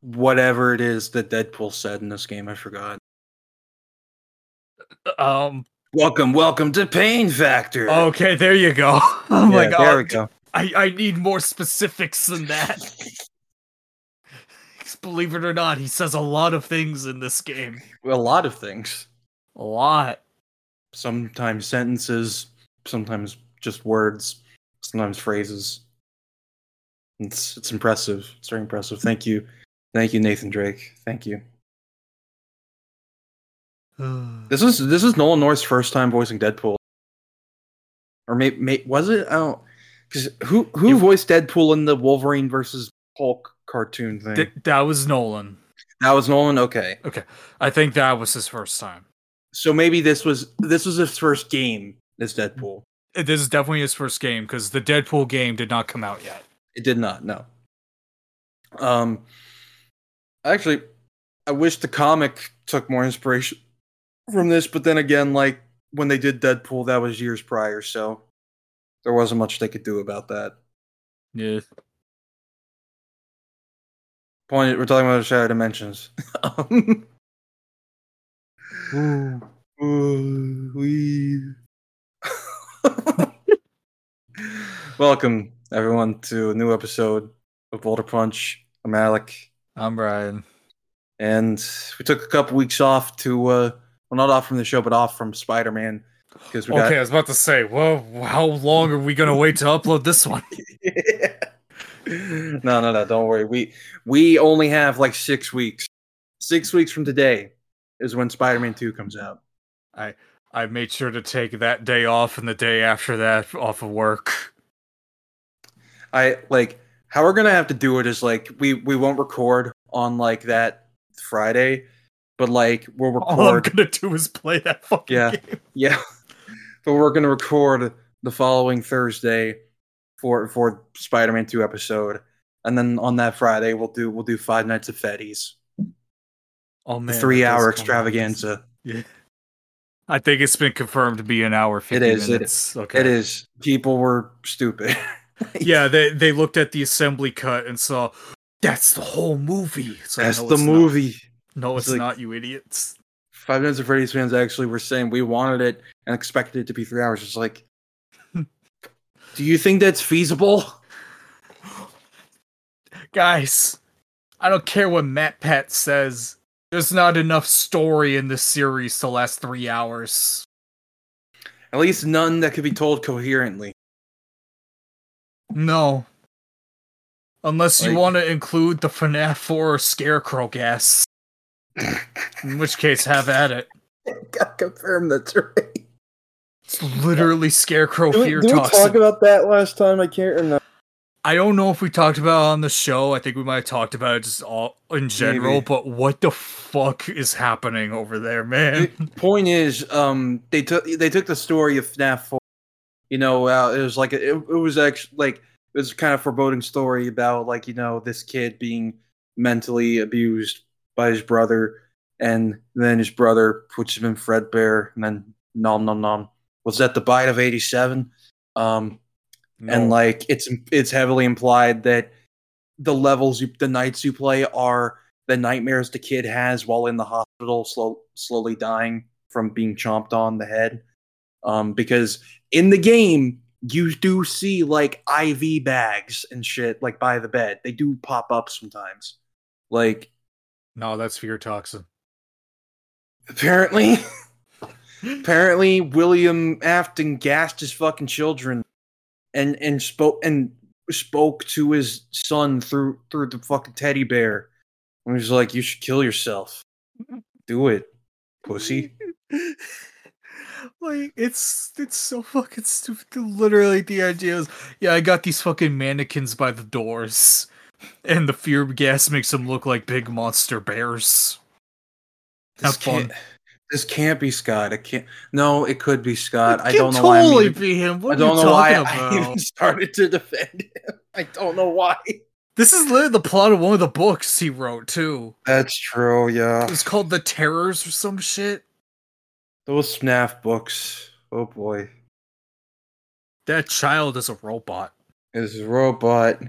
whatever it is that Deadpool said in this game. I forgot. Um. Welcome, welcome to Pain Factor. Okay, there you go. Oh my Yeah, god. There we go. I, I need more specifics than that. Believe it or not, he says a lot of things in this game. A lot of things. A lot. Sometimes sentences, sometimes just words, sometimes phrases. It's it's impressive. It's very impressive. Thank you. Thank you, Nathan Drake. Thank you. this This is this is Nolan North's first time voicing Deadpool, or may, may was it? I don't because who who You- voiced Deadpool in the Wolverine versus Hulk cartoon thing? that was Nolan. that was Nolan. Okay, I think that was his first time. so maybe this was this was his first game as Deadpool. Uh, This is definitely his first game because the Deadpool game did not come out yet. It did not. No. Um, actually, I wish the comic took more inspiration from this, but then again, like when they did Deadpool, that was years prior, so there wasn't much they could do about that. Yeah. Point. We're talking about shadow dimensions. um, ooh, wee. Welcome everyone to a new episode of Boulder Punch. I'm Alec, I'm Brian. and we took a couple weeks off to uh, well, not off from the show, but off from Spider-Man because we Okay, I was about to say, well, how long are we gonna wait to upload this one? got. no, no, no. Don't worry. We we only have like six weeks. Six weeks from today is when Spider-Man Two comes out. I made sure to take that day off and the day after that off of work. I like how we're gonna have to do it is like we we won't record on like that Friday, but like we'll All I'm record. gonna do is play that fucking Yeah. game. yeah, but we're gonna record the following Thursday for for Spider Man Two episode, and then on that Friday we'll do we'll do Five Nights at Freddy's, Oh the man, three that does hour come out. extravaganza. I think it's been confirmed to be an hour fifty is, it minutes. okay. It is people were stupid. Yeah, they they looked at the assembly cut and saw that's the whole movie. It's like, that's "No, the it's not. movie. No, It's it's like- not, you idiots. Five Nights at Freddy's fans actually were saying we wanted it and expected it to be three hours. It's like, do you think that's feasible? Guys, I don't care what Matt Pat says. There's not enough story in this series to last three hours. At least none that could be told coherently. No. Unless you Like- want to include the FNAF 4 Scarecrow gas. in which case, have at it. Gotta confirm that's right. It's literally Scarecrow fear toxin. about that last time? I can't remember. I don't know if we talked about it on the show. I think we might have talked about it just all in general, Maybe. but what the fuck is happening over there, man? Point is, um, they took they took the story of FNAF 4. You know, uh, it was like it, it was actually like it was kind of foreboding story about like you know this kid being mentally abused by his brother, and then his brother puts him in Fredbear, and then nom nom nom. Was that the bite of '87? Um, and like it's it's heavily implied that the levels you, the nights you play are the nightmares the kid has while in the hospital slow, slowly dying from being chomped on the head um because in the game you do see like iv bags and shit like by the bed they do pop up sometimes like no, that's fear toxin. apparently apparently William Afton gassed his fucking children and and spoke and spoke to his son through through the fucking teddy bear. And he was like, You should kill yourself. Do it, pussy. like it's it's so fucking stupid. Literally, the idea is, yeah, I got these fucking mannequins by the doors, and the fear gas makes them look like big monster bears. Have fun. Can't, this can't be Scott. It can't no, it could be Scott. It I can don't know why I'm totally even- be him. What I don't are you know why talking I about? even started to defend him. I don't know why. This is literally the plot of one of the books he wrote too. That's true, yeah. It was called The Terrors or some shit. Those snaf books. Oh boy. That child is a robot. This robot.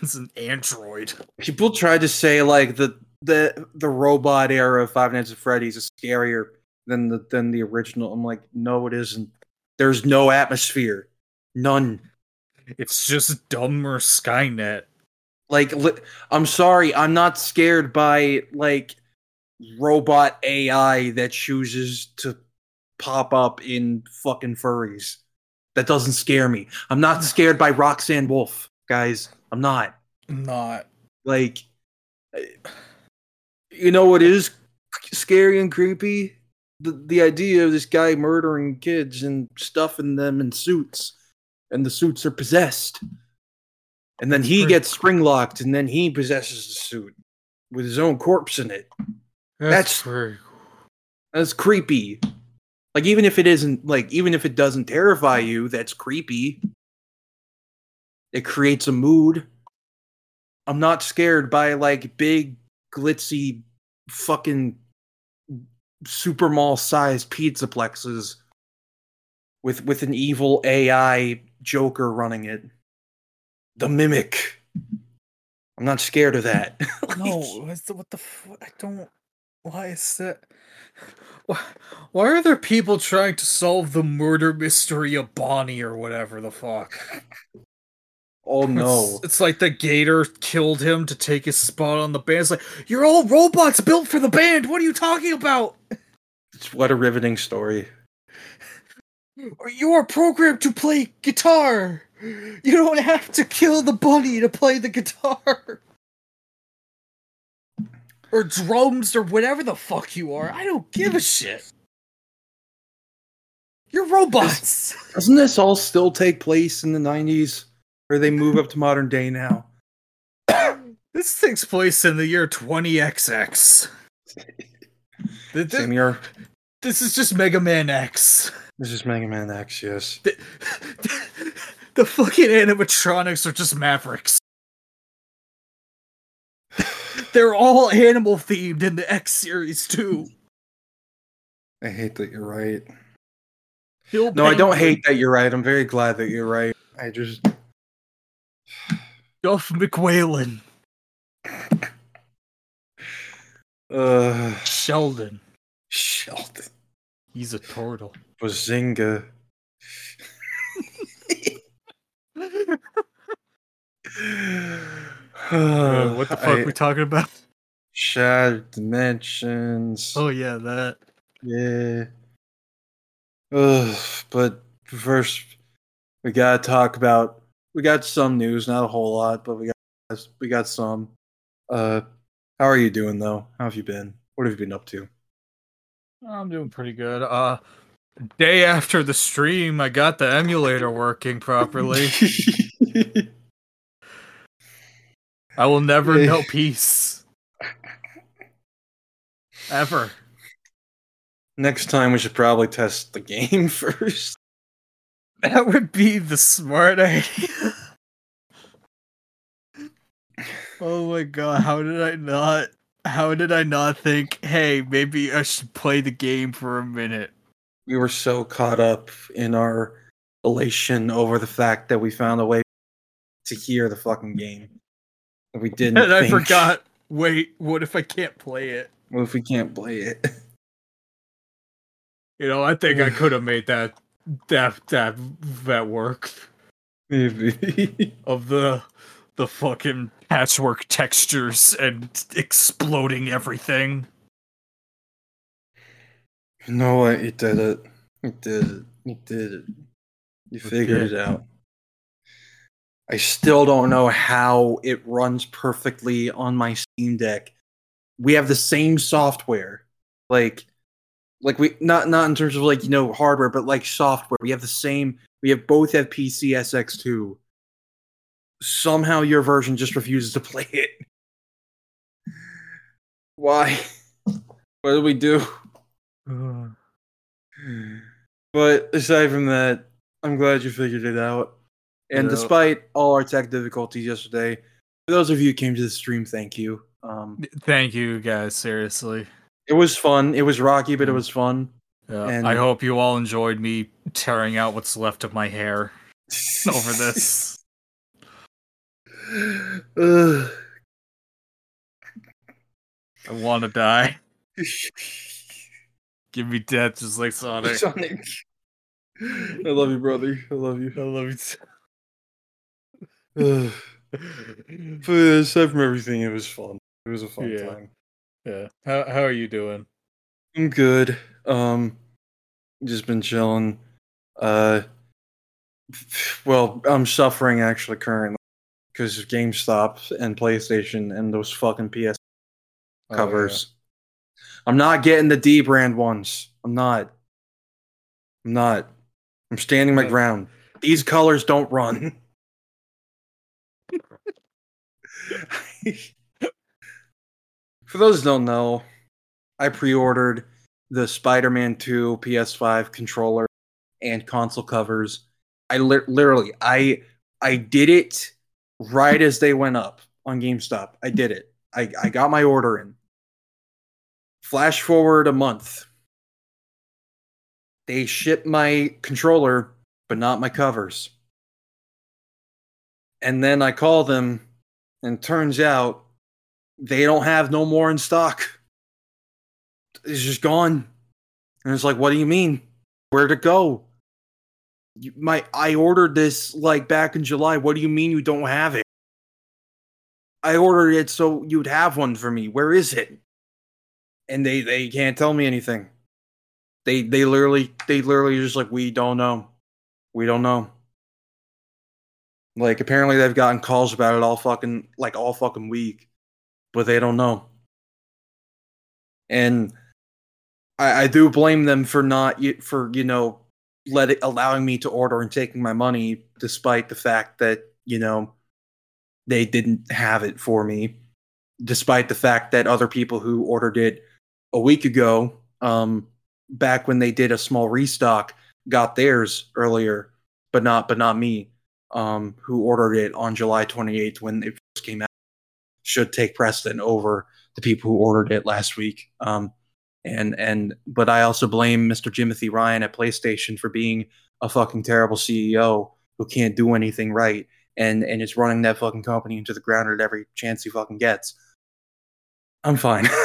It's an android. people tried to say like the the the robot era of Five Nights at Freddy's is scarier than the than the original. I'm like, no, it isn't. There's no atmosphere, none. It's just dumber Skynet. Like, li- I'm sorry, I'm not scared by like robot AI that chooses to pop up in fucking furries. That doesn't scare me. I'm not scared by Roxanne Wolf, guys. I'm not Not. like I- you know what is scary and creepy the, the idea of this guy murdering kids and stuffing them in suits and the suits are possessed and then he Right. gets spring locked and then he possesses the suit with his own corpse in it That's- pretty that's creepy like even if it isn't like even if it doesn't terrify you that's creepy it creates a mood i'm not scared by like big glitzy fucking super mall sized pizza plexes with with an evil ai joker running it the mimic i'm not scared of that No, what's the, what the? F- I don't. Why is that? Why, why are there people trying to solve the murder mystery of Bonnie or whatever the fuck? oh It's, no it's like the gator killed him to take his spot on the band. It's like, you're all robots built for the band. What are you talking about? it's what a riveting story Or You are programmed to play guitar. You don't have to kill the bunny to play the guitar. Or drums or whatever the fuck you are. I don't give a shit. You're robots. Doesn't this all still take place in the 90s? Or they move up to modern day now? This takes place in the year 20XX. Th- th- Same year. This is just Mega Man X. This is Mega Man X, yes. The, the fucking animatronics are just mavericks. They're all animal themed in the X series too. I hate that you're right. Bill No, I don't Penguin, hate that you're right. I'm very glad that you're right. I just. Duff McWhalen, Uh. Sheldon. Sheldon. He's a turtle. Bazinga. Uh, what the fuck I- we talking about? Shattered Dimensions. Oh yeah, that. Yeah. Ugh, but first, we gotta talk about. We got some news, not a whole lot, but we got we got some. Uh, how are you doing though? How have you been? What have you been up to? I'm doing pretty good. Uh, day after the stream, I got the emulator working properly. I will never Yeah. know peace. Ever. Next time, we should probably test the game first. That would be the smart idea. oh my god, how did I not how did I not think, hey, maybe I should play the game for a minute? We were so caught up in our elation over the fact that we found a way to hear the fucking game that we didn't. And I think- forgot, wait, what if I can't play it? What if we can't play it? You know, I think I could have made that that that that work Maybe. of the the fucking patchwork textures and exploding everything. you know what? You did it. You did it. You did it. You figured did. it out. I still don't know how it runs perfectly on my Steam Deck. We have the same software. Like like we not not in terms of like, you know, hardware, but like software. We have the same we have both have PCSX2. Somehow your version just refuses to play it. Why? What do we do? But aside from that, I'm glad you figured it out. And Yeah. despite all our tech difficulties yesterday, for those of you who came to the stream, thank you. Um, Thank you guys, seriously. it was fun. It was rocky, Mm. but it was fun. Yeah, And- I hope you all enjoyed me tearing out what's left of my hair over this. Ugh. I want to die. Give me death just like Sonic. Sonic. I love you, brother. I love you. I love you. so- Ugh. but aside from everything, it was fun. It was a fun Yeah. time. yeah. How how are you doing? I'm good. Um, just been chilling. Uh, well, I'm suffering actually currently because of GameStop and PlayStation and those fucking PS Oh, covers. I'm not getting the D brand ones. I'm not. I'm not. I'm standing my Yeah. ground. These colors don't run. For those who don't know, I pre-ordered the Spider-Man 2 PS5 controller and console covers. I lit literally I I did it right as they went up on GameStop. I did it. I, I got my order in. Flash forward a month. They ship my controller, but not my covers. And then I call them, and turns out they don't have no more in stock. It's just gone. And it's like, what do you mean? Where to go? You, my I ordered this like back in July. What do you mean you don't have it? I ordered it so you'd have one for me. Where is it? And they they can't tell me anything. They they literally they literally just like we don't know. We don't know. Like apparently they've gotten calls about it all fucking like all fucking week, but they don't know. And I, I do blame them for not y- for you know let it, allowing me to order and taking my money despite the fact that you know they didn't have it for me, despite the fact that other people who ordered it a week ago, um, back when they did a small restock, got theirs earlier, but not but not me, um, who ordered it on July 28th when it first came out, should take precedent over the people who ordered it last week. Um, and and but I also blame Mr. Jimothy Ryan at PlayStation for being a fucking terrible CEO who can't do anything right and and is running that fucking company into the ground at every chance he fucking gets. I'm fine.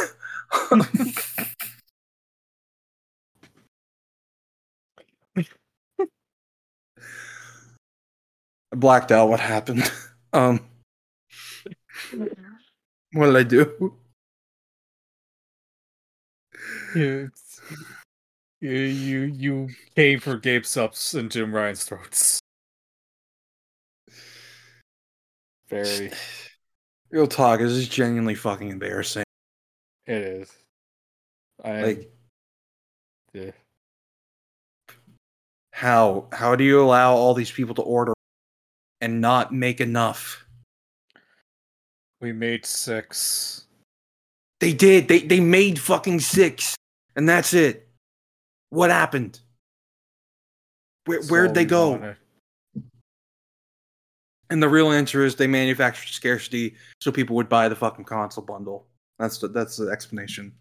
I blacked out what happened. Um what did I do? You, you you you came for Gabe Sups and Jim Ryan's throats. Very Real talk, this is genuinely fucking embarrassing. it is. I Like yeah. how how do you allow all these people to order and not make enough? we made six. They did. They they made fucking six, and that's it. What happened? Where That's all where'd they we go? wanted. And the real answer is they manufactured scarcity so people would buy the fucking console bundle. That's the that's the explanation.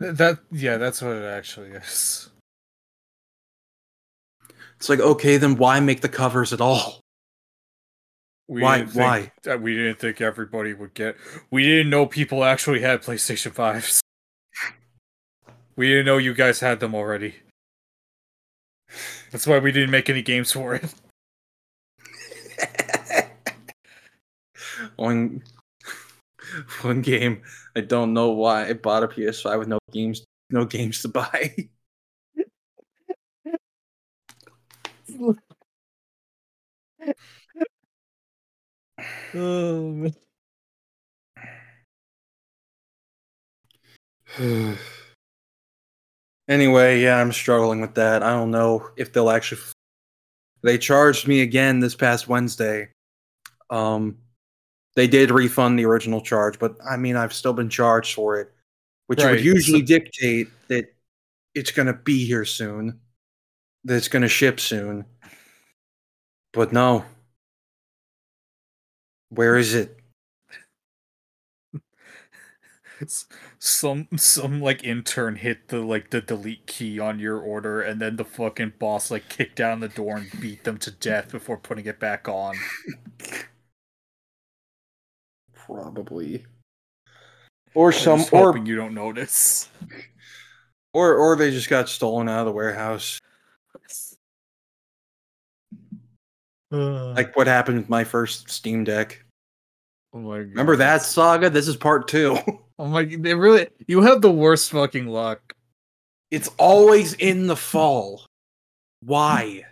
Th- That yeah, that's what it actually is. It's like okay, then why make the covers at all? We Why- didn't think- uh, we didn't think everybody would get. We didn't know people actually had PlayStation Fives. We didn't know you guys had them already. That's why we didn't make any games for it. one one game. I don't know why I bought a PS5 with no games no games to buy. anyway, yeah, I'm struggling with that. I don't know if they'll actually. They charged me again this past Wednesday. Um, they did refund the original charge, but I mean, I've still been charged for it, which Right, would so- usually dictate that it's going to be here soon, that it's going to ship soon. But no. Where is it? S- some some like intern hit the like the delete key on your order, and then the fucking boss like kicked down the door and beat them to death before putting it back on. Probably. or I'm some just or hoping you don't notice. or or they just got stolen out of the warehouse, Uh, like what happened with my first Steam Deck. oh my God. Remember that saga? This is part two. Oh my! They really. You have the worst fucking luck. It's always in the fall. Why?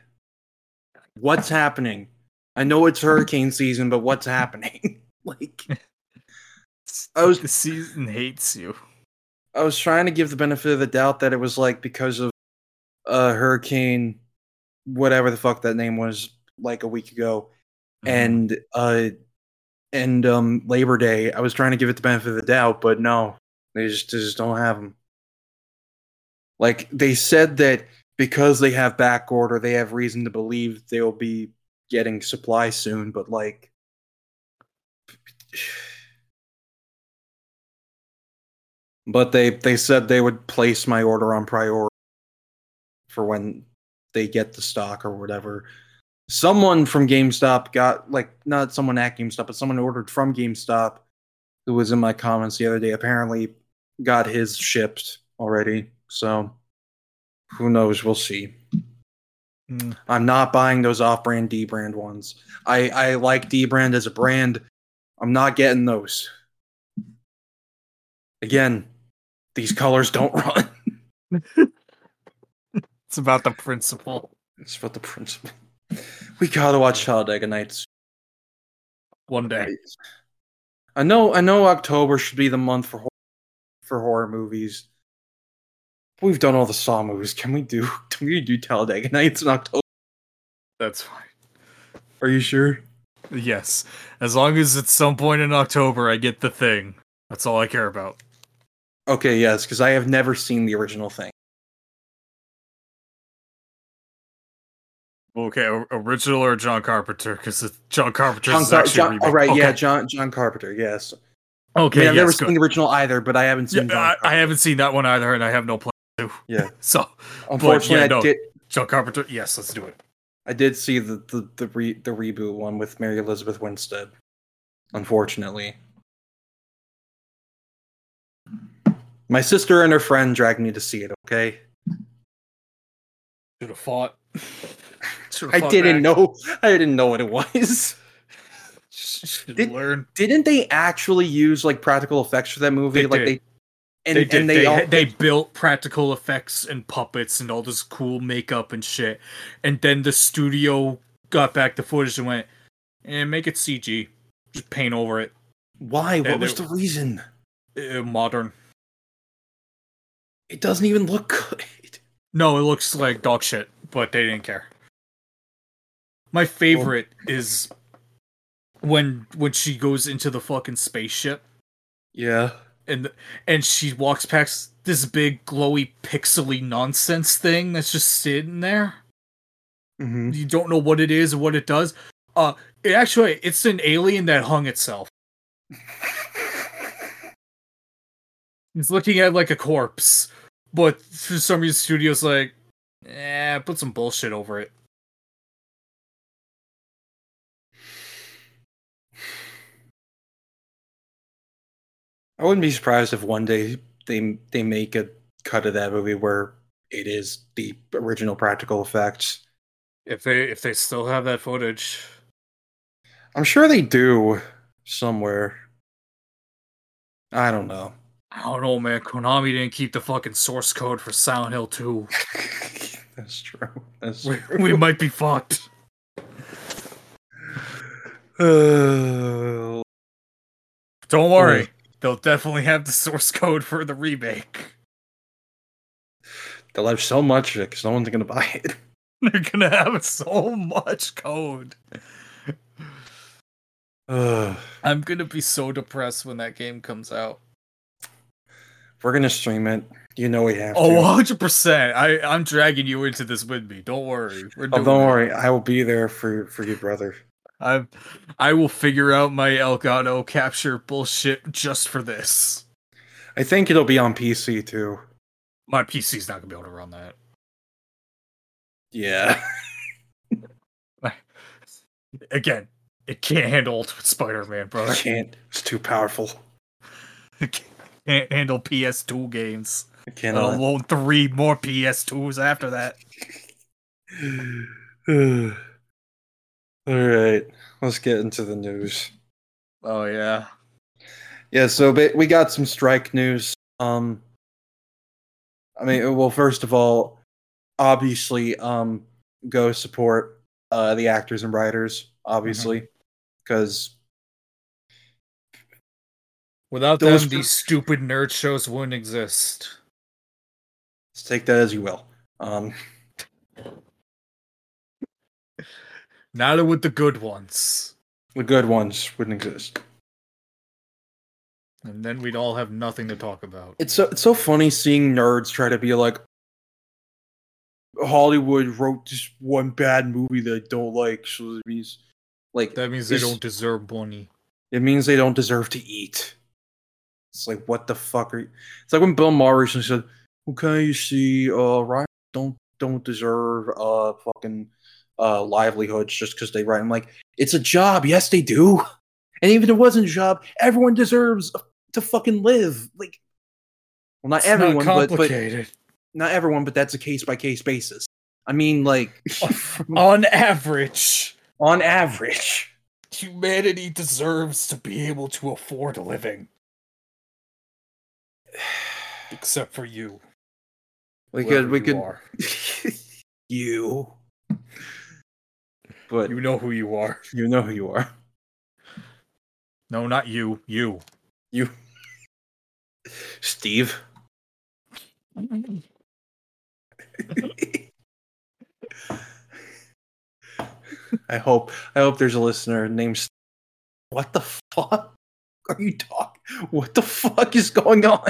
What's happening? I know it's hurricane season, but what's happening? like I was- the season hates you. I was trying to give the benefit of the doubt that it was like because of uh hurricane whatever the fuck that name was like a week ago Mm-hmm. and uh and um Labor Day. I was trying to give it the benefit of the doubt, but no, they just they just don't have them. Like they said that because they have back order, they have reason to believe they'll be getting supply soon, but like but they they said they would place my order on priority for when they get the stock or whatever someone from GameStop got like not someone at GameStop, but someone ordered from GameStop who was in my comments the other day apparently got his shipped already. So who knows? We'll see. Mm. I'm not buying those off-brand D-brand ones. I I like D-brand as a brand. I'm not getting those. Again, these colors don't run. It's about the principle. It's about the principle. We gotta watch Child Egg Nights One day. I know I know October should be the month for horror, for horror movies. We've done all the Saw movies. Can we do can we do Talladega Nights in October? That's fine. Are you sure? Yes, as long as at some point in October I get the thing. That's all I care about. Okay, yes, because I have never seen the original thing. Okay, o- original or John Carpenter? Because John Carpenter's John is Car- actually John- remake. all right, okay. yeah, John John Carpenter. Yes, I Okay, mean, I've never yes, good. seen the original either, but I haven't Yeah, seen. John I, I Carpenter. haven't seen that one either, and I have no plan to. Yeah. So Unfortunately, yeah, I no. did. John Carpenter, yes, let's do it. I did see the the the, re- the reboot one with Mary Elizabeth Winstead. Unfortunately, my sister and her friend dragged me to see it. Okay, Should have fought. Should've I fought didn't back. know. I didn't know what it was. Should Did- learn. Didn't they actually use like practical effects for that movie? They like did. they and they did. and they they, they, all built practical effects and puppets and all this cool makeup and shit, and then the studio got back the footage and went and make it CG, just paint over it, why? they- What was they- the reason? Uh, modern. It doesn't even look good. No, it looks like dog shit, but they didn't care. My favorite is when when she goes into the fucking spaceship Yeah. and and she walks past this big glowy pixely nonsense thing that's just sitting there. Mm-hmm. You don't know what it is or what it does. Uh it actually it's an alien that hung itself. It's looking at like a corpse. But for some reason studio's like, eh, put some bullshit over it. I wouldn't be surprised if one day they they make a cut of that movie where it is the original practical effects. If they if they still have that footage. I'm sure they do somewhere. I don't know. I don't know, man. Konami didn't keep the fucking source code for Silent Hill 2. That's true. That's We, true. we might be fucked. Uh, Don't worry. They'll definitely have the source code for the remake. they'll have so much of it 'cause no one's gonna buy it. They're gonna have so much code. Ugh. I'm gonna be so depressed when that game comes out. we're gonna stream it. You know we have Oh, to. 100%. I, I'm dragging you into this with me. Don't worry. We're Oh, doing don't it. worry, I will be there for for you, brother. I I will figure out my Elgato capture bullshit just for this. I think it'll be on PC too. My PC's not gonna be able to run that. Yeah. Again, it can't handle Ultimate Spider-Man, brother. I can't. It's too powerful. It can't- can't handle PS2 games. I Let cannot. alone three more PS2s after that. All right, let's get into the news. Oh yeah. Yeah, so ba- we got some strike news. Um, I mean, uh, well, first of all, obviously, um, go support uh, the actors and writers, obviously, because Without Those them, fir- these stupid nerd shows wouldn't exist. take that as you will. Um, Neither would the good ones. the good ones wouldn't exist. And then we'd all have nothing to talk about. It's so it's so funny seeing nerds try to be like Hollywood wrote this one bad movie that I don't like, so it means like That means they It's- don't deserve money. it means they don't deserve to eat. It's like what the fuck are you? It's like when Bill Maher recently said, "Okay, you see, uh, writers don't don't deserve uh fucking uh livelihoods just because they write." I'm like, it's a job. Yes, they do. And even if it wasn't a job, everyone deserves to fucking live. Like, well, not It's everyone, not but but complicated. not everyone, but that's a case by case basis. I mean, like On average, on average, humanity deserves to be able to afford a living. Except for you. we whoever could we you could are. you. But You know who you are. you know who you are. No, not you. You. You, Steve. I hope. I hope there's a listener named. Steve. What the fuck are you talking? What the fuck is going on?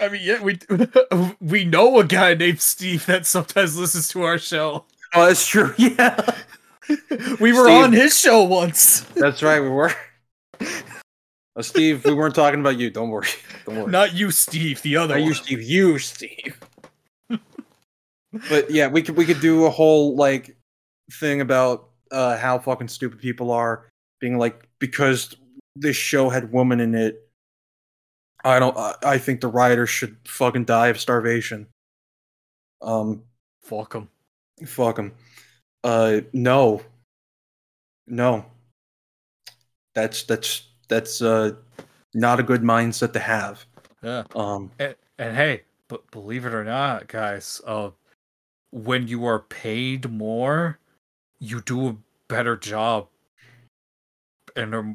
I mean, yeah, we we know a guy named Steve that sometimes listens to our show. Oh, that's true. Yeah, We were Steve. on his show once. that's right. We were. Uh, Steve, we weren't talking about you. Don't worry. Don't worry. Not you, Steve. The other. Not you, one. Steve. You, Steve. but yeah, we could we could do a whole like thing about uh, how fucking stupid people are, being like because this show had women in it. I don't. I, I think the writers should fucking die of starvation. Um, Fuck him. fuck them. Uh, no, no. That's that's that's uh not a good mindset to have. Yeah. Um, And, and hey, but believe it or not, guys, uh, when you are paid more, you do a better job, and are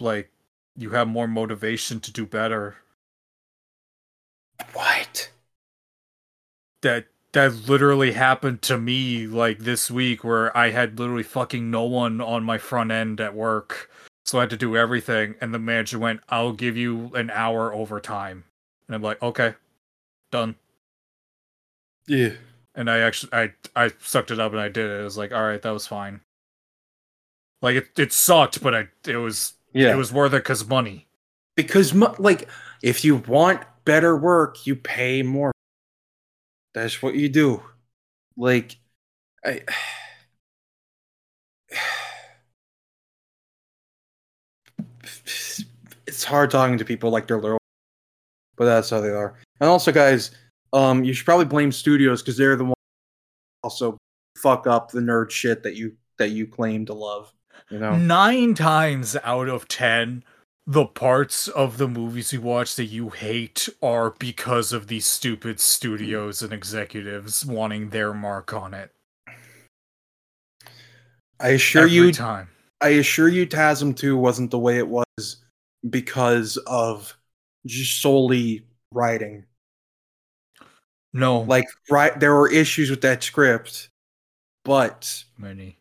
like you have more motivation to do better. what? that that literally happened to me like this week where I had literally fucking no one on my front end at work. So I had to do everything and the manager went, "I'll give you an hour overtime." And I'm like, "Okay. Done." Yeah. And I actually I I sucked it up and I did it. It was like, "All right, that was fine." Like it it sucked, but I it was Yeah. it was worth it cuz money. because mo- like if you want better work you pay more that's what you do like i it's hard talking to people like they're little but that's how they are and also guys um you should probably blame studios because they're the ones also fuck up the nerd shit that you that you claim to love you Mm. know Nine times out of ten, the parts of the movies you watch that you hate are because of these stupid studios and executives wanting their mark on it. i assure every you time. I assure you, TASM 2 wasn't the way it was because of just solely writing. No, Like, right, there were issues with that script, but many.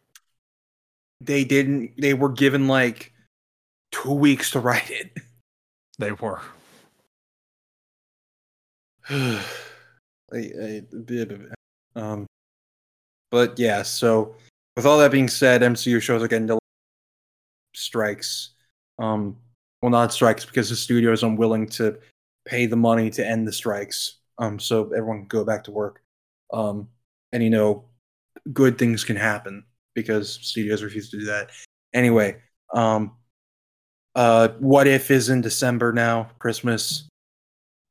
they didn't, they were given like two weeks to write They were. it. I- I- um, but yeah, so with all that being said, MCU shows are getting delayed. strikes. Um, well, not strikes because the studio is unwilling to pay the money to end the strikes. Um, so everyone can go back to work. Um, and you know, good things can happen because studios refuse to do that. Anyway, um, Uh, what if is in December now, Christmas.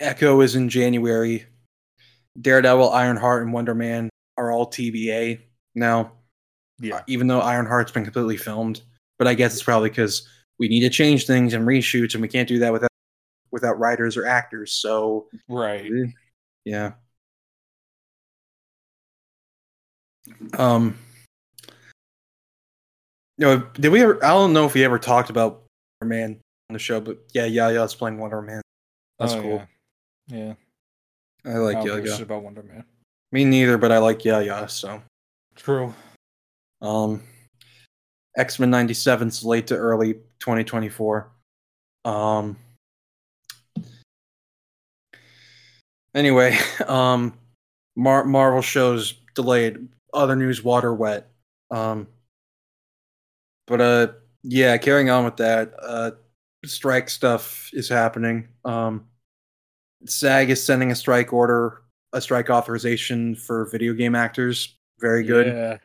Echo is in January. Daredevil, Ironheart, and Wonder Man are all TBA now. uh, Yeah. Even though Ironheart's been completely filmed, but I guess it's probably because we need to change things and reshoots, and we can't do that without without writers or actors. So Right. yeah. Um. You know, did we? Ever, I don't know if we ever talked about Wonder Man on the show, but yeah, yeah, yeah, it's playing Wonder Man. That's Oh, cool. Yeah. yeah. I like I don't yeah, give a yeah. shit about Wonder Man. Me neither, but I like yeah, yeah. So, True. um, X Men '97's late to early 2024. Um. Anyway, um, Mar- Marvel shows delayed. Other news, water wet. Um. But uh, yeah, carrying on with that, uh, strike stuff is happening. Um, SAG is sending a strike order, a strike authorization for video game actors. Very good. Yeah.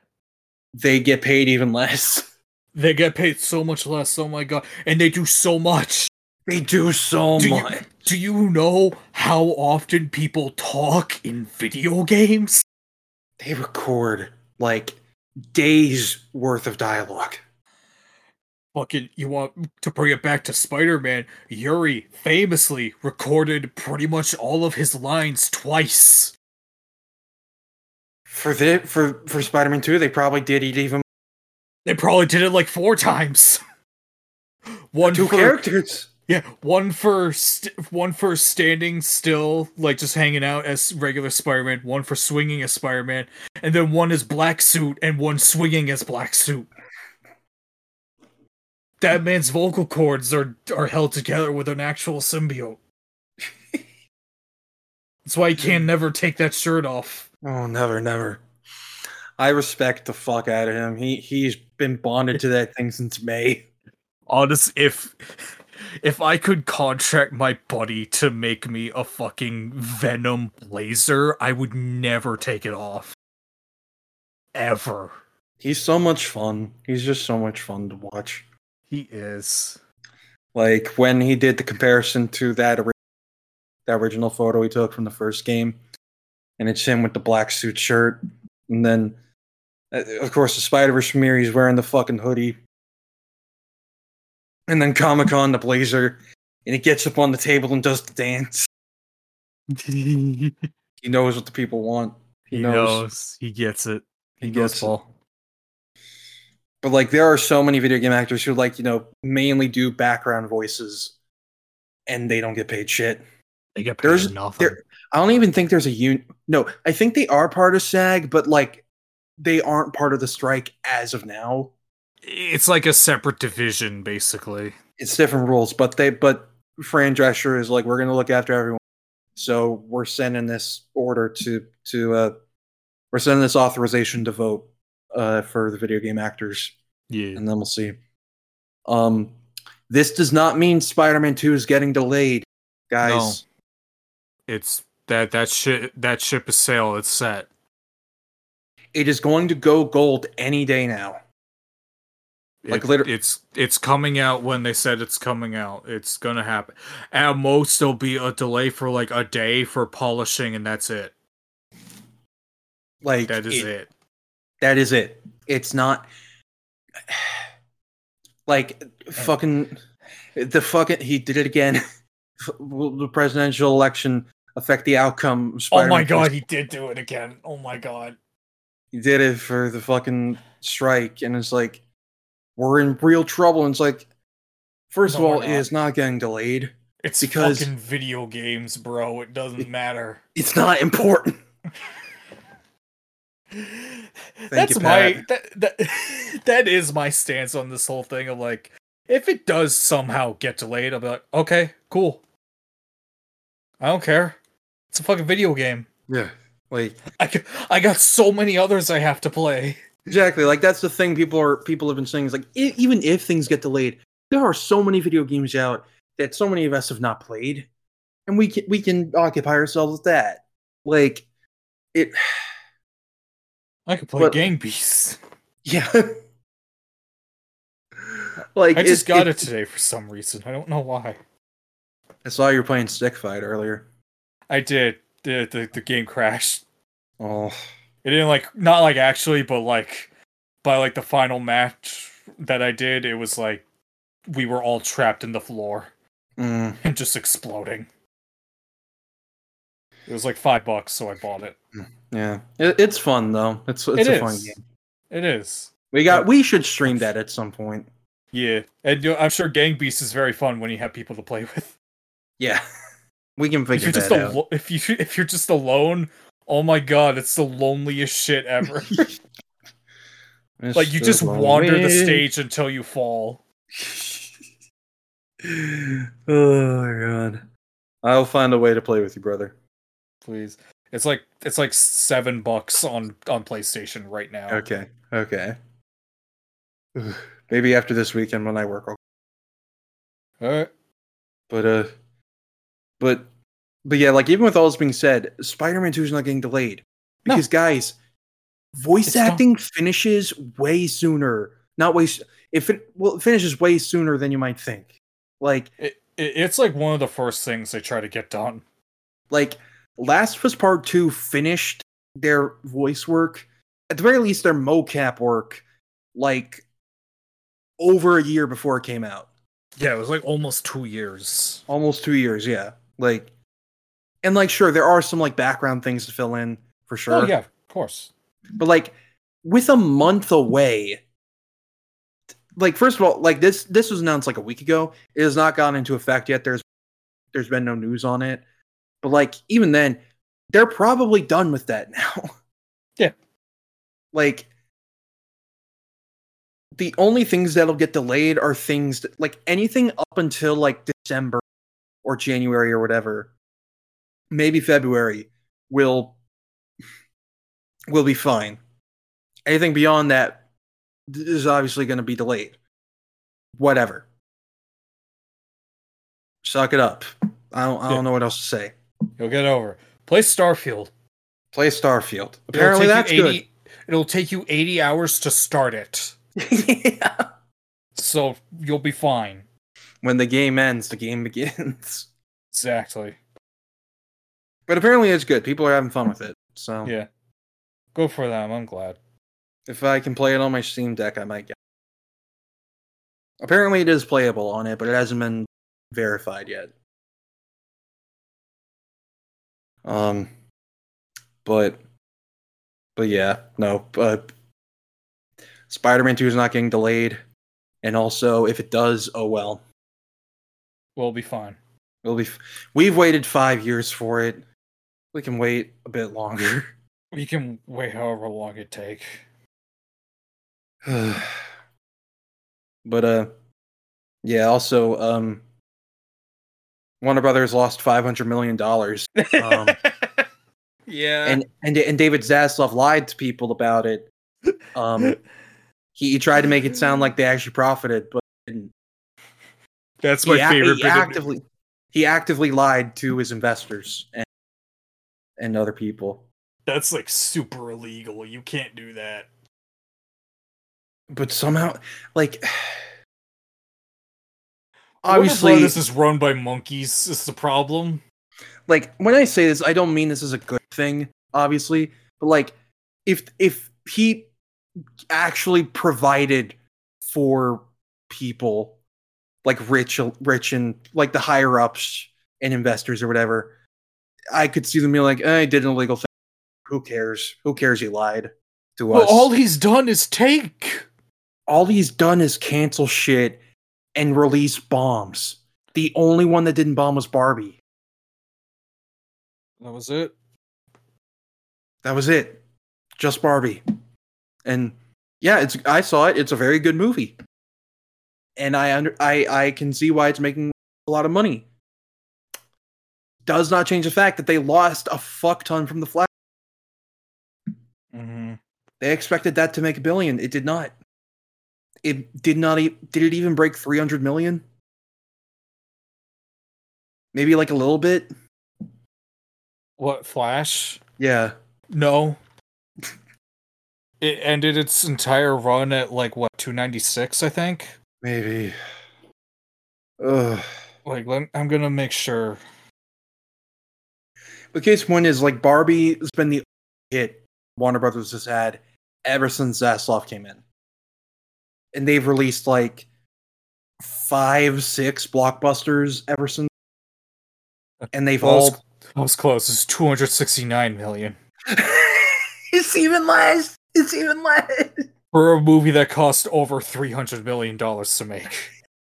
They get paid even less. They get paid so much less. Oh my god. And they do so much. They do so Do you- much. Do you know how often people talk in video games? They record like days worth of dialogue. Fucking, you want to bring it back to Spider Man? Yuri famously recorded pretty much all of his lines twice. For the for for Spider-Man 2, they probably did it even They probably did it like four times. one two for characters. yeah, one for st- one for standing still, like just hanging out as regular Spider-Man. One for swinging as Spider-Man, and then one is black suit and one swinging as black suit. That man's vocal cords are are held together with an actual symbiote. That's why he can never take that shirt off. Oh, never, never. I respect the fuck out of him. He he's been bonded to that thing since May. honest if if i could contract my buddy to make me a fucking venom blazer i would never take it off ever He's so much fun. He's just so much fun to watch. he is Like when he did the comparison to that ori- that original photo he took from the first game, and it's him with the black suit shirt, and then uh, of course the Spider Verse premiere he's wearing the fucking hoodie, and then Comic Con the blazer, and he gets up on the table and does the dance. he He knows what the people want. knows. he gets it he, gets, gets it. Paul. But like there are so many video game actors who like, you know, mainly do background voices and they don't get paid shit. they get paid There's- nothing there- I don't even think there's a un no, I think they are part of SAG, but like they aren't part of the strike as of now. it's like a separate division basically It's different rules, but they but Fran Drescher is like, we're gonna look after everyone. So we're sending this order to to uh we're sending this authorization to vote uh for the video game actors. yeah and then we'll see. Um, this does not mean Spider-Man Two is getting delayed, guys. it's that that shit that ship is sail it's set It is going to go gold any day now. Like, It- liter- it's it's coming out when they said it's coming out. It's gonna happen. At most, there'll be a delay for like a day for polishing, and that's it. Like That is it. That is it. It's not like fucking the fucking he did it again. Will the presidential election affect the outcome? of Oh my Spider-Man god, he did do it again. Oh my god. he did it for the fucking strike and it's like we're in real trouble and it's like first No, of we're all it not. is not getting delayed It's Because- fucking video games, bro. It doesn't matter. it's not important That's you, my Pat. that, that that is my stance on this whole thing of like if it does somehow get delayed, I'll be like, okay, cool. I don't care. It's a fucking video game. yeah like I, c- I got so many others I have to play. exactly like that's the thing people are people have been saying is like e- even if things get delayed there are so many video games out that so many of us have not played and we can we can occupy ourselves with that like it I could play But- Gang Beasts. yeah Like I just it- got it- it today for some reason. I don't know why. I saw you were playing Stick Fight earlier. I did. The, the, the game crashed. Oh, It didn't like not like actually, but like by like the final match that I did, it was like we were all trapped in the floor mm. and just exploding. It was like five bucks, so I bought it. yeah, it, it's fun though. It's it's It a is. fun game. It is. We got we should stream that at some point. Yeah, and you know, I'm sure Gang Beast is very fun when you have people to play with. Yeah, we can If figure you're that just out. alo- if you if you're just alone, oh my god, it's the loneliest shit ever. It's like you just lonely. wander the stage until you fall. oh my god! I'll find a way to play with you, brother. Please, it's like it's like seven bucks on on PlayStation right now. Okay, okay. Ugh, Maybe after this weekend when I work, I'll Alright. But uh but but yeah, like even with all this being said, Spider-Man 2 is not getting delayed. No. Because guys, voice It's not- acting finishes way sooner. Not way s- if it well it finishes way sooner than you might think. Like It, it, it's like one of the first things they try to get done. like Last of Us Part 2 finished their voice work, at the very least their mocap work, like over a year before it came out. Yeah, it was like almost two years. almost two years yeah like and like sure there are some like background things to fill in for sure Oh yeah, of course. but like with a month away like first of all like this this was announced like a week ago it has not gone into effect yet there's there's been no news on it but like even then they're probably done with that now Yeah. like the only things that'll get delayed are things that, like anything up until like december or january or whatever maybe february will will be fine. Anything beyond that th- is obviously going to be delayed. Whatever. Suck it up. I don't, I don't Yeah. know what else to say. You'll get over. it. Play Starfield. Play Starfield. Apparently it'll that's take you 80, It'll take you 80 hours to start it. good. Yeah. So you'll be fine. When the game ends, the game begins. Exactly. But apparently it's good. People are having fun with it. So Yeah. Go for them. I'm glad. if I can play it on my Steam Deck, I might get. it. Apparently it is playable on it, but it hasn't been verified yet. Um, but, but yeah, no. Uh, Spider-Man Two is not getting delayed, and also if it does, oh well, We'll be fine. it'll be. F- We've waited five years for it. We can wait a bit longer. We can wait however long it take. but uh yeah also um warner brothers lost 500 million dollars Um, yeah. and and and david zaslav lied to people about it um he, he tried to make it sound like they actually profited but he didn't. That's he, ac- he actively he actively lied to his investors and and other people That's like super illegal. You can't do that. but somehow like Obviously, obviously this is run by monkeys. Is the problem? like when I say this, I don't mean this is a good thing, obviously, but like if if he actually provided for people like rich rich and like the higher ups and investors or whatever, I could see them being like, eh, I did an illegal thing. Who cares? Who cares he lied to us? all, he's done is take. he's done is cancel shit and release bombs. The only one that didn't bomb was Barbie. That was it. that was it just barbie and yeah it's i saw it it's a very good movie and i under i i can see why it's making a lot of money does not change the fact that they lost a fuck ton from the flash Mm-hmm. they expected that to make a billion it did not it did not e- did it even break 300 million maybe like a little bit What Flash? yeah No. It ended its entire run at like what 296, I think. Maybe. Ugh. Like, let, I'm gonna make sure. But case one is like Barbie has been the only hit Warner Brothers has had ever since Zaslav came in, and they've released like five, six blockbusters ever since, and they've Well, all. it's- I was close. It's 269 million it's even less. It's even less. for a movie that cost over 300 million dollars to make.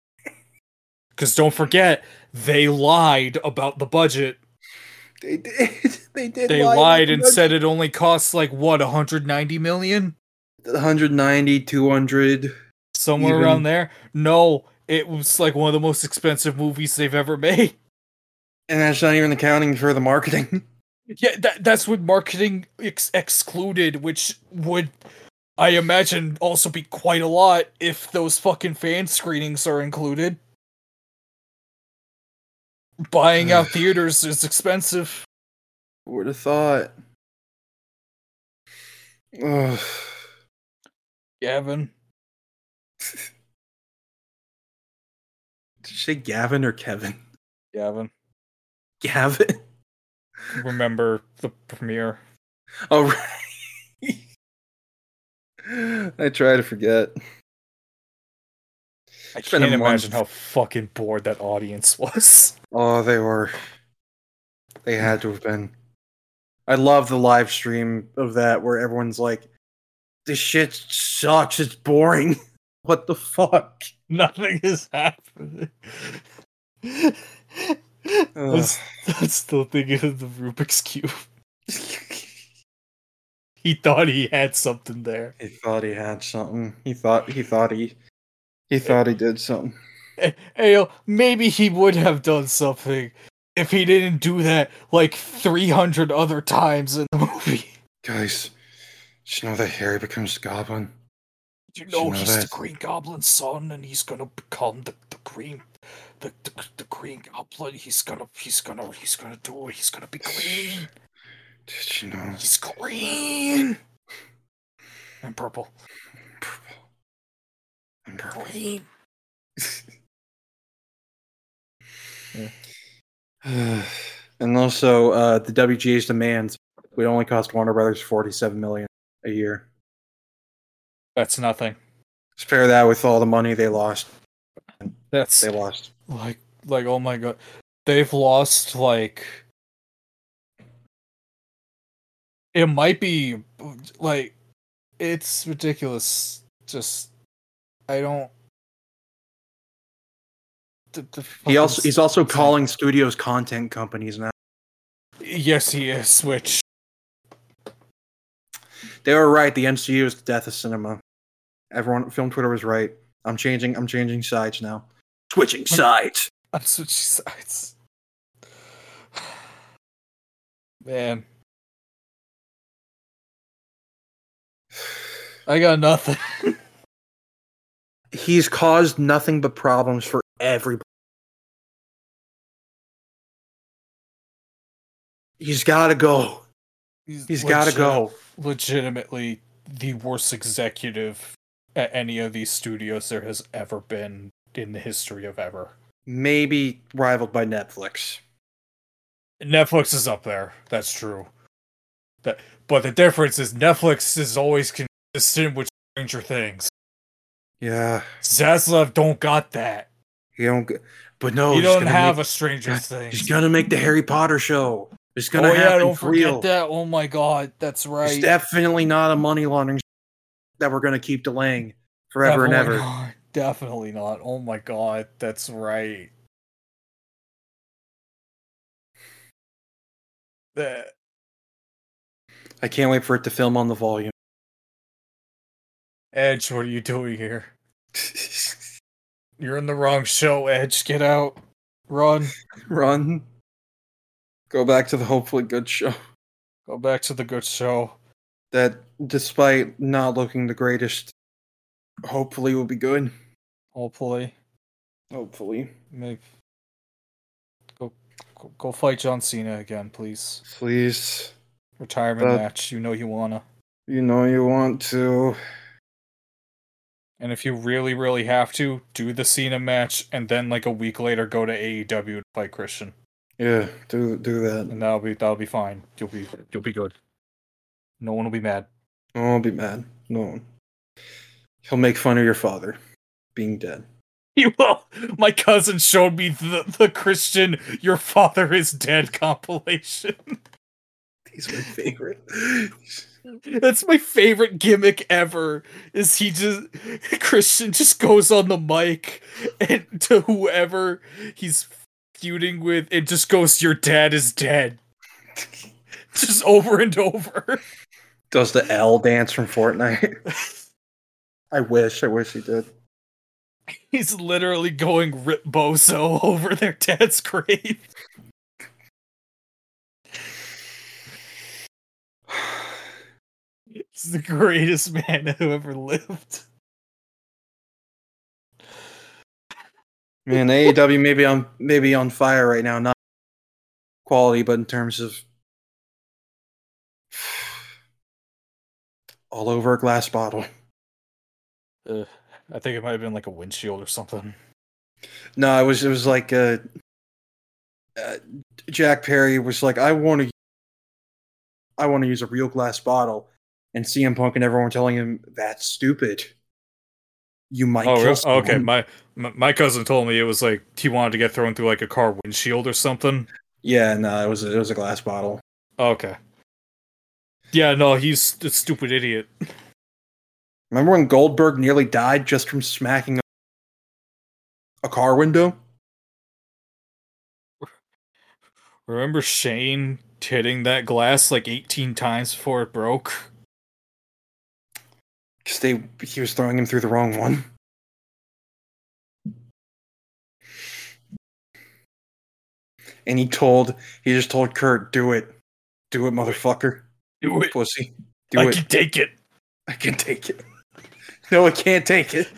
Because don't forget, they lied about the budget. They did. They did. They lie about lied the and budget. said it only costs like what 190 million. 190, 200. somewhere Even- around there. No, it was like one of the most expensive movies they've ever made. And that's not even accounting for the marketing. Yeah, that that's with marketing ex- excluded, which would I imagine also be quite a lot if those fucking fan screenings are included. Buying out theaters is expensive. Would have thought. Ugh. Gavin, Did you say Gavin or Kevin? Gavin, Gavin. remember the premiere? Oh, right. I try to forget. I It's been can't a month. imagine how fucking bored that audience was. Oh, they were. They had to have been. I love the live stream of that where everyone's like, this shit sucks. It's boring. What the fuck? Nothing is happening. Ugh. that's, that's still thinking of the Rubik's Cube. he thought he had something there. He thought he had something. He thought he thought he he thought he did something. Eh, eh, yo, maybe he would have done something if he didn't do that like 300 other times in the movie. Guys, did you know that Harry becomes a goblin? You You know, know he's that. the Green Goblin's son, and he's gonna become the, the Green, the, the the Green Goblin. He's gonna he's gonna he's gonna do it. He's gonna be green. Did you know? He's green and purple. Purple. I'm purple. Green. and also, uh, the WGA's demands would only cost Warner Brothers forty-seven million a year. That's nothing. Spare that with all the money they lost. That's They lost. like like oh my god, they've lost like. It might be like, it's ridiculous. Just, I don't. The, the He fucking also he's also it's like- calling studios content companies now. yes, he is. Which They were right. The MCU is the death of cinema. Everyone, film Twitter was right. I'm changing. I'm changing sides now. Switching sides. I'm switching sides. Man, I got nothing. He's caused nothing but problems for everybody. He's got to go. He's got to legit- go. Legitimately, the worst executive at any of these studios there has ever been in the history of ever. Maybe rivaled by Netflix. Netflix is up there. That's true. That, but the difference is Netflix is always consistent with Stranger Things. Yeah, Zaslav don't got that. you don't. g- But no, you Oh, he's don't gonna have make- a Stranger Things. He's gonna make the Harry Potter show. It's gonna oh happen yeah, don't for forget real. that. Oh my god, that's right. It's definitely not a money laundering that we're gonna keep delaying forever and Definitely ever. not. Definitely not. Oh my god, that's right. That- I can't wait for it to film on the volume. Edge, what are you doing here? You're in the wrong show, Edge. Get out. Run. Run. Go back to the hopefully good show. Go back to the good show. That, despite not looking the greatest, hopefully will be good. Hopefully. Hopefully. Maybe. Go, go, go fight John Cena again, please. Please. Retirement Uh, match. You know you wanna. You know you want to. And if you really, really have to, do the Cena match and then like a week later go to AEW to fight Christian. Yeah, do do that. And that'll be that'll be fine. You'll be you'll be good. No one will be mad. I won't be mad. No one. He'll make fun of your father being dead. You will. My cousin showed me the, the Christian Your Father is Dead compilation. He's my favorite. That's my favorite gimmick ever. Is he just Christian just goes on the mic and to whoever he's feuding with and just goes, Your dad is dead. just over and over. Does the L dance from Fortnite? I wish. I wish he did. He's literally going rip bozo over their dad's grave. It's the greatest man who ever lived. Man, E AEW maybe on maybe on fire right now. Not quality, but in terms of all over a glass bottle. Uh, I think it might have been like a windshield or something. No, it was it was like uh, uh, Jack Perry was like, I want to, I want to use a real glass bottle, and CM Punk and everyone were telling him that's stupid. You might. Oh, kill really? Oh, okay. someone." My, my my cousin told me it was like he wanted to get thrown through like a car windshield or something. Oh, Yeah, no, it was a, it was a glass bottle. Okay. Yeah, no, he's a stupid idiot. Remember when Goldberg nearly died just from smacking a, a car window? Remember Shane hitting that glass like 18 times before it broke? Because they he was throwing him through the wrong one. And he told he just told Kurt, "Do it, do it, motherfucker, Do it. pussy, do I it. can take it. I can take it. no, I can't take it."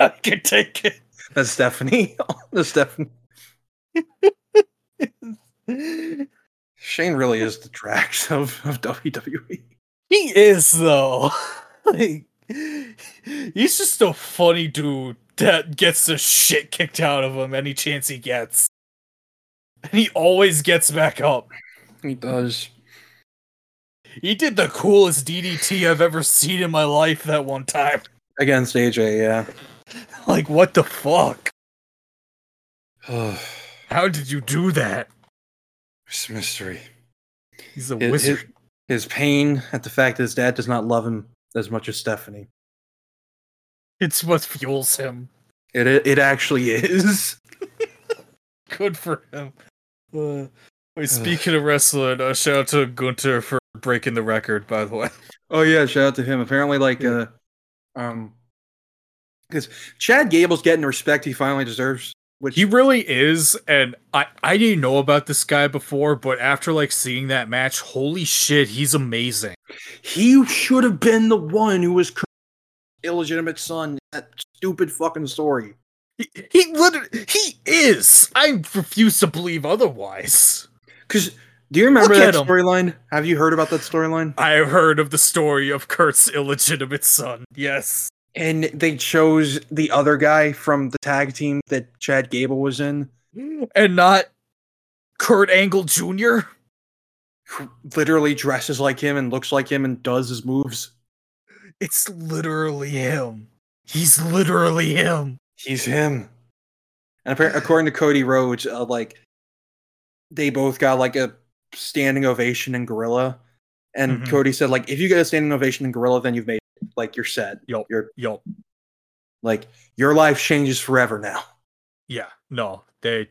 I can take it. That's Stephanie. That's Stephanie. He Shane really is the Drax of, of E. WWE. is though. like, he's just a funny dude that gets the shit kicked out of him any chance he gets. And he always gets back up. He does. He did the coolest DDT I've ever seen in my life that one time. Against AJ, yeah. Like what the fuck? Oh, How did you do that? it's a mystery. He's a His- wizard. His pain at the fact that his dad does not love him as much as Stephanie. It's what fuels him. It it, it actually is. Good for him. Uh, wait, speaking of wrestling, uh, shout out to Gunter for breaking the record, by the way. Oh yeah, shout out to him. Apparently, like Yeah. uh, um, because Chad Gable's getting the respect he finally deserves. Which He really is, and I I didn't know about this guy before, but after like seeing that match, holy shit, he's amazing. he should have been the one who was cr- illegitimate son. That stupid fucking story. He, he literally he is. I refuse to believe otherwise. Because do you remember Look that at him. storyline? Have you heard about that storyline? I have heard of the story of Kurt's illegitimate son. Yes. And they chose the other guy from the tag team that Chad Gable was in. And not Kurt Angle Jr. who literally dresses like him and looks like him and does his moves. It's literally him. He's literally him. He's him. And appar- according to Cody Rhodes, uh, like they both got like a standing ovation in Gorilla. And Mhm. Cody said, like, if you get a standing ovation in Gorilla, then you've made it. like you're set. Yup. You're Yo, like your life changes forever now. yeah, no, they,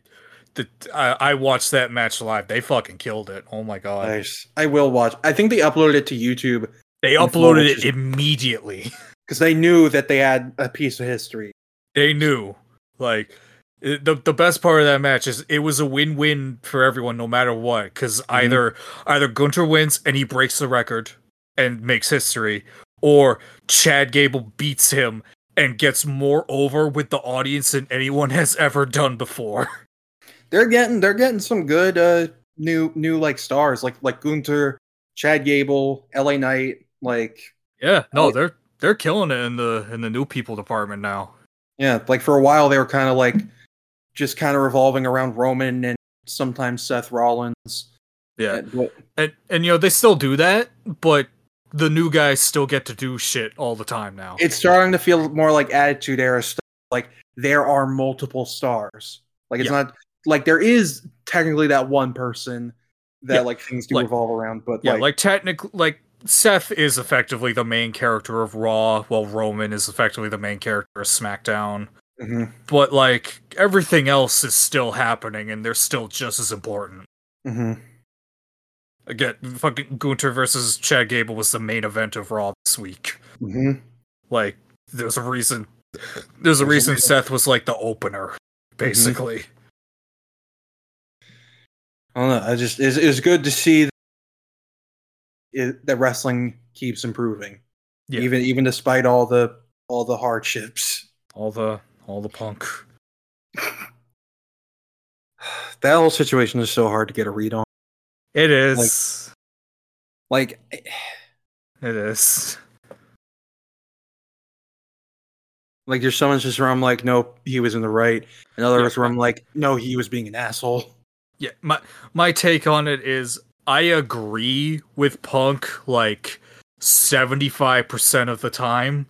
the I, I watched that match live. They fucking killed it. Oh my god, Nice. I will watch. I think they uploaded it to YouTube they and uploaded Florence it is- immediately. because they knew that they had a piece of history. they knew, like, it- the the best part of that match is it was a win win for everyone, no matter what. Because either either Gunter wins and he breaks the record and makes history, or Chad Gable beats him and gets more over with the audience than anyone has ever done before. they're getting they're getting some good uh new new like stars like like Gunter, Chad Gable, LA Knight, like Yeah, no, they're They're killing it in the in the new people department now. Yeah, like for a while they were kind of like just kind of revolving around Roman and sometimes Seth Rollins. Yeah. And- but- And and you know, they still do that, but the new guys still get to do shit all the time now. it's starting to feel more like attitude era stuff. Like there are multiple stars. Like it's not like there is technically that one person that Yeah. like things do Like- revolve around, but yeah, like, like technically like Seth is effectively the main character of Raw, while Roman is effectively the main character of SmackDown. Mhm, But like everything else is still happening and they're still just as important. mhm. Again, fucking Gunter versus Chad Gable was the main event of Raw this week. Mhm. Like, there's a reason. There's a reason Mm-hmm. Seth was like the opener, basically. I don't know. I just it's, it's good to see that, it, that wrestling keeps improving, Yeah. even even despite all the all the hardships. All the all the punk. That whole situation is so hard to get a read on. It is. Like eh, it is. Like there's someone just where I'm like, nope, he was in the right. And others Yeah. where I'm like, no, he was being an asshole. Yeah, my my take on it is I agree with punk like 75% of the time.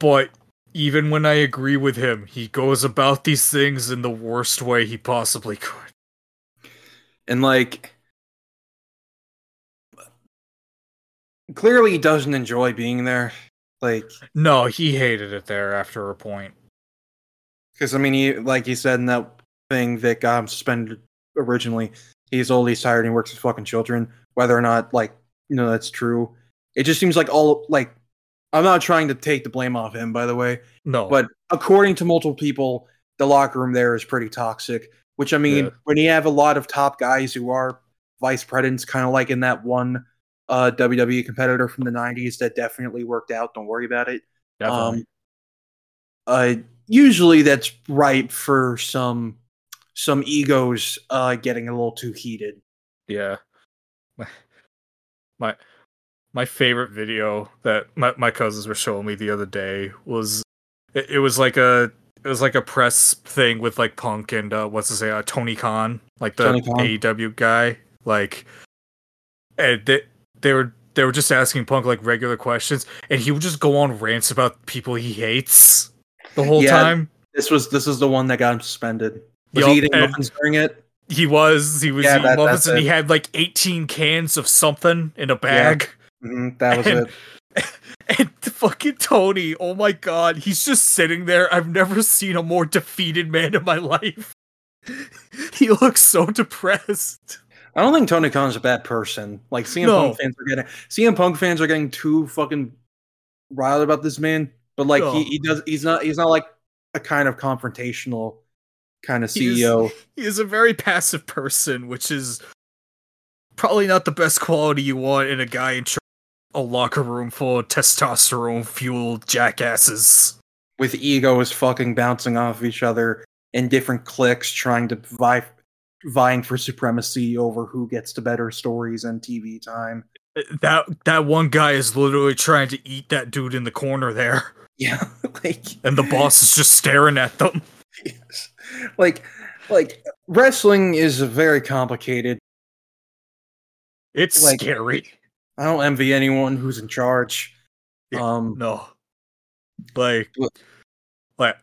But even when I agree with him, he goes about these things in the worst way he possibly could. And like clearly he doesn't enjoy being there. Like No, he hated it there after a point. because I mean he like he said in that thing that got him suspended originally, he's old, he's tired, and he works with fucking children. Whether or not like you know that's true. It just seems like all like I'm not trying to take the blame off him, by the way. No. But according to multiple people, the locker room there is pretty toxic. Which I mean, Yeah. when you have a lot of top guys who are vice presidents, kind of like in that one uh, WWE competitor from the '90s that definitely worked out. Don't worry about it. definitely. Um, uh, usually, that's ripe for some some egos uh, getting a little too heated. Yeah. My my my favorite video that my, my cousins were showing me the other day was it, it was like a it was like a press thing with like Punk and uh what's his name, uh, Tony Khan, like the Tony Khan. AEW guy, like and they they were they were just asking Punk like regular questions and he would just go on rants about people he hates the whole Yeah. time. This was this is the one that got him suspended. Was Yup, he eating and- muffins during it? He was he was Yeah, eating that- muffins that's and it. he had like 18 cans of something in a bag. hmm that was And- it. And fucking Tony, oh my god, he's just sitting there. I've never seen a more defeated man in my life. he looks so depressed. I don't think Tony Khan's a bad person. Like CM No. Punk fans are getting CM Punk fans are getting too fucking riled about this man. But like No. he, he does he's not he's not like a kind of confrontational E kind of He is- CEO. He is a very passive person, which is probably not the best quality you want in a guy in charge of a locker room full of testosterone fueled jackasses. with egos fucking bouncing off of each other in different cliques trying to vie vying for supremacy over who gets to better stories and TV time. That that one guy is literally trying to eat that dude in the corner there, Yeah. like and the boss is just staring at them. Yes. like like wrestling is a very complicated It's Like- scary. I don't envy anyone who's in charge. Yeah, Um No. Like, Wha- like,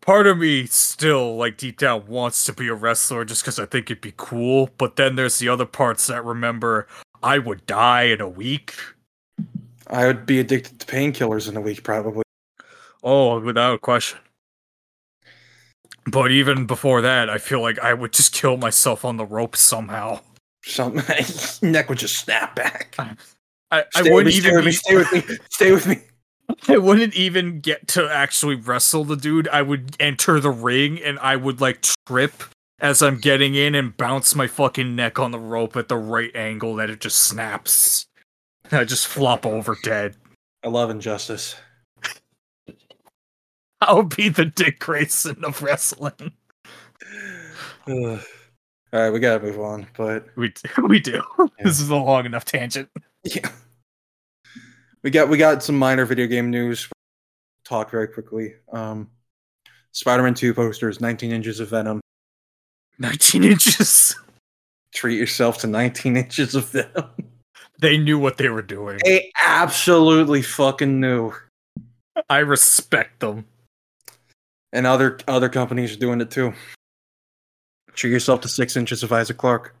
part of me still, like, deep down wants to be a wrestler just because I think it'd be cool. But then there's the other parts that remember I would die in a week. I would be addicted to painkillers in a week, probably. Oh, without question. But even before that, I feel like I would just kill myself on the rope somehow. Some neck would just snap back. I I, I Stay with me, wouldn't stay even with me, be, stay with me. Stay with me. I wouldn't even get to actually wrestle the dude. I would enter the ring and I would like trip as I'm getting in and bounce my fucking neck on the rope at the right angle that it just snaps. And I just flop over dead. I love injustice. I'll be the Dick Grayson of wrestling. All right, we gotta move on, but We we do. This is a long enough tangent. yeah. we got we got some minor video game news. Talk very quickly. Um, Spider-Man Two posters, 19 inches of Venom. 19 inches. Treat yourself to 19 inches of Venom. They knew what they were doing. They absolutely fucking knew. I respect them. And other other companies are doing it too. Treat yourself to six inches of Isaac Clark.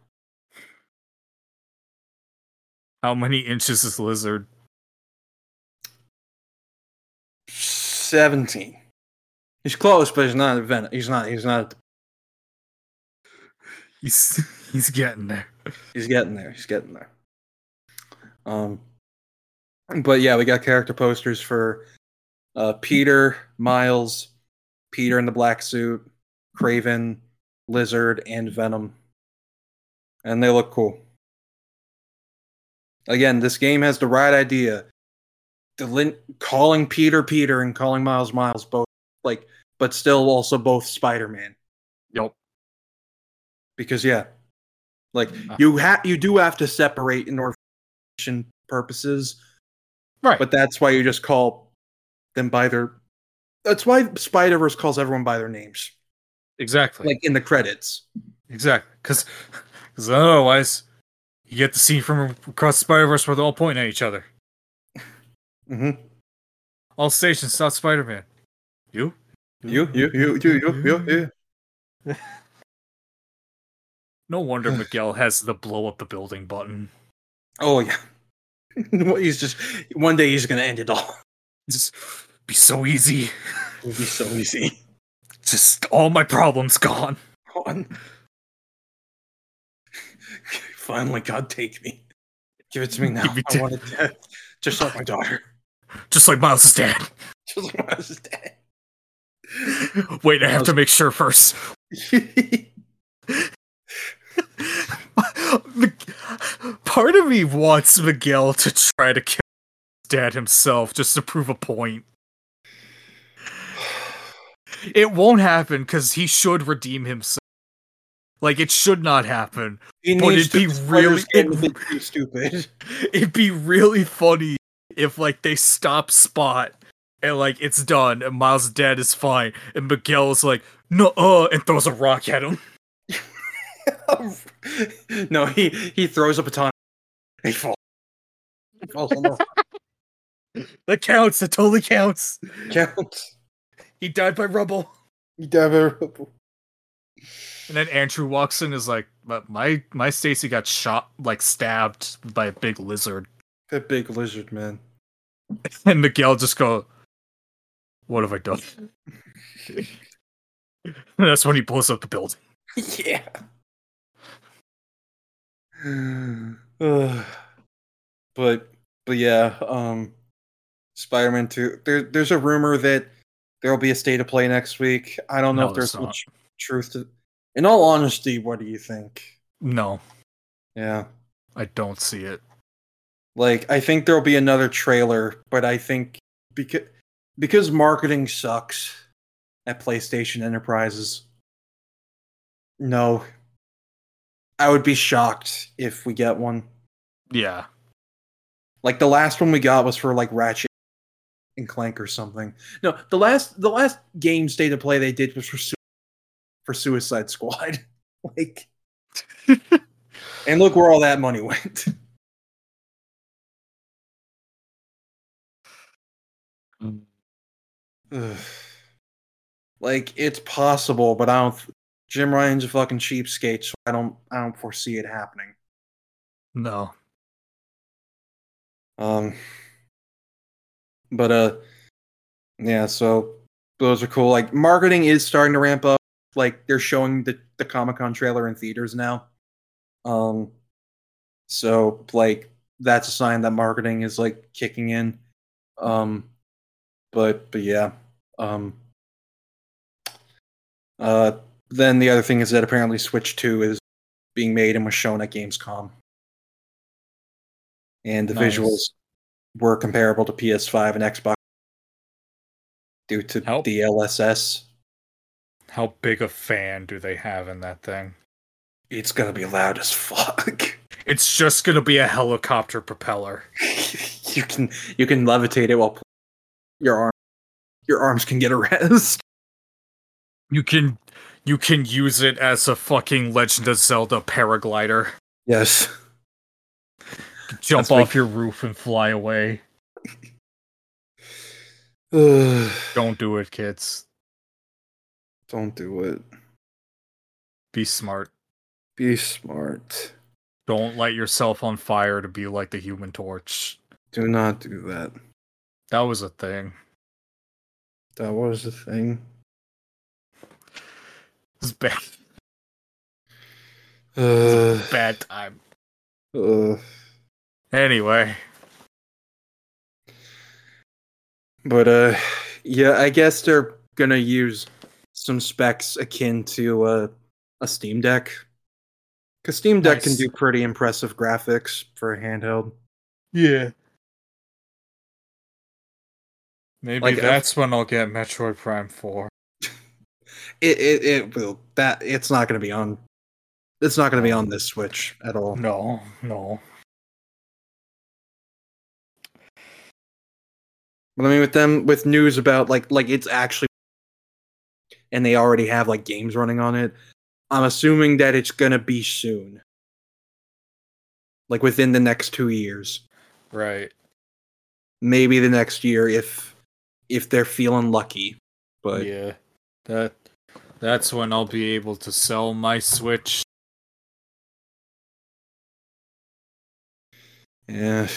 How many inches is Lizard? 17. He's close, but he's not Venom. He's not. He's not. He's he's getting there. He's getting there. He's getting there. Um, but yeah, we got character posters for uh, Peter, Miles, Peter in the black suit, Craven, Lizard, and Venom, and they look cool. Again, this game has the right idea. The lin- calling Peter Peter and calling Miles Miles both like, but still also both Spider Man Yep. because yeah, like Uh. you have you do have to separate in order for information purposes. Right. But that's why you just call them by their. That's why Spider Verse calls everyone by their names, exactly. like in the credits. exactly. Because otherwise, you get the scene from across Spider Verse where they're all pointing at each other. hmm All stations stop Spider Man. You? Hmm. You, you, you, you, you, you, you. No wonder Miguel has the blow up the building button. Oh yeah. he's just one day he's gonna end it all. Just be so easy. It'll be so easy. Just all my problems gone. Finally, God, take me. Give it to me now. Give me I to- want it dead. Just like my daughter. Just like Miles' dad. Just like my daughter's dead. Wait, I have to make sure first. Part of me wants Miguel to try to kill his dad himself just to prove a point. It won't happen because he should redeem himself. Like it should not happen. he But needs it'd be to this really- player's game is too stupid. It'd be really funny if like they stop Spot and like it's done and Miles' dad is fine and Miguel is like no uh and throws a rock at him. no, he he throws a baton. He falls. He falls on the That counts. That totally counts. count. He died by rubble. You devil. And then Andrew walks in and is like, "But my my Stacy got shot, like stabbed by a big lizard." That big lizard man. And Miguel just go, "What have I done?" and that's when he blows up the building. yeah. Ugh. but but yeah, um Spider-Man 2 there there's a rumor that there'll be a state of play next week. I don't know No, if there's there's not. much truth to In all honesty, what do you think? No, Yeah. I don't see it. Like I think there'll be another trailer, but I think because because marketing sucks at PlayStation Enterprises. No. I would be shocked if we get one. Yeah, Like the last one we got was for like Ratchet and Clank or something. No, the last the last game state of play they did was for Su- for Suicide Squad. like And look where all that money went. Ugh. like it's possible, but I don't. th- Jim Ryan's a fucking cheapskate, so I don't. I don't foresee it happening. no. Um. But uh, yeah. So those are cool. Like marketing is starting to ramp up. Like they're showing the the Comic Con trailer in theaters now. Um. So like that's a sign that marketing is like kicking in. Um. But but yeah. Um. Uh. Then the other thing is that apparently Switch Two is being made and was shown at Gamescom. And the Nice. visuals were comparable to PS5 and Xbox due to How- DLSS. How big a fan do they have in that thing? It's gonna be loud as fuck. It's just gonna be a helicopter propeller. you can you can levitate it while pl- your arm your arms can get a rest. You can you can use it as a fucking Legend of Zelda paraglider. Yes. Jump That's my- off your roof and fly away. Ugh, Don't do it, kids. don't do it. Be smart. Be smart. Don't light yourself on fire to be like the human torch. Do not do that. That was a thing. That was the thing. It's bad Ugh, bad time. ugh. Anyway, But uh yeah, I guess they're gonna use some specs akin to uh, a Steam Deck. Cause Steam Deck can Nice. do pretty impressive graphics for a handheld. Yeah. maybe Like, if- that's when I'll get Metroid Prime 4. It it, it will that it's not gonna be on it's not gonna be on this Switch at all. No, no. But I mean, with them, with news about like like it's actually, and they already have like games running on it. I'm assuming that it's gonna be soon, like within the next two years, Right. maybe the next year if if they're feeling lucky. But yeah. That that's when I'll be able to sell my Switch. yeah,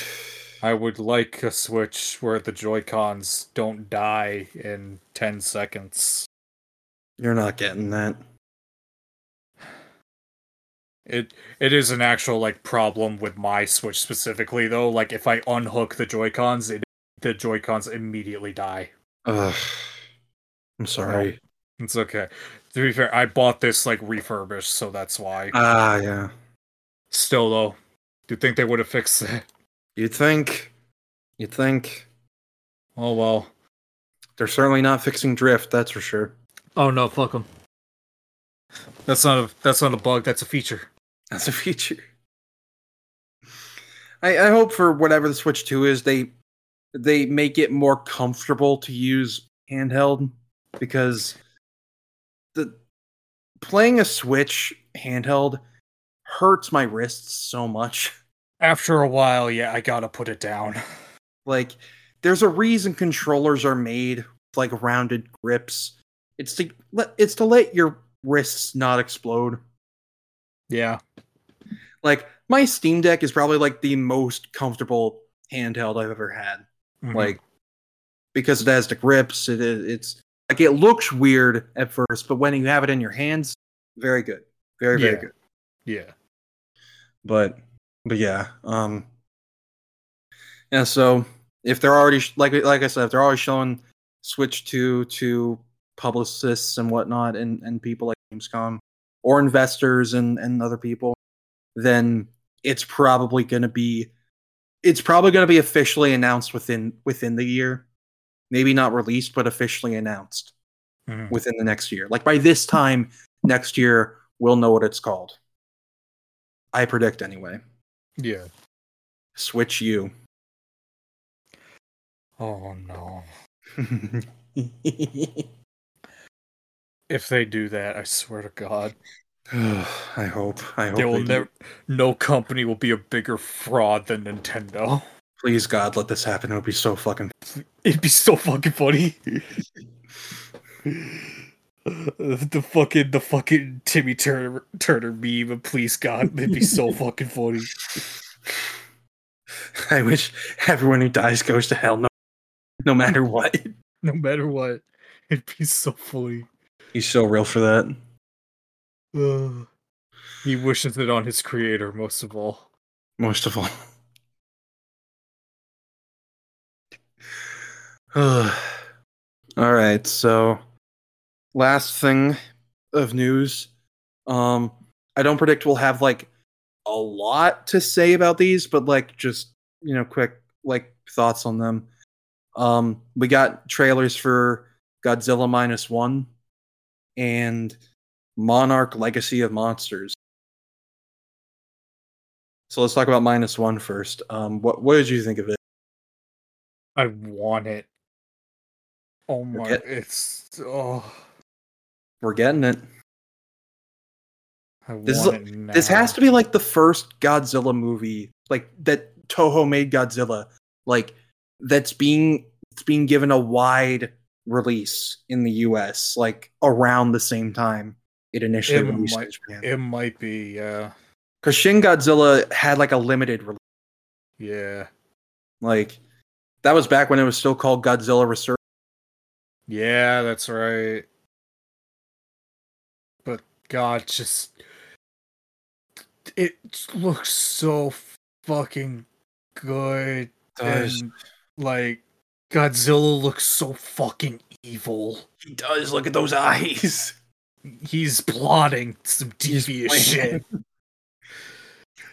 I would like a Switch where the Joy-Cons don't die in 10 seconds. you're not getting that. It it is an actual like problem with my Switch specifically though. Like if I unhook the Joy Cons, it the Joy Cons immediately die. Ugh, I'm sorry. It's okay. To be fair, I bought this like refurbished, so that's why. Ah, yeah. Still though, do you think they would have fixed it? You'd think, you'd think Oh well. they're certainly not fixing drift. That's for sure. Oh no, fuck them. That's not a that's not a bug. That's a feature. That's a feature. I, I hope for whatever the Switch 2 is, they they make it more comfortable to use handheld because the playing a Switch handheld hurts my wrists so much. After a while, yeah, I gotta put it down. Like there's a reason controllers are made with like rounded grips. It's to let it's to let your wrists not explode. Yeah. Like my Steam Deck is probably like the most comfortable handheld I've ever had. Mhm. like because it has the grips it, it it's like it looks weird at first but when you have it in your hands very good very very Yeah. good yeah. but but yeah um and so if they're already sh- like like i said if they're already showing switch 2 to publicists and whatnot and and people like gamescom or investors and and other people then it's probably going to be it's probably going to be officially announced within within the year maybe not released but officially announced Mhm. within the next year like by this time next year we'll know what it's called i predict anyway Yeah. switch you Oh no. i If they do that, I swear to God, hope i hope they will they do. never. No company will be a bigger fraud than Nintendo. please god let this happen it would be so fucking It'd be so fucking funny. the fucking the fucking Timmy Turner Turner meme. of Please God, it'd be so fucking funny. i wish everyone who dies goes to hell no no matter what No matter what, it'd be so funny. he's so real for that Ugh. he wishes it on his creator most of all. most of all. all right, so last thing of news. Um I don't predict we'll have like a lot to say about these, but like just, you know, quick like thoughts on them. Um we got trailers for Godzilla minus 1 and Monarch Legacy of Monsters. So let's talk about minus one first. Um, what what did you think of it? I want it. Oh my! get- It's oh. We're getting it. I This is- want it now. This has to be like the first Godzilla movie, like that Toho made Godzilla, like that's being it's being given a wide release in the U.S. like around the same time it initially It released in might- Japan. It might be. Yeah. Because Shin Godzilla had like a limited release, Yeah. like that was back when it was still called Godzilla Resurgence. Yeah. That's right. But God, just it looks so fucking good. and like Godzilla looks so fucking evil. He does. Look at those eyes. He's plotting some devious shit.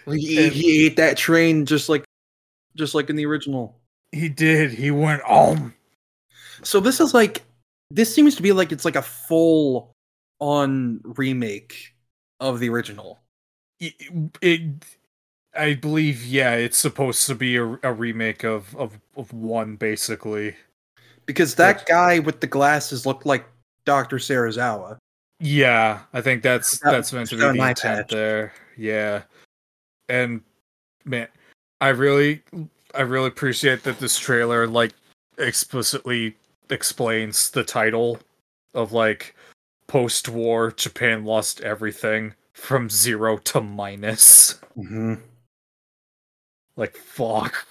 He, he ate that train just like, just like in the original. He did. He went um, om. So this is like this seems to be like it's like a full on remake of the original. It, it- I believe, yeah, it's supposed to be a, a remake of, of of one, basically. Because that Yes. guy with the glasses looked like Dr. Sarazawa. Yeah, I think that's Got- that's meant to be got an the eye intent patch. there. Yeah, and man, I really, I really appreciate that this trailer like explicitly explains the title of like post-war Japan lost everything from zero to minus. Like fuck.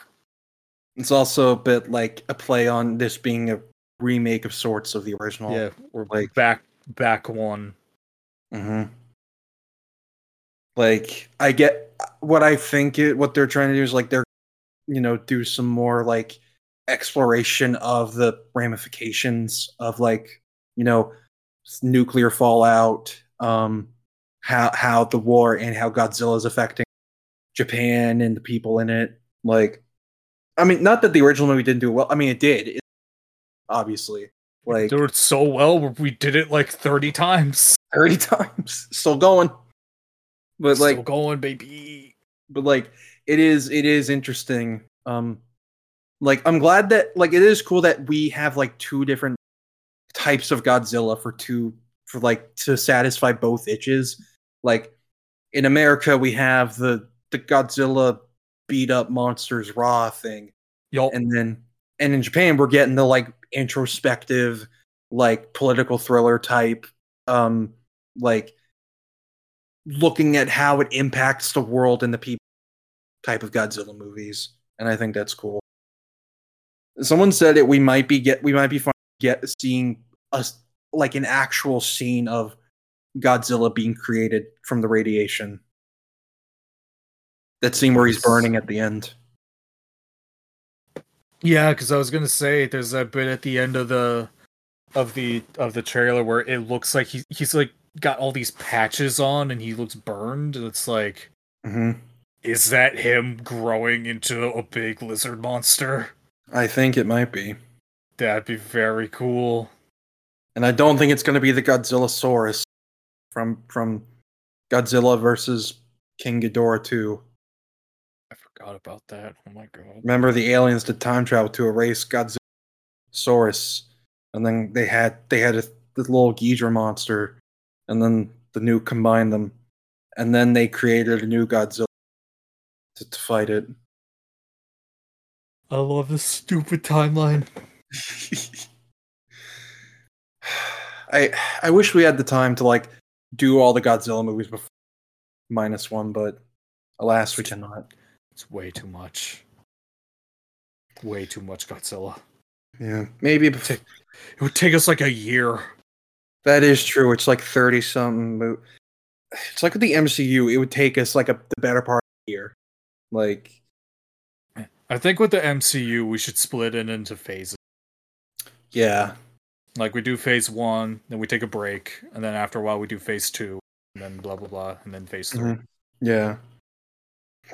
It's also a bit like a play on this being a remake of sorts of the original. Yeah, we're like- back back one. hmm Like I get what I think it what they're trying to do is like they're you know do some more like exploration of the ramifications of like you know s- nuclear fallout um how how the war and how Godzilla is affecting Japan and the people in it like I mean not that the original movie didn't do well I mean it did it, obviously like They it so well. We did it like thirty times. 30 times still going but like Still going, baby. but like it is it is interesting um like i'm glad that like it is cool that we have like two different types of godzilla for two for like to satisfy both itches like in america we have the the godzilla beat up monsters raw thing Y'all, and then and in Japan we're getting the like introspective like political thriller type um like looking at how it impacts the world and the people type of Godzilla movies and I think that's cool. Someone said it we might be get we might be fin- get seeing us like an actual scene of Godzilla being created from the radiation. That scene where he's burning at the end. Yeah, because I was gonna say there's that bit at the end of the of the of the trailer where it looks like he he's like got all these patches on and he looks burned. and It's like, Mm-hmm. is that him growing into a big lizard monster? I think it might be. That'd be very cool. And I don't think it's going to be the Godzilla Saurus from from Godzilla versus King Ghidorah 2. I forgot about that. Oh my god. Remember the aliens did time travel to erase Godzilla Saurus and then they had they had a, the little Ghidra monster and then the new combined them and then they created a new Godzilla to, to fight it. I love this stupid timeline. I I wish we had the time to like do all the Godzilla movies before minus one, but alas, we cannot. It's way too much. Way too much Godzilla. Yeah, maybe bef- It would take us like a year. that is true. It's like thirty something. Mo- it's like with the MCU, it would take us like a the better part of a year. Like I think with the MCU we should split it into phases. yeah, Like we do phase one, then we take a break, and then after a while we do phase two, and then blah blah blah, and then phase 3 Mhm. yeah.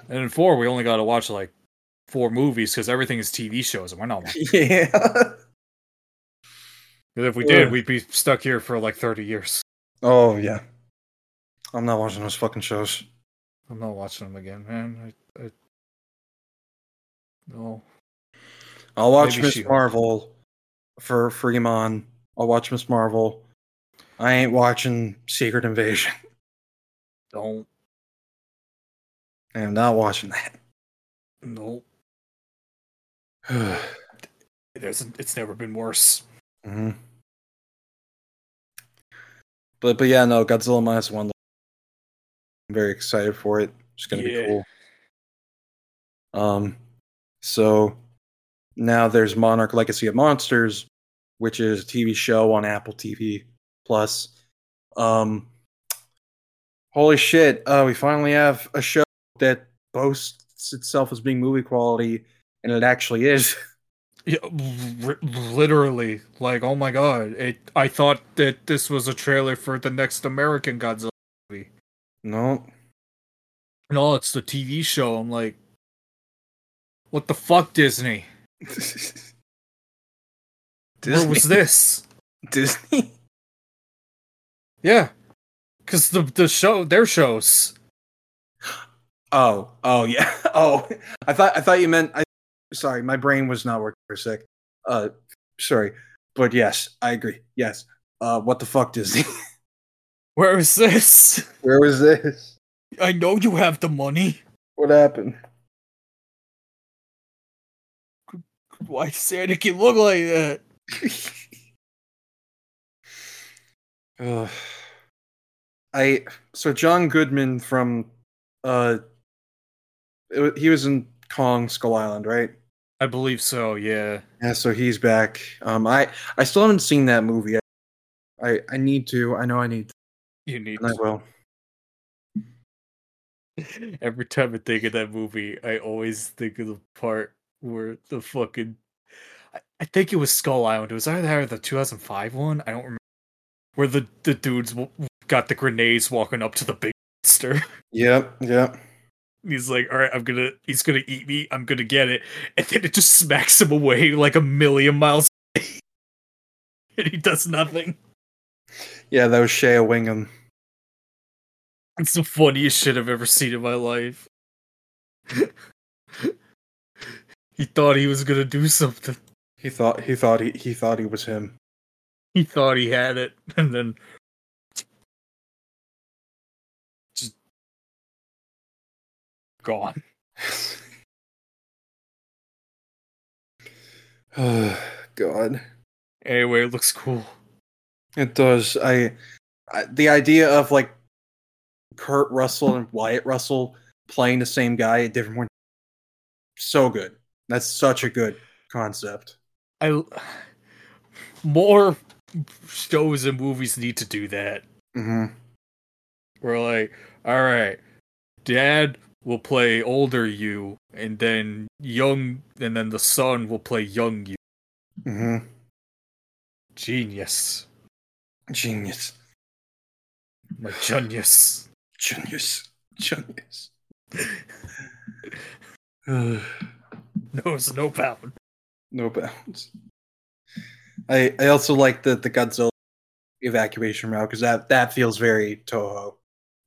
And in four, we only got to watch like four movies because everything is TV shows, and we're not. Because Yeah. if we Yeah. did, we'd be stuck here for like thirty years. oh yeah. I'm not watching those fucking shows. I'm not watching them again, man. I, I... No, I'll watch Maybe Miss She-Hulk. Marvel for Fremon. I'll watch Miss Marvel. I ain't watching Secret Invasion. Don't. I am not watching Nope. that. There's, it's never been worse. hmm But but yeah, no, Godzilla minus one. I'm very excited for it. It's gonna Yeah. be cool. Um, so now there's Monarch Legacy of Monsters, which is a TV show on Apple TV Plus. Um, holy shit! Uh, we finally have a show that boasts itself as being movie quality, and it actually is. Yeah, li- literally. Like, oh my god! It. I thought that this was a trailer for the next American Godzilla movie. no, No, it's the TV show. I'm like, what the fuck, Disney? Where was this? Disney. Yeah, because the the show, their shows. Oh, oh yeah. Oh, I thought I thought you meant. I sorry, my brain was not working for a sec. Uh, sorry, but yes, I agree. Yes. Uh, what the fuck, Disney? Where is this? Where was this? I know you have the money. What happened? Why does Anakin look like that? Ugh. I so John Goodman from uh, it, wa- he was in Kong Skull Island, right? I believe so. Yeah. Yeah, so he's back. Um, I I still haven't seen that movie. I I, I need to. I know I need to. You need. And I will. Every time I think of that movie, I always think of the part where the fucking. I, I think it was Skull Island. It was either the 2005 one. I don't remember. Where the the dudes w- w- got the grenades walking up to the big monster. Yep. Yep. He's like, "All right, I'm gonna. He's gonna eat me. I'm gonna get it." And then it just smacks him away like a million miles. away. and he does nothing. Yeah, that was Shea Wingham. It's the funniest shit I've ever seen in my life. he thought he was gonna do something. He thought he thought he, he thought he was him. He thought he had it, and then just gone. God, Anyway, it looks cool. it does. I, I the idea of like Kurt Russell and Wyatt Russell playing the same guy at different points. So good. That's such a good concept. I more shows and movies need to do that. Mm-hmm. We're like, all right, dad will play older you, and then young, and then the son will play young you. Mm-hmm. Genius. Genius. My genius. Genius. Genius. Knows no bound. No bounds. I I also like the the Godzilla evacuation route because that that feels very Toho.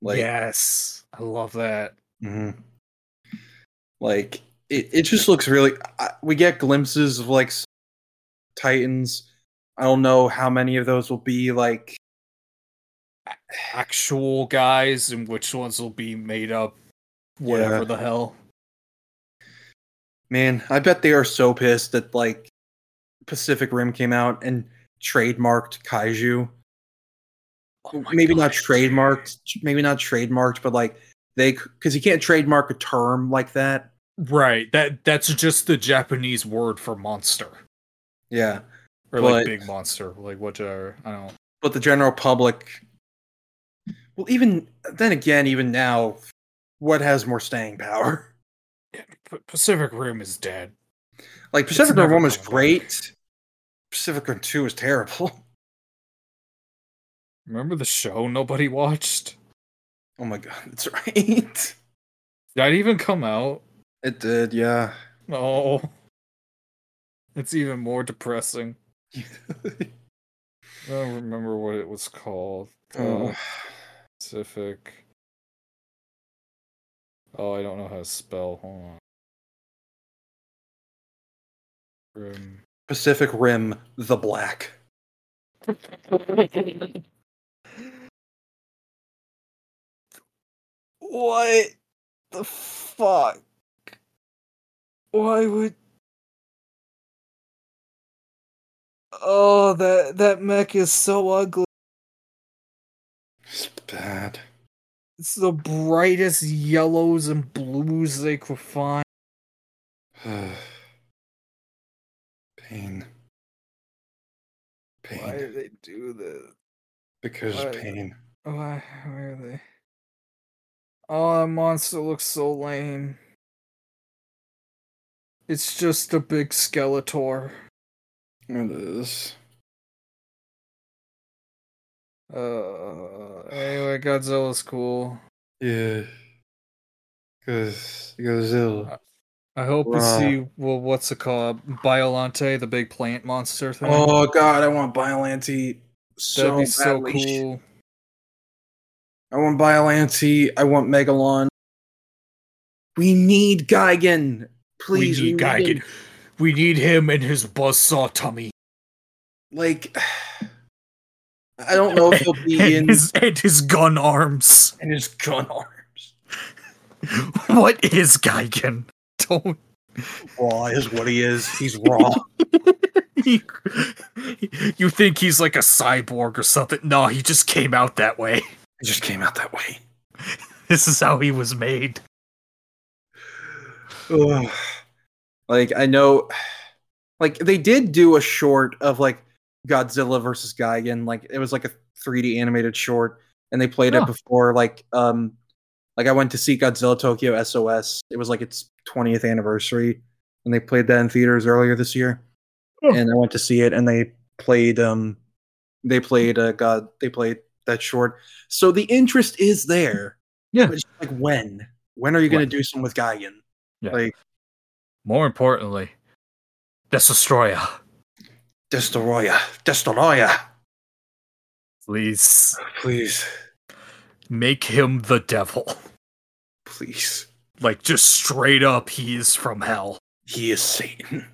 Like, yes. I love that. mhm. like it, it just looks really. I, we get glimpses of like s- Titans. I don't know how many of those will be like. Actual guys and which ones will be made up, whatever Yeah. the hell. Man, I bet they are so pissed that like Pacific Rim came out and trademarked kaiju. Oh my maybe not God. trademarked, maybe not trademarked, but like they because you can't trademark a term like that. Right. That that's just the Japanese word for monster. Yeah, Or like But- big monster. Like whatever. I don't but the general public. Well, even then again, even now, what has more staying power? Yeah, P- Pacific Rim is dead. Like Pacific Rim never One was coming back. great. Pacific Rim Two was terrible. Remember the show nobody watched? Oh my god, that's right. Did that even come out? It did, yeah. Oh. It's even more depressing. I don't remember what it was called. oh. Uh, Pacific. Oh, I don't know how to spell. Hold on. Rim. Pacific Rim: The Black. What the fuck? Why would? Oh, that that mech is so ugly. It's bad. It's the brightest yellows and blues they could find. pain. Pain. Why did they do this? Because why- pain. Why? Where are they? Oh, that monster looks so lame. It's just a big Skeletor. It is. Uh. Anyway, Godzilla's cool. Yeah. Because Uh, Godzilla. I hope we Wow. see well, what's it called? Biolante, the big plant monster thing. Oh God, I want Biolante so that'd be so badly. cool. I want Biolante. I want Megalon. We need Gigan. Please, we need him. Gigan. We need him and his buzzsaw tummy. Like, I don't know if he'll be in And his, and his gun arms. and his gun arms. What is Gigan? Don't Raw is what he is. He's raw. he, you think he's like a cyborg or something? No, he just came out that way. it just came out that way. This is how he was made. Ugh. like I know, like they did do a short of like Godzilla versus Gigan. Like it was like a 3D animated short, and they played Huh. it before. Like um, like I went to see Godzilla Tokyo SOS. It was like its 20th anniversary, and they played that in theaters earlier this year. Huh. And I went to see it, and they played um, they played uh, God, they played that short. So the interest is there. Yeah. But it's like when? When are you going When? to do something with Gigan? More importantly, that's Destroya. Destoroya, Destoroya, Please please, make him the devil. please. Like just straight up, he is from hell. He is Satan.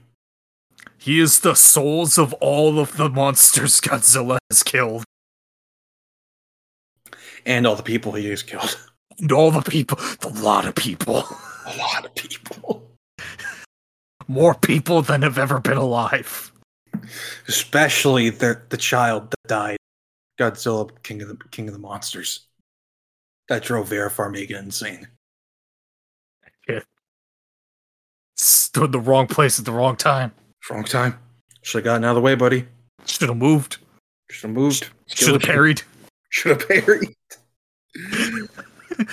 He is the souls of all of the monsters Godzilla has killed. And all the people he has killed. And all the people, a lot of people. A lot of people. More people than have ever been alive. Especially the, the child that died. Godzilla, King of the King of the Monsters. That drove Vera Farmiga insane. Stood in the wrong place at the wrong time. Wrong time. Should have gotten out of the way, buddy. Should have moved. Should have moved. Should have parried. Should have parried.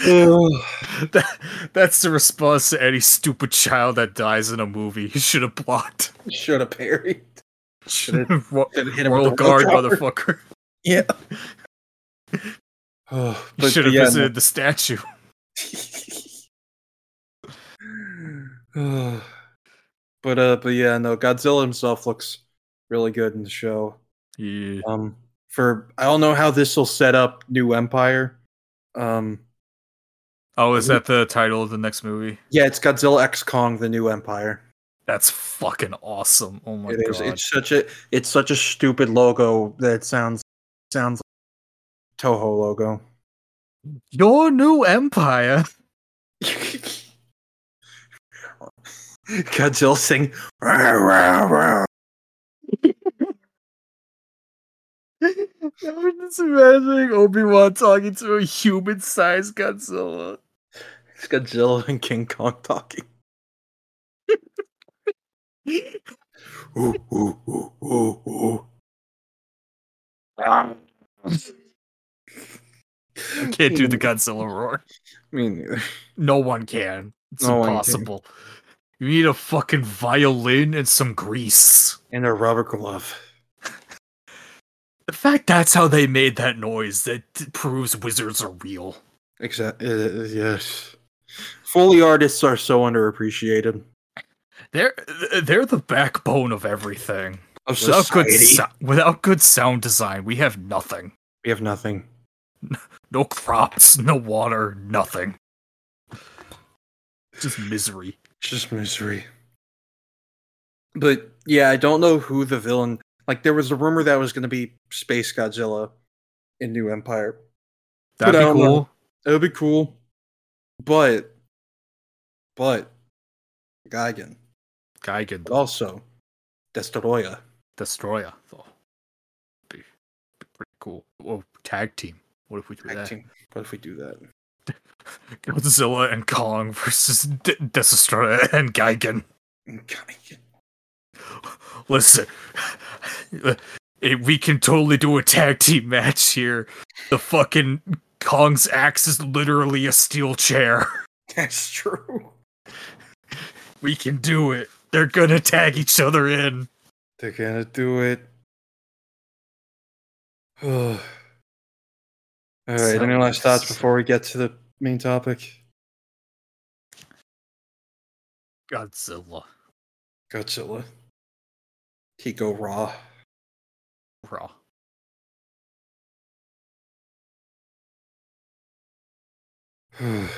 Ugh. That, that's the response to any stupid child that dies in a movie. He should have blocked. Should have parried. Should have ro- Should have hit him royal with the royal guard, guard. motherfucker. Yeah. Oh, He should have yeah, no. visited the statue. Ugh. but uh but yeah no godzilla himself looks really good in the show Yeah. um for i don't know how this will set up new empire um Oh, is that the title of the next movie? yeah it's godzilla x kong the new empire That's fucking awesome. Oh my It is. god. it's such a it's such a stupid logo that it sounds sounds like toho logo Your new empire. godzilla sing "Rah, rah, rah." I'm just imagining Obi-Wan talking to a human-sized Godzilla. it's godzilla and king kong talking Ooh, ooh, ooh, ooh, ooh. Can't do the Godzilla roar. Me neither. No one can. It's No one can. impossible. You need a fucking violin and some grease. And a rubber glove. The fact that's how they made that noise that t- proves wizards are real. Exact. Uh, yes. Foley artists are so underappreciated. They're th- they're the backbone of everything. Of Without good, society, so- without good sound design, we have nothing. we have nothing. No crops, no water, nothing. Just misery. It's just misery. But yeah, I don't know who the villain. Like there was a rumor that was going to be Space Godzilla in New Empire. But um, That'd I be don't know. cool. It would be cool, but but Gigan Geigen, but also Destoroyah. Destroyer, though. Be, be pretty cool. Oh, tag team. What if we do Tag that? team. What if we do that? Godzilla and Kong versus D- Destroyer and Geigen. Gigan. Listen, eh, we can totally do a tag team match here. The fucking Kong's axe is literally a steel chair. That's true. We can do it. They're gonna tag each other in. They're gonna do it. All right. So- any last thoughts before we get to the main topic? Godzilla Godzilla. Kiko Raw. Raw.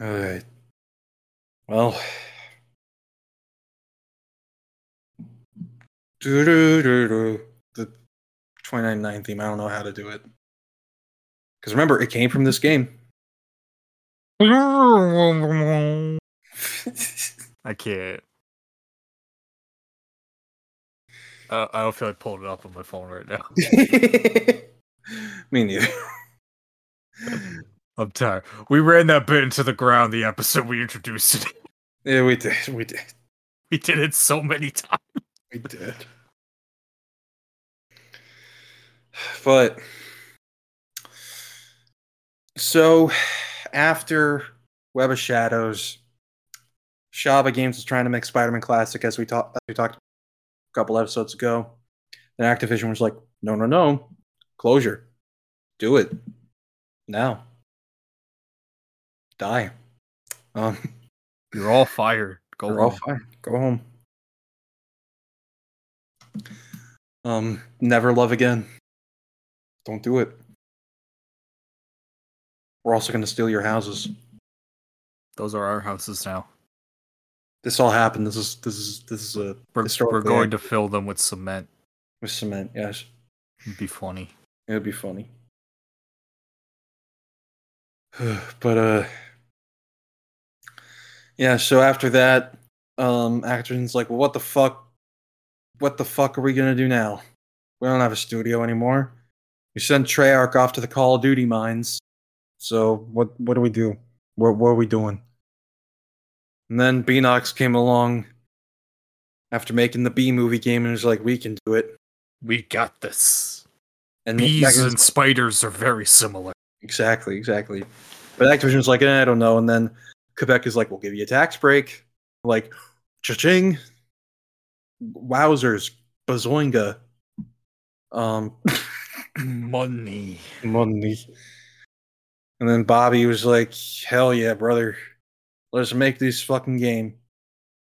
All right. Well. Doo-doo-doo-doo. The 29 theme. I don't know how to do it. Because remember, it came from this game. I can't. Uh, I don't feel like pulling it up on my phone right now. Me neither. I'm tired. We ran that bit into the ground the episode we introduced it. Yeah, we did. We did. We did it so many times. We did. But so after Web of Shadows, Shaba Games is trying to make Spider-Man Classic, as we talked as we talked a couple episodes ago. Then Activision was like, "No, no, no, closure, do it now, die." Um, You're all fired. Go We're all fine. Go home. Um, never love again. Don't do it. We're also going to steal your houses. Those are our houses now. This all happened. This is this is this is a We're, Historically, we're going yeah. to fill them with cement. with cement. Yes, It'd be funny. it would be funny. but uh, yeah. So after that, um, Activision's like, well, what the fuck? What the fuck are we gonna do now? We don't have a studio anymore. We sent Treyarch off to the Call of Duty mines. So what? What do we do? What, what are we doing? And then Beanox came along after making the B movie game and was like, we can do it. We got this. And Bees Activision's- and spiders are very similar. Exactly, exactly. But Activision's like, eh, I don't know. And then Quebec is like, we'll give you a tax break. Like, cha-ching. Wowzers, bazoinga. Um, Money. money. And then Bobby was like, hell yeah, brother. Let's make this fucking game.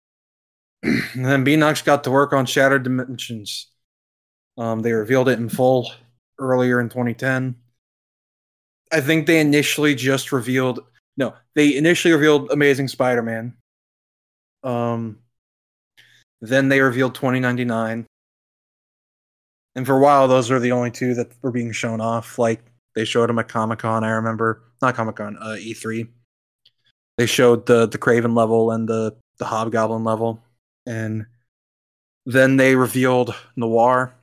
and then Beanox got to work on Shattered Dimensions. Um, they revealed it in full earlier in 2010. I think they initially just revealed no, they initially revealed Amazing Spider-Man. Um, then they revealed 2099. And for a while, those are the only two that were being shown off. Like they showed them at Comic Con. I remember not Comic Con, uh, E3. They showed the the Craven level and the the Hobgoblin level, and then they revealed Noir.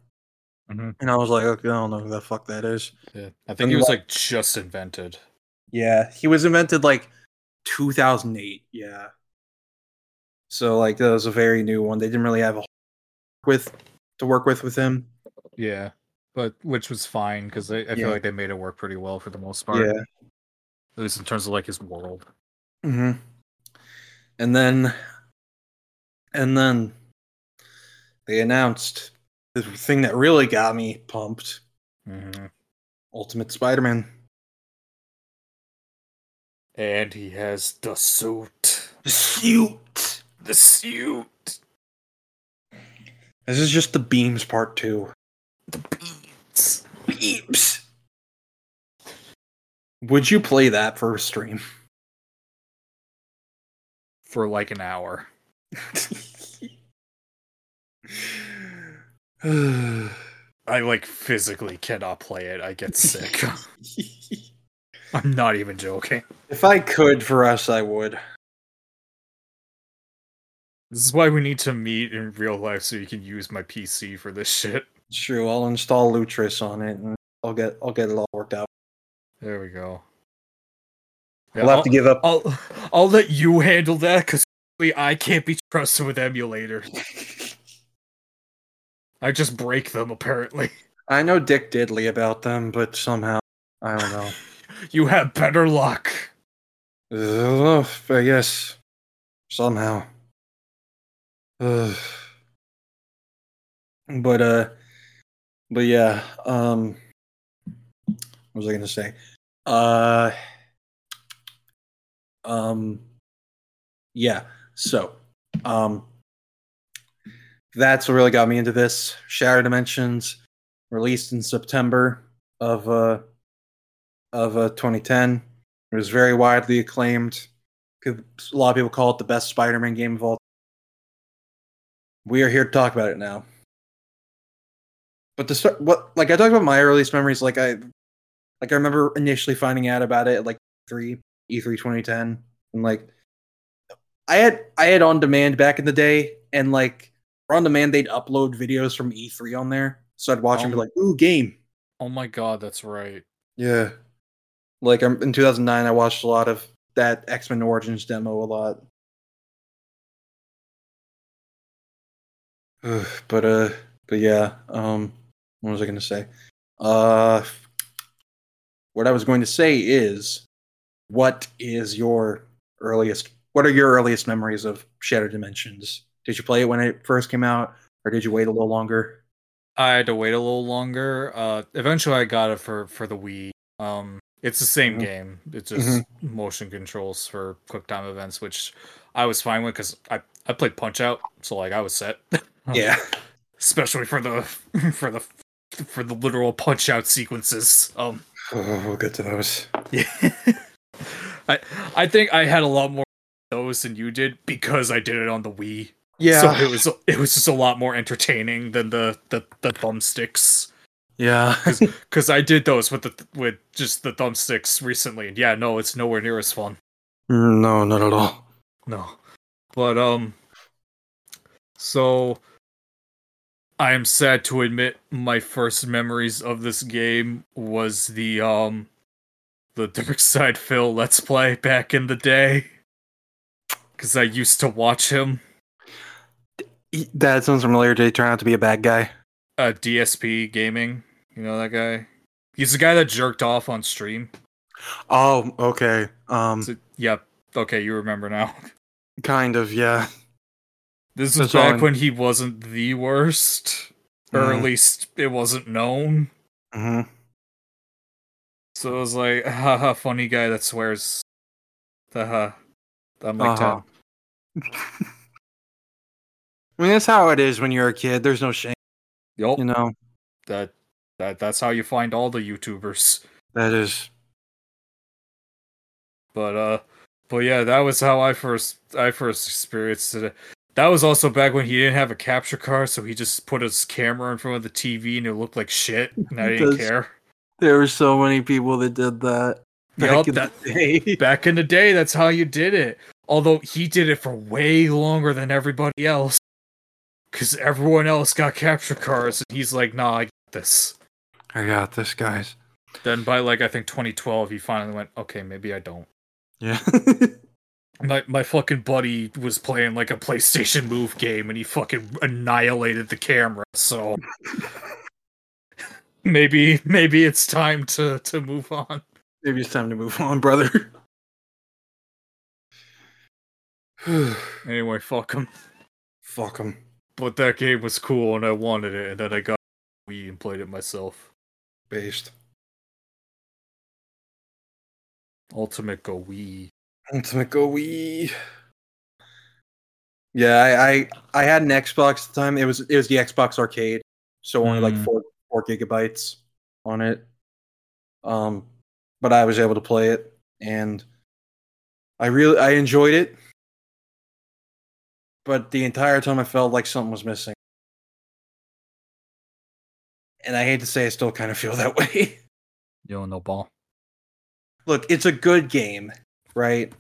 Mhm. And I was like, okay, I don't know who the fuck that is. Yeah. I think he was, like just invented. Yeah, he was invented like 2008. Yeah. So like that was a very new one. They didn't really have a with to work with with him. Yeah. But which was fine because I, I Yeah. feel like they made it work pretty well for the most part. Yeah. At least in terms of like his world. hmm And then and then they announced the thing that really got me pumped, Mm-hmm. Ultimate Spider-Man. And he has the suit. Suit. The suit. This is just the beams part 2. The beats. Beams. Would you play that for a stream? For like an hour. I like physically cannot play it. I get sick. I'm not even joking. if I could for us, I would. This is why we need to meet in real life so you can use my PC for this shit. It's true. I'll install Lutris on it, and I'll get I'll get it all worked out. There we go. I'll have to give up. I'll I'll let you handle that because I can't be trusted with emulators. I just break them apparently. I know Dick Diddley about them, but somehow I don't know. You have better luck. Ugh, I guess somehow. Ugh. But uh, but yeah. Um, what was I gonna say? Uh, um, yeah. So, um, that's what really got me into this. Shadow Dimensions, released in September of uh of uh 2010. It was very widely acclaimed. People- A lot of people call it the best Spider-Man game of all. We are here to talk about it now. But the start, what like I talked about my earliest memories, like I, like I remember initially finding out about it at like three E three 2010, and like I had I had on demand back in the day, and like on demand they'd upload videos from E three on there, so I'd watch them and be Oh. like, ooh, game. Oh my god, that's right. Yeah. Like I'm, in 2009, I watched a lot of that X Men Origins demo a lot. Ugh, but uh, but yeah. Um, what was I gonna say? Uh, what I was going to say is, what is your earliest? What are your earliest memories of Shadow Dimensions? Did you play it when it first came out, or did you wait a little longer? I had to wait a little longer. Uh, eventually, I got it for for the Wii. Um, it's the same Mhm. game. It's just Mm-hmm. motion controls for quick time events, which I was fine with because I I played Punch Out, so like I was set. Yeah. especially for the for the for the literal Punch Out sequences. Um, Oh, we'll get to those. yeah. I I think I had a lot more of those than you did because I did it on the Wii. Yeah. So it was it was just a lot more entertaining than the the the thumbsticks yeah. because I did those with the with just the thumbsticks recently, and yeah, no, it's nowhere near as fun. Mm, No, not at all. No, but um, so I am sad to admit my first memories of this game was the um the Dark Side Phil Let's Play back in the day because I used to watch him. He- That sounds familiar. Did he turn out to be a bad guy? Uh, DSP Gaming, you know that guy. He's the guy that jerked off on stream. Oh, okay. Um, So, yep. Okay, you remember now. kind of. Yeah. This was That's back all I- when he wasn't the worst, or at Mhm. least it wasn't known. hmm So it was like, haha, funny guy that swears. uh, Haha. I'm like Uh-huh. I mean, that's how it is when you're a kid. There's no shame. 10. Yup. You know. That, that, that's how you find all the YouTubers. That is. But, uh, but yeah, that was how I first, I first experienced it. That was also back when he didn't have a capture card, so he just put his camera in front of the TV and it looked like shit, and I didn't Does- care. There were so many people that did that. Yup, in the that, day. back in the day that's how you did it although he did it for way longer than everybody else because everyone else got capture cards and he's like nah i got this I got this, guys. then by like i think 2012 he finally went okay maybe i don't Yeah. my my fucking buddy was playing like a playstation move game and he fucking annihilated the camera so maybe maybe it's time to to move on Maybe it's time to move on, brother. anyway fuck him Fuck him. but that game was cool and i wanted it and then i got wii and played it myself Based. Ultimate Go Wii. Ultimate Go Wii. Yeah, I, I I had an Xbox at the time. It was it was the Xbox Arcade, so only like Mm. four four gigabytes on it. Um, but I was able to play it, and I really I enjoyed it. but the entire time I felt like something was missing. And I hate to say I still kind of feel that way. Yo, no ball. Look, it's a good game, right?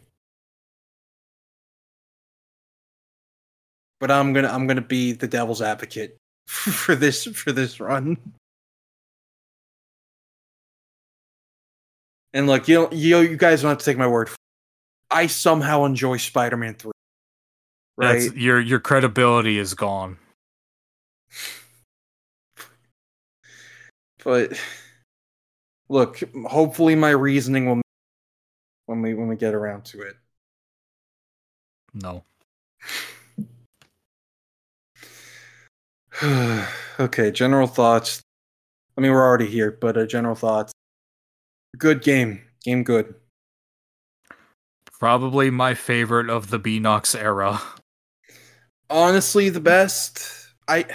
But I'm going to I'm going to be the devil's advocate for this for this run. And look, you don't, you you guys don't have to take my word. For it. I somehow enjoy Spider-Man 3. Right? That's, your your credibility is gone. but look, hopefully my reasoning will when we when we get around to it. No. okay, general thoughts. I mean, we're already here, but uh, general thoughts. Good game. Game good. Probably my favorite of the Beanox era. Honestly, the best. I.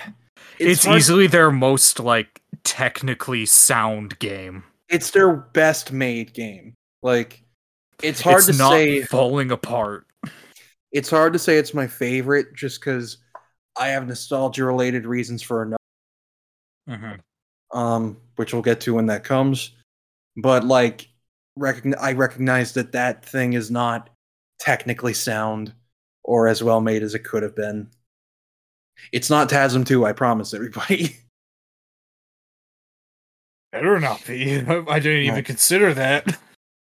It's, hard- easily their most like technically sound game. It's their best made game. Like, it's hard it's to not say. falling apart. It's hard to say it's my favorite just because I have nostalgia related reasons for another. Mm-hmm. um, which we'll get to when that comes. But like, recogn- I recognize that that thing is not technically sound or as well made as it could have been. It's not TASM 2, I promise everybody. Better not be. I didn't No. even consider that.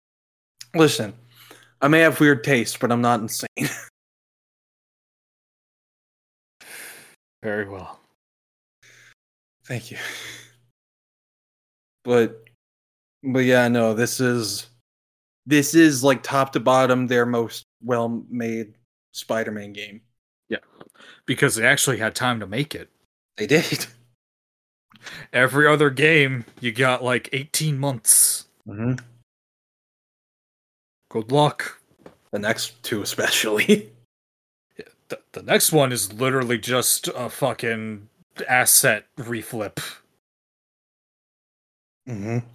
Listen, I may have weird taste, but I'm not insane. Very well. Thank you. But but yeah, no, this is this is like top to bottom their most well made Spider-Man game. Because they actually had time to make it. They did. Every other game, you got like 18 months. Mm-hmm. Good luck. the next two especially The, the next one is literally just a fucking asset reflip, mm-hmm.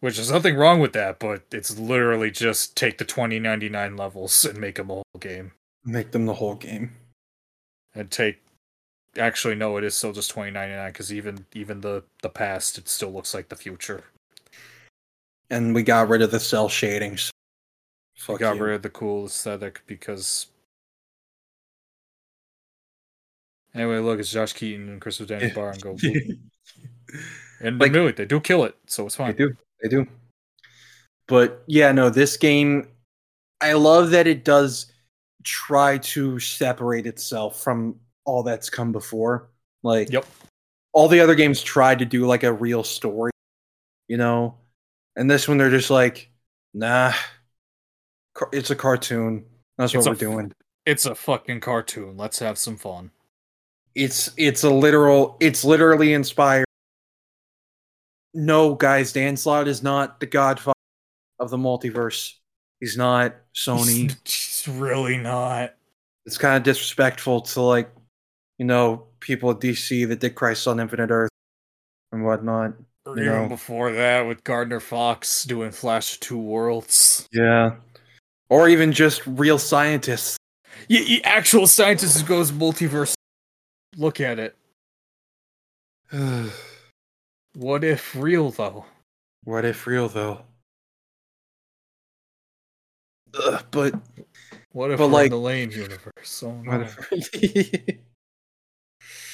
which is nothing wrong with that, but it's literally just take the 2099 levels and make them a whole game. make them the whole game and take actually no it is still just 2099 because even even the the past it still looks like the future and we got rid of the cell shading so We fuck got you. rid of the cool aesthetic because anyway look it's josh keaton and chris danny bar and go boom. and Like- they really they do kill it so it's they fine do they do but yeah no this game i love that it does try to separate itself from all that's come before like Yep. all the other games tried to do like a real story you know and this one they're just like nah car- it's a cartoon that's It's what a we're f- doing it's a fucking cartoon let's have some fun it's it's a literal it's literally inspired no guys dan slott is not the godfather of the multiverse he's not sony she's really not it's kind of disrespectful to like you know people at dc that did christ on infinite earth and whatnot or You even know. before that with gardner fox doing flash of two worlds yeah or even just real scientists Y- y- actual scientist who goes multiverse. Look at it. What if real though? what if real though Ugh, but What if But, we're like- in the Lane universe? Oh, no. What if-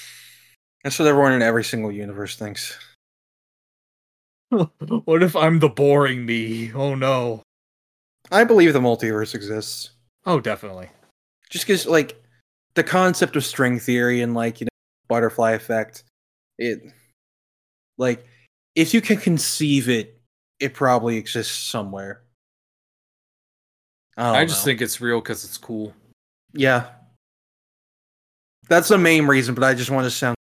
That's what everyone in every single universe thinks. what if I'm the boring me? Oh no. I believe the multiverse exists. Oh, definitely. Just because, like, the concept of string theory and, like, you know, butterfly effect, it, like, if you can conceive it, it probably exists somewhere. I, don't just know. think it's real because it's cool. yeah. That's the main reason, but I just want to sound,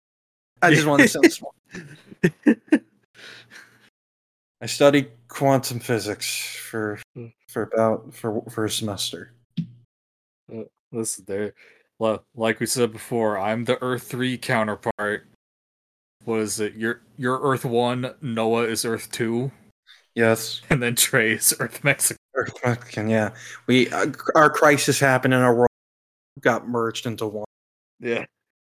I just want to sound smart. I studied quantum physics for Hmm. for about for for a semester. Listen, there. Well, like we said before, I'm the Earth Three counterpart. What is it? You're you're Earth One. Noah is Earth Two, Yes, and then Trey is Earth Mexico. uh, Earth Mexican. Yeah, we our crisis happened in our world. got merged into one. Yeah.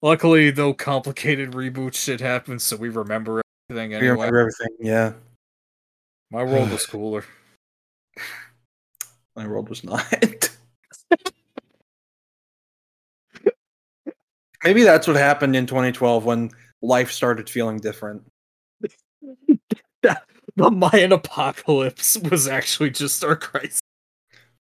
Luckily, no complicated reboot shit happened, so we remember everything We anyway. remember everything. Yeah, My world was cooler. my world was not. Maybe that's what happened in 2012 when life started feeling different. The Mayan apocalypse was actually just our crisis.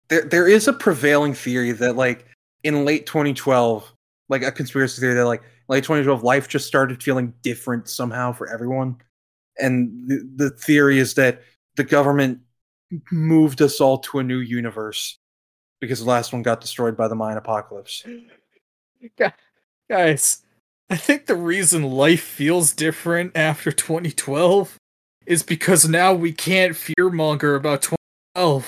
there there is a prevailing theory that like in late 2012, like a conspiracy theory that like late 2012 life just started feeling different somehow for everyone, and the, the theory is that the government moved us all to a new universe because the last one got destroyed by the Mayan apocalypse. Guys, I think the reason life feels different after 2012 is because now we can't fearmonger about 2012.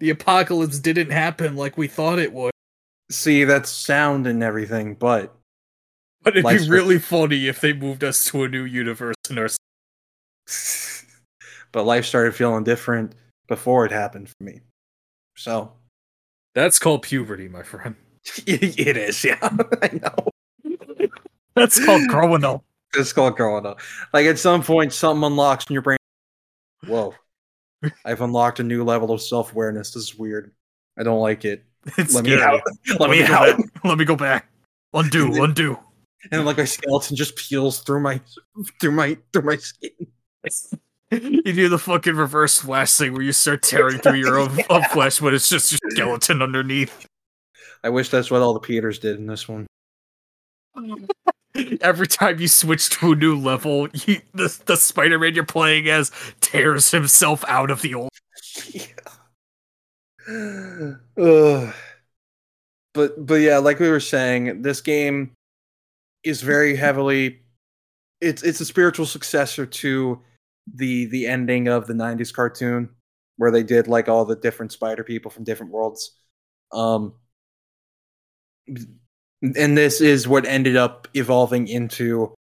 The apocalypse didn't happen like we thought it would. See, that's sound and everything, but But it'd Life's be really funny if they moved us to a new universe in our but life started feeling different before it happened for me. So That's called puberty, my friend. it is, yeah, I know. That's called growing up. It's called growing up. Like at some point, something unlocks in your brain. Whoa, I've unlocked a new level of self awareness. This is weird. I don't like it. It's Let me out. scary. Let me go out. back. Let me go back. Undo, undo. And like a skeleton just peels through my through my through my skin. You do the fucking reverse flash thing where you start tearing through your own, own flesh, but it's just your skeleton underneath. I wish that's what all the Peters did in this one. Every time you switch to a new level, you, the, the Spider Man you're playing as tears himself out of the old. Ugh. But but yeah, like we were saying, this game is very heavily it's it's a spiritual successor to the the ending of the 90s cartoon where they did like all the different spider people from different worlds. Um and this is what ended up evolving into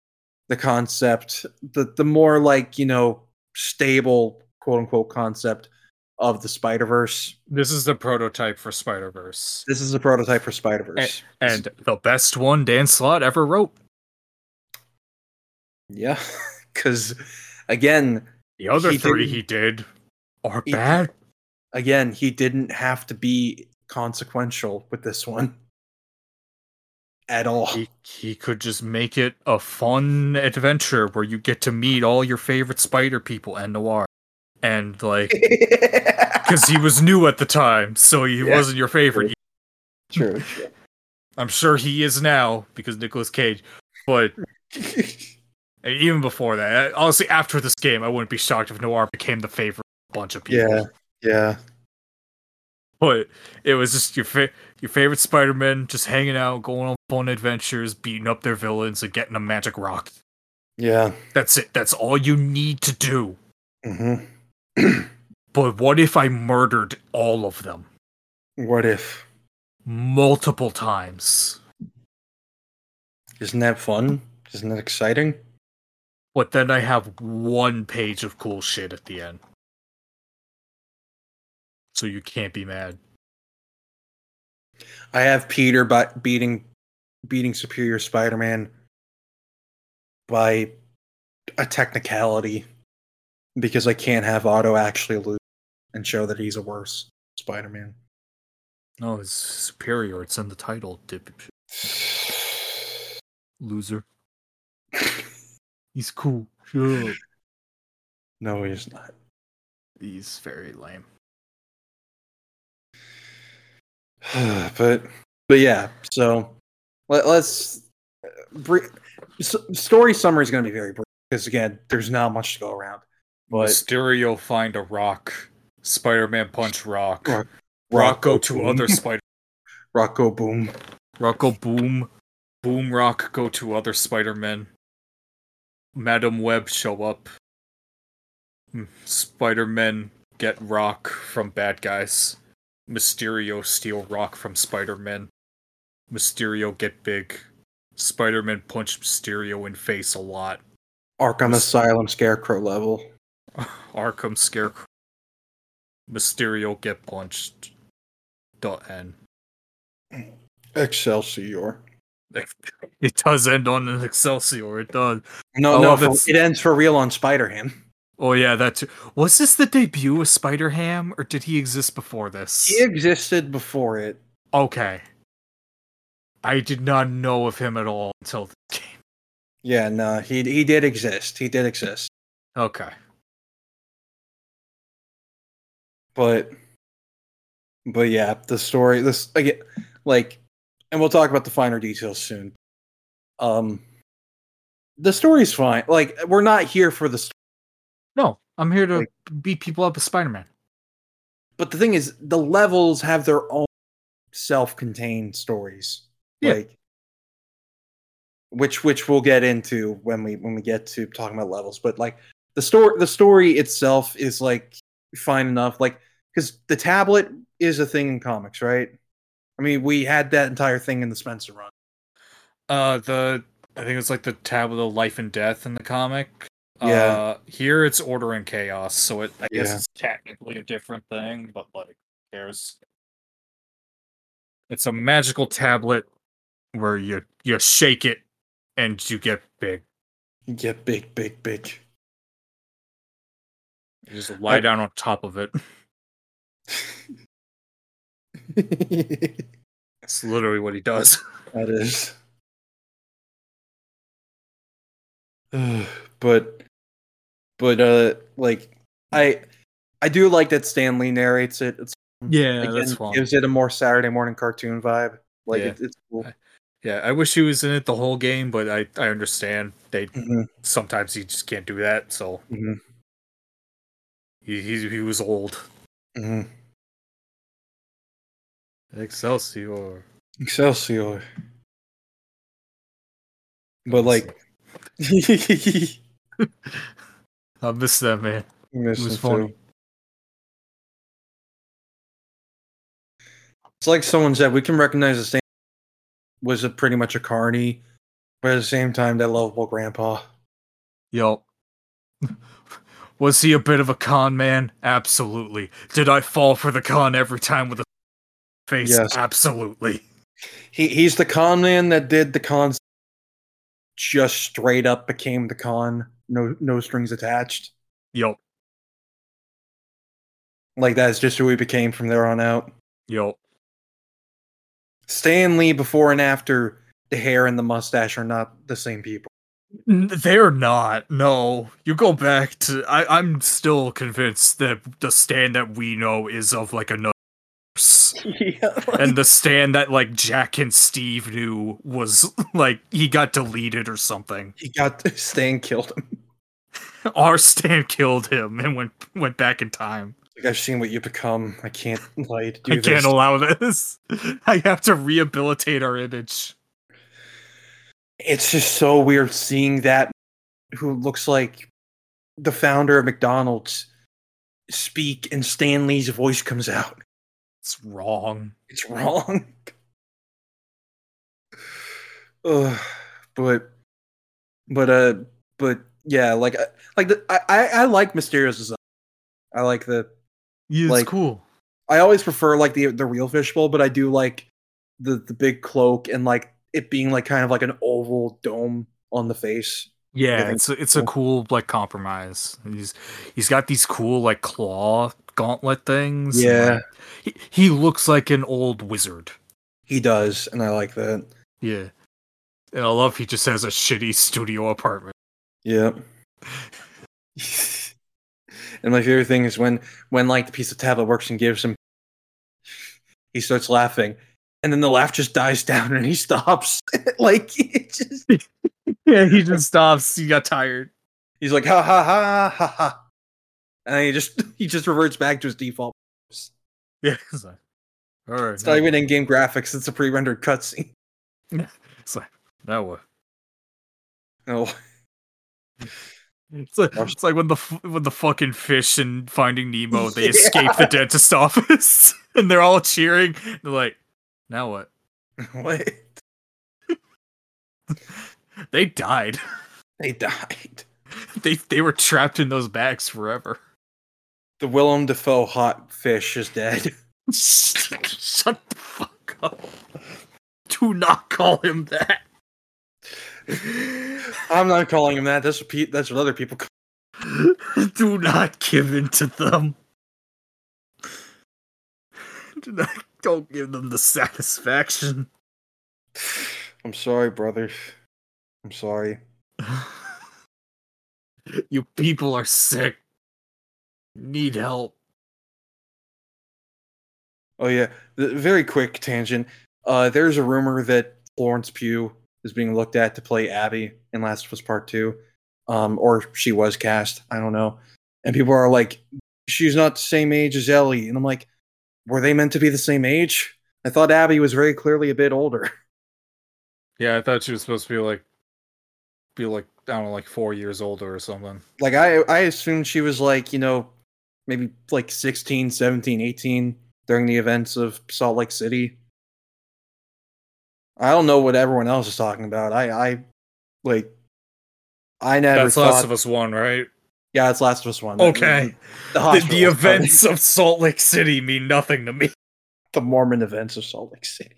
the concept the the more like, you know, stable quote unquote concept of the Spider-Verse. This is the prototype for Spider Verse. This is a prototype for Spider Verse. And the best one Dan Slott ever wrote. Yeah, because again, The other He 3 didn't- he did are He- bad. again, he didn't have to be consequential with this one at all. he, he could just make it a fun adventure where you get to meet all your favorite spider people and noir and like because he was new at the time so he Yeah. wasn't your favorite true, true. i'm sure he is now because nicolas cage but and even before that honestly after this game i wouldn't be shocked if noir became the favorite of a bunch of people Yeah, yeah, but it was just your fa- your favorite spider-man just hanging out going on fun adventures beating up their villains and getting a magic rock yeah. that's it that's all you need to do hmm But what if I murdered all of them What if? multiple times? Isn't that fun? Isn't that exciting? But then I have one page of cool shit at the end. So you can't be mad. I have Peter by beating beating Superior Spider-Man by a technicality because I can't have Otto actually lose and show that he's a worse Spider-Man. No, it's superior. It's in the title, dip loser. He's cool. Sure. No, he's not. He's very lame. but but yeah, so let, let's uh, bri- s- story summary is going to be very brief because again, there's not much to go around. But Mysterio find a rock. Spider-Man punch rock. Rock- Rocco to other Boom. spider. Rocco Boom. Rocco Boom, Boom Rock go to other Spider Men. Madam Web show up. Spider Men get rock from bad guys. Mysterio steal rock from Spider Man. Mysterio get big. Spider Man punch Mysterio in face a lot. Arkham Asylum Scarecrow level. Arkham Scarecrow. Mysterio get punched. dot n. Excelsior. It does end on an Excelsior. It does. No, Oh, no, if it's- it ends for real on Spider Ham. Oh yeah, that too. Was this the debut of Spider Ham, or did he exist before this? He existed before it. Okay. I did not know of him at all until this game. Yeah, no, he he did exist. He did exist. Okay. but but yeah the story this again like and we'll talk about the finer details soon um the story's fine like we're not here for the story No, I'm here to Like- beat people up with Spider Man. but the thing is the levels have their own self-contained stories Yeah. like which which we'll get into when we when we get to talking about levels but like the story the story itself is like fine enough like because the tablet is a thing in comics right i mean we had that entire thing in the spencer run Uh, the I think it's like the tablet of life and death in the comic. Yeah. Uh, here it's order and chaos, so it I guess Yeah. it's technically a different thing, but like who cares. It's a magical tablet where you you shake it and you get big. yeah big big big You just lie down on top of it. that That's literally what he does. is but but uh like i i do like that stan lee narrates it it's Yeah, again, gives it a more saturday morning cartoon vibe like Yeah. it, it's cool Yeah, I wish he was in it the whole game, but I I understand they Mm-hmm, sometimes he just can't do that. So Mhm. he he, he was old. Mhm. Excelsior. Excelsior. But like, it I miss that man. It was funny. It's like someone said, we can recognize the same was a pretty much a carny, but at the same time, that lovable grandpa. Yo. Was he a bit of a con man? Absolutely. Did I fall for the con every time with a face? Yes. Absolutely. He he's the con man that did the con. Just straight up became the con, no no strings attached. Yo, Like that's just who he became from there on out. yo. Stan Lee before and after the hair and the mustache are not the same people. N- They're not. No, you go back to. I, I'm still convinced that the stand that we know is of like another. s- yeah. And the stand that like Jack and Steve knew was like he got deleted or something. he got Stan killed him. Our stand killed him and went went back in time. Like I've seen what you become. I can't lie to do I this. can't allow this. I have to rehabilitate our image. it's just so weird seeing that who looks like the founder of McDonald's speak and Stan Lee's voice comes out. It's wrong. It's wrong. Ugh, but but uh but yeah, like I- like the, I I I like Mysterio's design. I like the Yeah, it's Like- cool. I always prefer like the the real fishbowl, but I do like the the big cloak and like it being like kind of like an oval dome on the face. Yeah, think it's a, it's a so. cool like compromise. He's he's got these cool like claw gauntlet things. and, Yeah. like, he, he looks like an old wizard. He does, and I like that. Yeah, and I love he just has a shitty studio apartment. Yeah. and my favorite thing is when when like the piece of tablet works and gives him he starts laughing. And then the laugh just dies down and he stops. like it just Yeah, he just stops. He got tired. he's like ha ha ha ha ha. And then he just he just reverts back to his default. Yeah, he's like, all right, It's now not even in game graphics, it's a pre-rendered cutscene. now what? Oh, It's like, Watch- it's like when the f- when the fucking fish in Finding Nemo they Yeah. escape the dentist office and they're all cheering. They're like, now what? what? They died. They died. they they were trapped in those bags forever. The Willem Dafoe hot fish is dead. Shut the fuck up. Do not call him that. I'm not calling him that. That's what pe- that's what other people call. Do not give in to them. Do not, don't give them the satisfaction. I'm sorry, brother. I'm sorry. you people are sick. Need help. Oh yeah, the, very quick tangent. Uh, there's a rumor that Florence Pugh is being looked at to play Abby in Last of Us Part Two, um, or she was cast. I don't know. And people are like, she's not the same age as Ellie, and I'm like, were they meant to be the same age? I thought Abby was very clearly a bit older. Yeah, I thought she was supposed to be like, be like I don't know, like four years older or something. Like I, I assumed she was like you know, maybe like 16, 17, 18 during the events of Salt Lake City. I don't know what everyone else is talking about. I, I, like, I never That's thought. Last of Us One, right? yeah, it's Last of Us one. Okay. the, The, hospital the was probably events of Salt Lake City mean nothing to me. the Mormon events of Salt Lake City.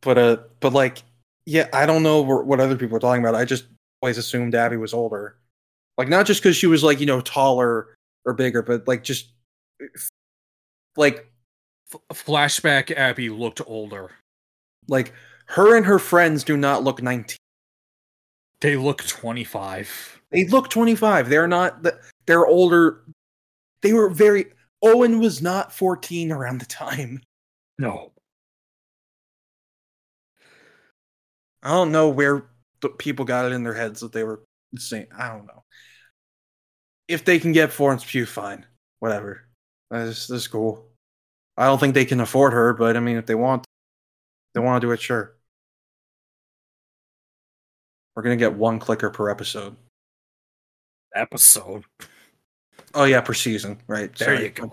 But uh, but like, yeah, I don't know wh- what other people are talking about. I just always assumed Abby was older, like not just because she was like you know taller or bigger, but like just uh, like F- flashback Abby looked older. like her and her friends do not look nineteen. They look 25. They look 25. They're not. th- They're older. They were very. Owen was not 14 around the time. No. I don't know where the people got it in their heads that they were insane. I don't know. If they can get Florence Pugh, fine. Whatever. That's that's cool. I don't think they can afford her, but I mean, if they want, they want to do it. Sure. We're gonna get one clicker per episode. Episode. Oh yeah, per season, right? There you go.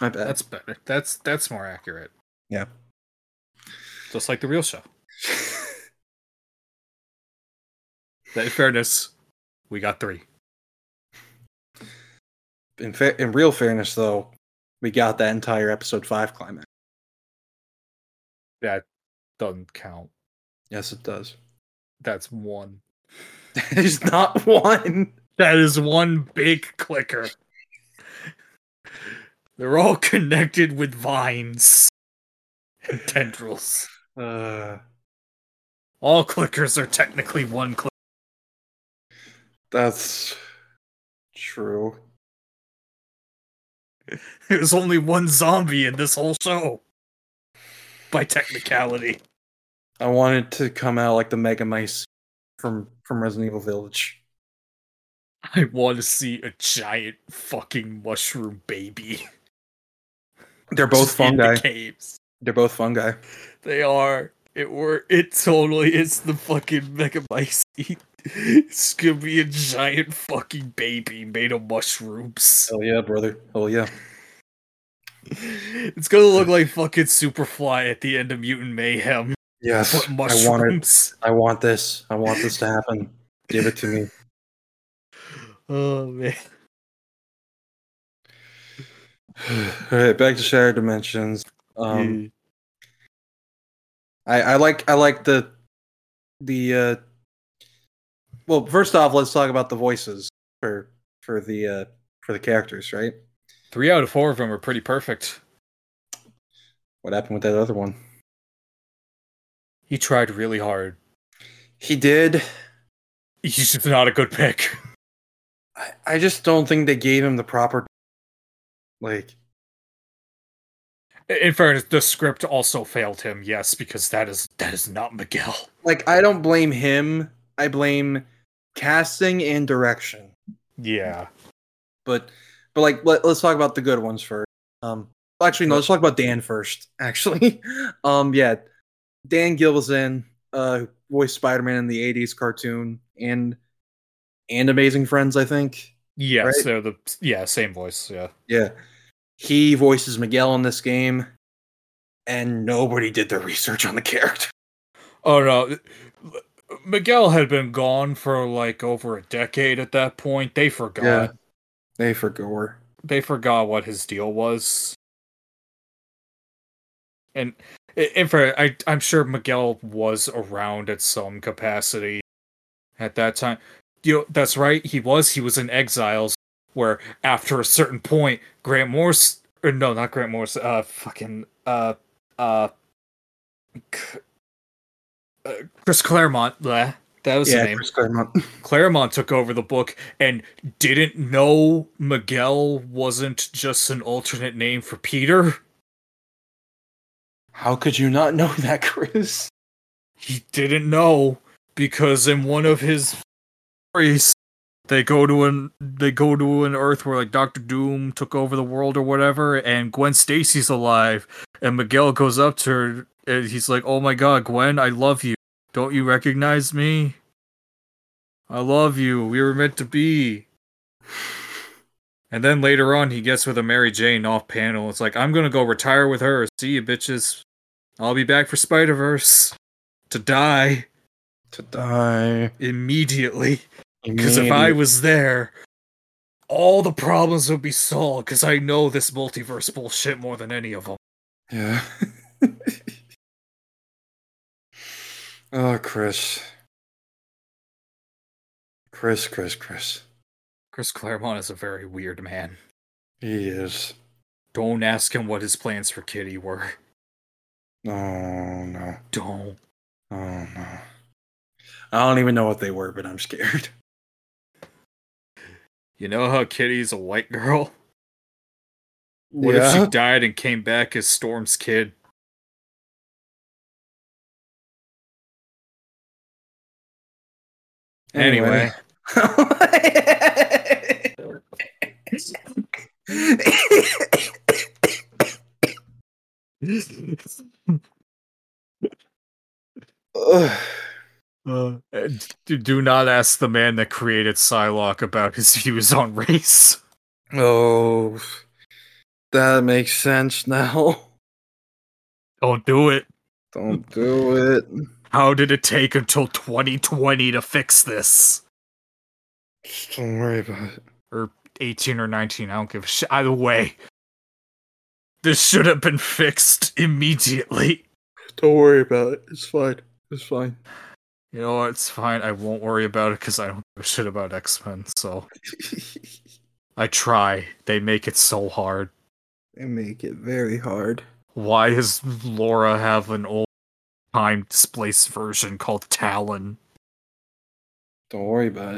My bad. My bad. That's better. That's that's more accurate. Yeah. Just like the real show. That- In fairness, we got three. in fa- in real fairness though, we got that entire episode five climax. That doesn't count. Yes, it does. That's one. There's not one. That is one big clicker. They're all connected with vines and tendrils. Uh, All clickers are technically one clicker. that's true. There's only one zombie in this whole show. By technicality. I wanted to come out like the Mega Mice from from Resident Evil Village. I want to see a giant fucking mushroom baby. They're both just in fungi. the caves. They're both fungi. They are. It were. It totally is the fucking Mega Mice. It's gonna be a giant fucking baby made of mushrooms. Oh yeah, brother. Oh yeah. It's gonna look like fucking Superfly at the end of Mutant Mayhem. Yes. But I want it. mushrooms. I want this. I want this to happen. Give it to me. Oh man. All right, back to shared dimensions. Um, I, I like I like the the uh well first off let's talk about the voices for for the uh for the characters right Three out of four of them are pretty perfect. what happened with that other one He tried really hard. he did He's just not a good pick. I, I just don't think they gave him the proper like In fairness, the script also failed him. Yes, because that is that is not Miguel. like I don't blame him I blame casting and direction Yeah. but but like let, let's talk about the good ones first um well, actually no let's talk about dan first actually um yeah dan gilvezan uh who voiced spider-man in the 80s cartoon and and amazing friends i think Yes, Right? they're the yeah same voice. Yeah. yeah he voices miguel in this game and nobody did their research on the character Oh no, Miguel had been gone for like over a decade at that point. They forgot. Yeah. They for Gore. They forgot what his deal was. And and for I I'm sure Miguel was around at some capacity at that time. You know, that's right. He was he was in exiles where after a certain point Grant Morse or no, not Grant Morse, uh fucking uh uh C- uh, Chris Claremont, bleh, that was yeah, the name. Chris Claremont. Claremont took over the book and didn't know Miguel wasn't just an alternate name for Peter. How could you not know that, Chris? He didn't know because in one of his stories, they go to an they go to an Earth where like Doctor Doom took over the world or whatever, and Gwen Stacy's alive, and Miguel goes up to her and he's like, "Oh my God, Gwen, I love you. Don't you recognize me? I love you. We were meant to be." And then later on, he gets with a Mary Jane off panel. It's like, I'm gonna go retire with her. See you, bitches. I'll be back for Spider Verse to die To die. immediately. Because if I was there, all the problems would be solved. Because I know this multiverse bullshit more than any of them. Yeah. oh, Chris. Chris, Chris, Chris. Chris Claremont is a very weird man. He is. Don't ask him what his plans for Kitty were. Oh, no. Don't. Oh, no. I don't even know what they were, but I'm scared. You know how Kitty's a white girl? What if she died and came back as Storm's kid? Anyway. Ugh. Uh, do, do not ask the man that created Psylocke about his views on race. oh, that makes sense now. Don't do it. Don't do it. How did it take until 2020 to fix this? Don't worry about it. 18 or 19, I don't give a shit. Either way, this should have been fixed immediately. Don't worry about it. It's fine. It's fine. You know what? It's fine. I won't worry about it because I don't give a shit about X Men. So I try. They make it so hard. they make it very hard. Why does Laura have an old time displaced version called Talon? Don't worry about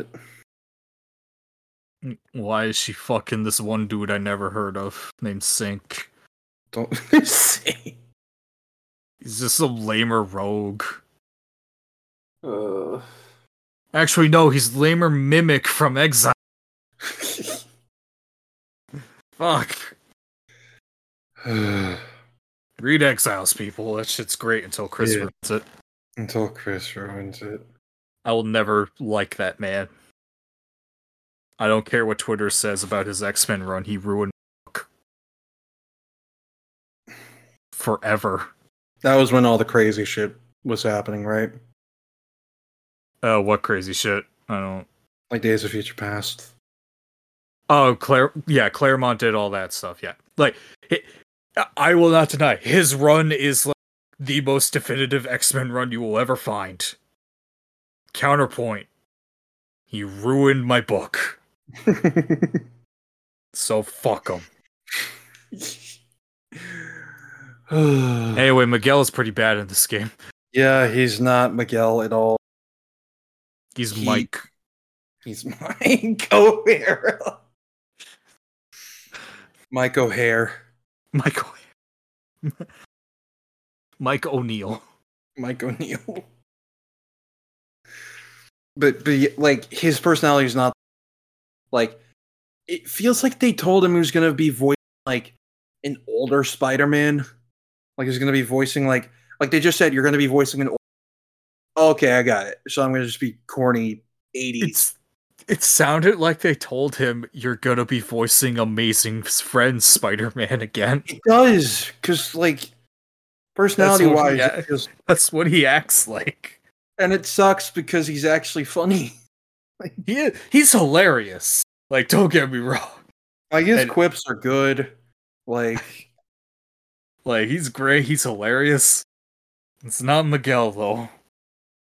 it. Why is she fucking this one dude I never heard of named Sync? Don't see. He's just a lamer rogue. Uh. Actually, no, he's lamer mimic from Exile. Fuck. Read Exiles, people. That shit's great until Chris Yeah. ruins it. Until Chris ruins it. I will never like that man. I don't care what Twitter says about his X Men run. He ruined my book. forever. That was when all the crazy shit was happening, right? Oh, what crazy shit! I don't. Like Days of Future Past. Oh, Claire. Yeah, Claremont did all that stuff. Yeah, like hi- I will not deny his run is like the most definitive X Men run you will ever find. Counterpoint. He ruined my book, so fuck him. Anyway, Miguel is pretty bad in this game. yeah, he's not Miguel at all. He's He- Mike. He's Mike O'Hara. Mike O'Hare. Mike. O- Mike O'Neill. Mike O'Neill. But but y- like his personality is not like it feels like they told him he was gonna be voicing like an older Spider-Man. Like he's gonna be voicing like like they just said you're gonna be voicing an old Okay, I got it. So I'm gonna just be corny 80s. It's. It sounded like they told him you're gonna be voicing Amazing Friends Spider-Man again. It does, because like personality wise, yeah. it feels That's what he acts like. and it sucks because he's actually funny. He he's hilarious. Like, don't get me wrong. Like his And- quips are good. Like Like, he's great. He's hilarious. It's not Miguel though.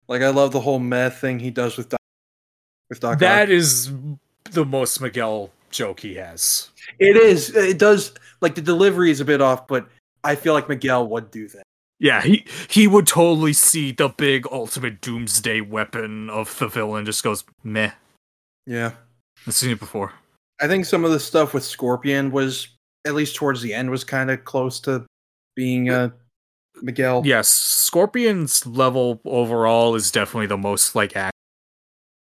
like I love the whole meth thing he does with Doc, with Doc Ock. That is the most Miguel joke he has. It is. It does. Like the delivery is a bit off, but I feel like Miguel would do that. Yeah, he he would totally see the big ultimate doomsday weapon of the villain. Just goes meh. Yeah. I've seen it before. I think some of the stuff with Scorpion was at least towards the end was kind of close to being uh Miguel. Yes, Scorpion's level overall is definitely the most like act.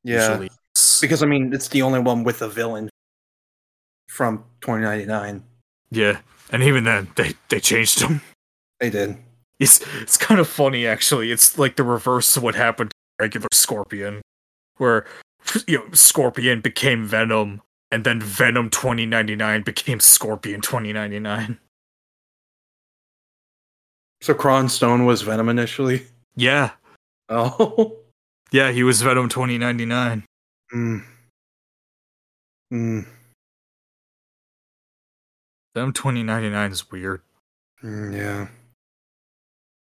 Yeah. usually is. Because I mean, it's the only one with a villain from 2099. Yeah, and even then they they changed him. They did. It's it's kind of funny actually. It's like the reverse of what happened to regular Scorpion, where you know Scorpion became Venom, and then Venom 2099 became Scorpion 2099. So Cron Stone was Venom initially. Yeah, Oh. yeah, he was Venom 2099. Hmm. Hmm. Venom 2099 is weird. Mm, Yeah.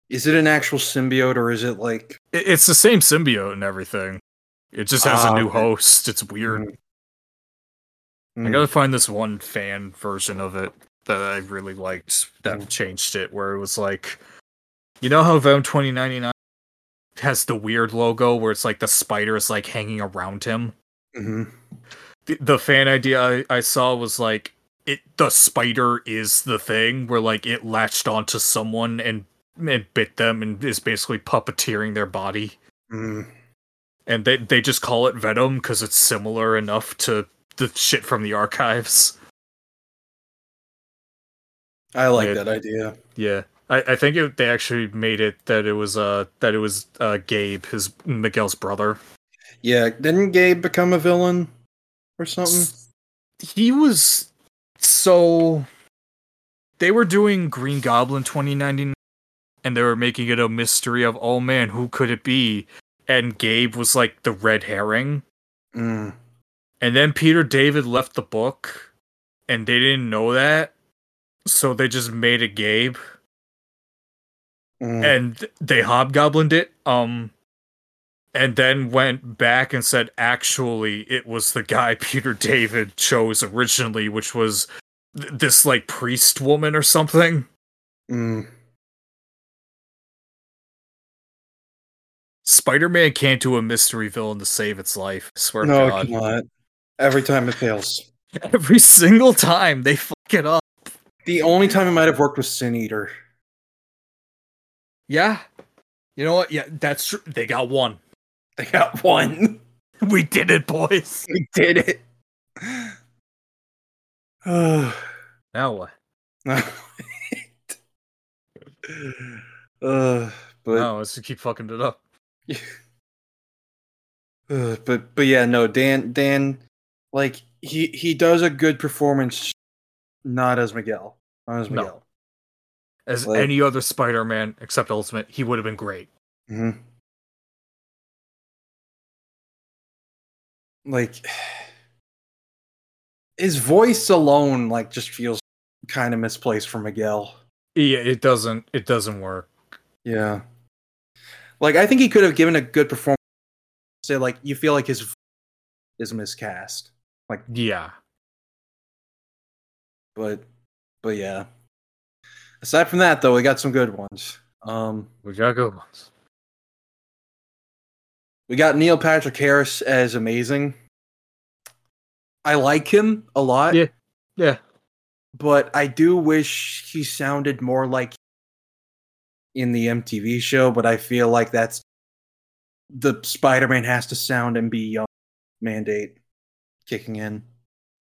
Is it an actual symbiote or is it like It, it's the same symbiote and everything. It just has Ah, a new okay. host. It's weird. I Mm. gotta find this one fan version of it that I really liked that Mm. changed it, where it was like, you know how Venom 2099 has the weird logo where it's like the spider is like hanging around him? Mhm. The, the fan idea I, I saw was like, it the spider is the thing where like it latched onto someone and and bit them and is basically puppeteering their body Mm. and they they just call it venom because it's similar enough to the shit from the archives I like Yeah. that idea. Yeah, I, I think it, they actually made it that it was uh that it was uh Gabe, his Miguel's brother. Yeah, didn't Gabe become a villain or something? He was so they were doing Green Goblin 2099, and they were making it a mystery of oh man, who could it be? And Gabe was like the red herring, Mm. and then Peter David left the book, and they didn't know that, so they just made a Gabe. Mm. and they hobgoblined it um and then went back and said actually it was the guy peter david chose originally which was th- this like priest woman or something Mm. spider-man can't do a mystery villain to save its life I swear No, to it god cannot. Every time it fails. every single time they fuck it up The only time it might have worked was Sin Eater. yeah you know what yeah that's true they got one They got one. we did it boys We did it. Ugh. now what Uh, Ugh, but no let's just keep fucking it up Ugh, uh, but but yeah, no, Dan Dan, like he he does a good performance, not as Miguel, not as No. Miguel. as Like- any other spider-man except ultimate he would have been great Mhm. Like his voice alone, like just feels kind of misplaced for Miguel. Yeah, it doesn't. It doesn't work. Yeah, like I think he could have given a good performance. Say like you feel like his voice is miscast, Yeah, but but yeah. Aside from that, though, we got some good ones. Um, we got good ones. We got Neil Patrick Harris as amazing. I like him a lot. Yeah. Yeah. But I do wish he sounded more like in the MTV show, but I feel like that's the Spider Man has to sound and be young mandate kicking in.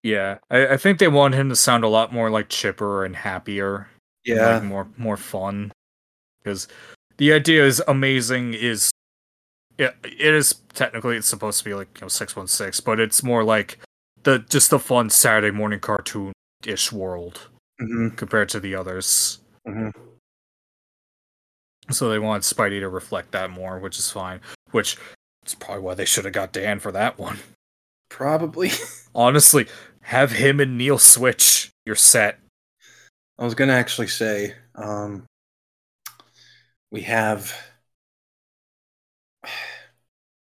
Yeah, I, I think they want him to sound a lot more like chipper and happier. and, Yeah. like, more more fun. Because the idea is amazing. Is it, it is technically it's supposed to be like you know six one six, but it's more like the just the fun Saturday morning cartoon ish world hmm compared to the others. hmm So they want Spidey to reflect that more, which is fine. which it's probably why they should have got Dan for that one. Probably. Honestly, have him and Neil switch. You're set. I was gonna actually say, um, we have.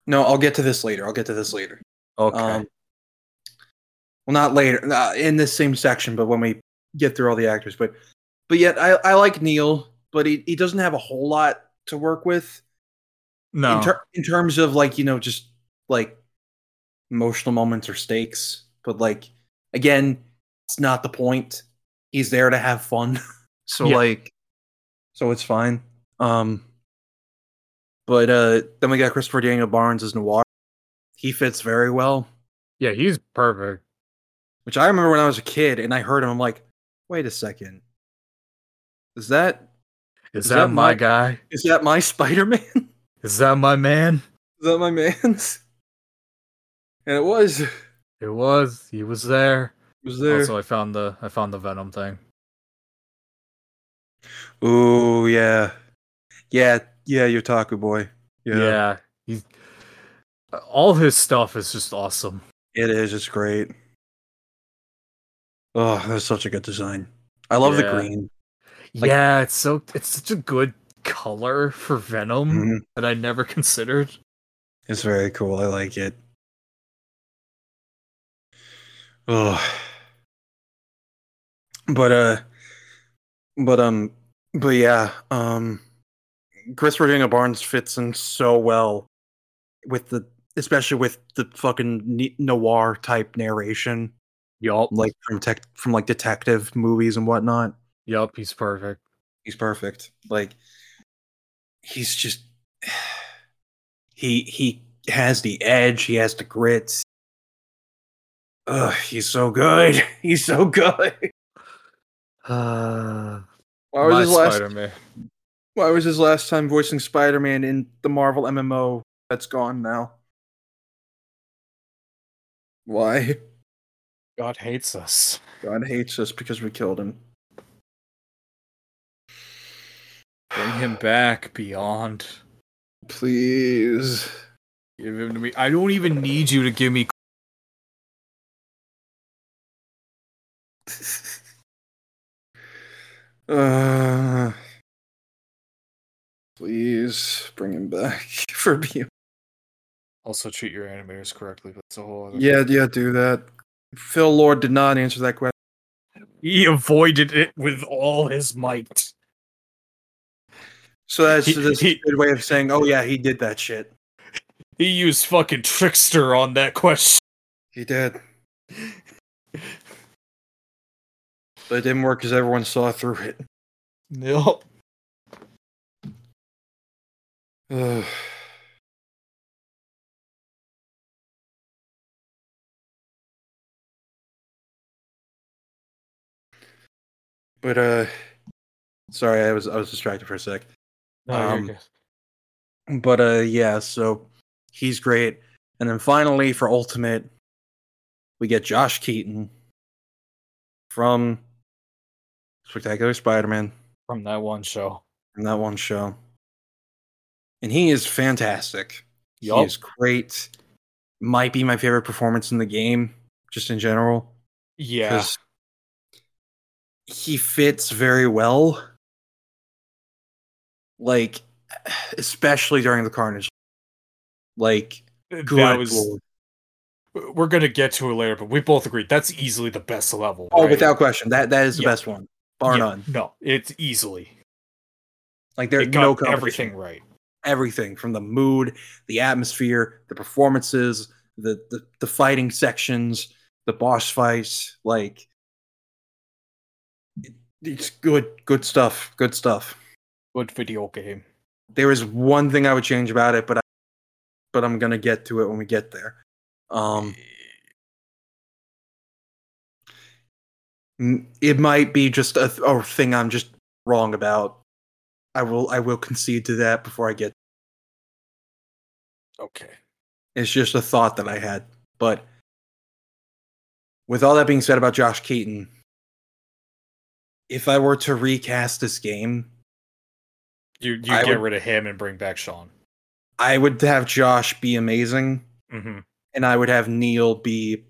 No, I'll get to this later. I'll get to this later. Okay. Um, well, not later uh, in this same section, but when we get through all the actors. But but yet, I, I like Neil, but he, he doesn't have a whole lot to work with No. in, ter- in terms of like you know just like emotional moments or stakes. But like again, it's not the point. He's there to have fun, so Yeah. like so it's fine. Um, but uh, then we got Christopher Daniel Barnes as Noir. He fits very well yeah, he's perfect. which I remember when I was a kid and I heard him. I'm like, wait a second, is that Is, Is that, that my my- guy? is that my Spider Man? is Is that my man? that my man's? And it was it It was. He was there. was there. Also, I found the I found the Venom thing. Ooh yeah, yeah yeah, Yotaku boy. Yeah. He's all his stuff is just awesome. it is. It's great. Oh, that's such a good design. I love Yeah. the green. Like- yeah, it's so it's such a good color for Venom Mhm. that I never considered. It's very cool. I like it. Oh. But uh but um but yeah, um Chris Virginia Barnes fits in so well with the especially with the fucking ne- noir type narration Yup. like from tech from like detective movies and whatnot Yup, he's perfect. he's perfect. Like he's just he he has the edge, he has the grit. Ugh, he's so good. He's so good. Uh, Why was his last Spider-Man. why was his last time voicing Spider-Man in the Marvel MMO that's gone now? Why? God hates us. God hates us because we killed him. Bring him back beyond. Please. Give him to me. I don't even need you to give me. Uh, please bring him back for me. Also, treat your animators correctly. That's a whole. Yeah, yeah, do that. Phil Lord did not answer that question. He avoided it with all his might. So that's He- just he- a good way of saying, oh yeah, he did that shit. He used fucking trickster on that question. He did. But it didn't work because everyone saw through it. Nope. Ugh. but uh, sorry, I was I was distracted for a sec. Um, but uh yeah so he's great and then finally for ultimate we get josh keaton from spectacular spider-man from that one show. from that one show and he is fantastic he Yup. is great might be my favorite performance in the game just in general Yeah. 'cause he fits very well like especially during the carnage like that good was. lord. We're gonna get to it later, but we both agreed that's easily the best level. oh right? without question that that is the Yeah. best one bar Yeah, none No, it's easily. like there's it no got competition. everything right. everything from the mood the atmosphere the performances the the, the fighting sections the boss fights like it- it's good good stuff good stuff Good video game. there is one thing I would change about it, but I, but I'm gonna get to it when we get there. Um, m- it might be just a, th- a thing I'm just wrong about. I will I will concede to that before I get. Okay. It's just a thought that I had, but with all that being said about Josh Keaton, if I were to recast this game, You you I get would- rid of him and bring back Sean. I would have Josh be amazing, Mm-hmm. and I would have Neil be.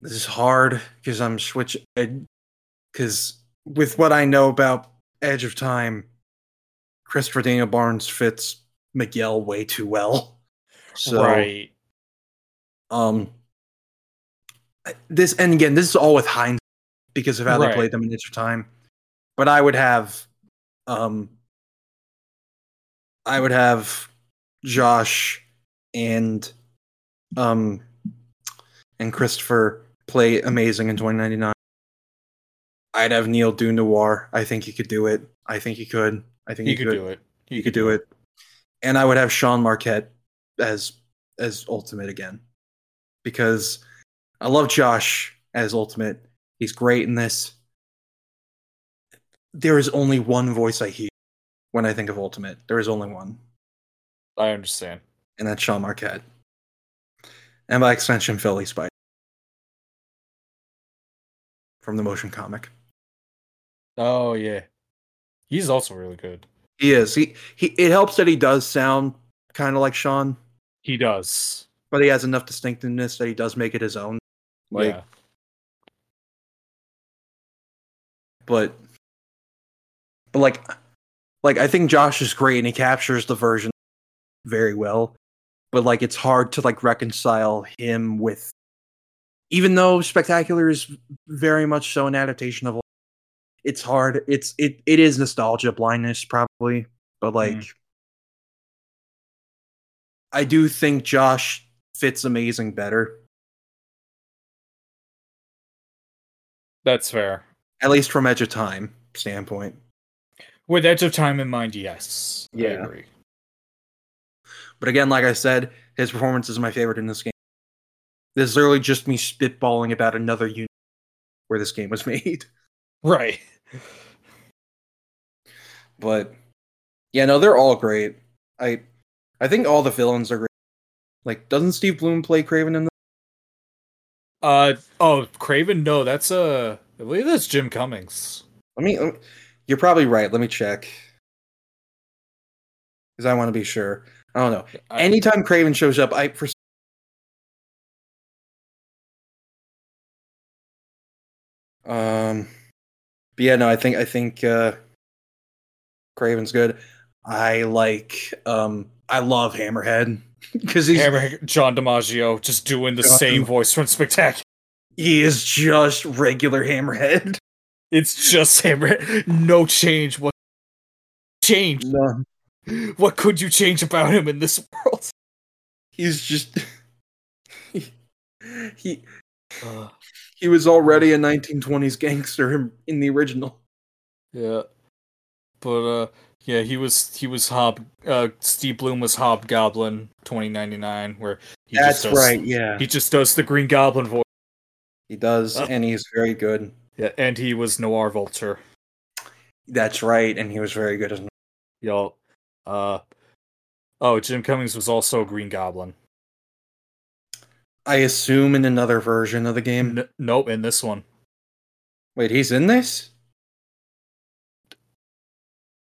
This is hard because I'm switching. Because with what I know about Edge of Time, Christopher Daniel Barnes fits Miguel way too well. So, right. um, this and again, this is all with hindsight because of how Right. they played them in extra time. But I would have, um, I would have Josh and um and Christopher play amazing in 2099. I'd have Neil do Noir. I think he could do it. I think he could. I think He could do it. He could do it. And I would have Sean Marquette as as ultimate again. Because I love Josh as ultimate. He's great in this. There is only one voice I hear when I think of ultimate. There is only one, I understand. and that's Sean Marquette. And by extension, Philly Spider from the motion comic. Oh yeah, he's also really good. He is. He, he it helps that he does sound kind of like Sean, He does. but he has enough distinctiveness that he does make it his own. Like yeah. but but like like I think Josh is great and he captures the version very well. But like it's hard to like reconcile him with even though Spectacular is very much so an adaptation of it's hard. It's it it is nostalgia blindness probably, but like I do think Josh fits amazing better. That's fair. At least from Edge of Time standpoint. With Edge of Time in mind, yes. Yeah. I agree. But again, like I said, his performance is my favorite in this game. This is literally just me spitballing about another unit where this game was made. Right. But yeah, no, they're all great. I I think all the villains are great. Like, doesn't Steve Bloom play Craven in this? Uh oh, Craven. No, that's uh, I believe that's Jim Cummings. Let me, let me- You're probably right. Let me check. Because I want to be sure. I don't know. I- Anytime Craven shows up, I for um, but yeah, no, I think I think uh, Craven's good. I like um, I love Hammerhead because he's Hammer- John DiMaggio just doing the John- same voice from Spectacular. he is just regular Hammerhead. It's just Hammer. No change. What change? No, What could you change about him in this world? he's just he, he Uh, he was already a 1920s gangster in, in the original. yeah, but uh, yeah, he was he was Hob. Uh, Steve Bloom was Hobgoblin 2099, where he That's just does, right. Yeah, He just does the Green Goblin voice. he does, Uh. and he's very good. Yeah, and he was Noir Vulture. That's right, and he was very good as Y'all. Uh, oh, Jim Cummings was also Green Goblin. I assume in another version of the game. N- nope, in this one. Wait, he's in this?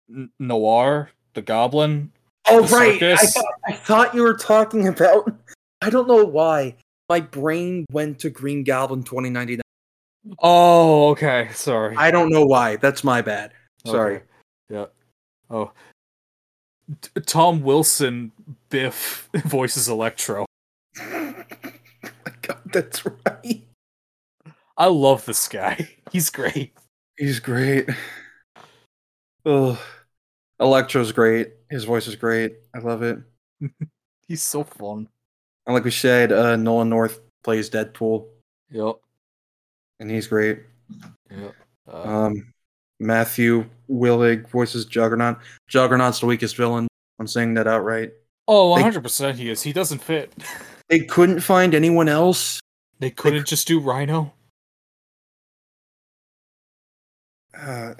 N- Noir, the Goblin. Oh The right. I circus? thought, I thought you were talking about I don't know why. My brain went to Green Goblin 2099. Oh, okay. Sorry. I don't know why. That's my bad. Sorry. Okay. Yeah. Oh. T- Tom Wilson Biff voices Electro. My God, that's right. I love this guy. He's great. He's great. Oh, Electro's great. His voice is great. I love it. He's so fun. And like we said, uh, Nolan North plays Deadpool, Yep. and he's great. Yep. Uh, Um, Matthew Willig voices Juggernaut. Juggernaut's the weakest villain. I'm saying that outright. oh, they- 100% he is. He doesn't fit. They couldn't find anyone else. They couldn't just do Rhino. Uh,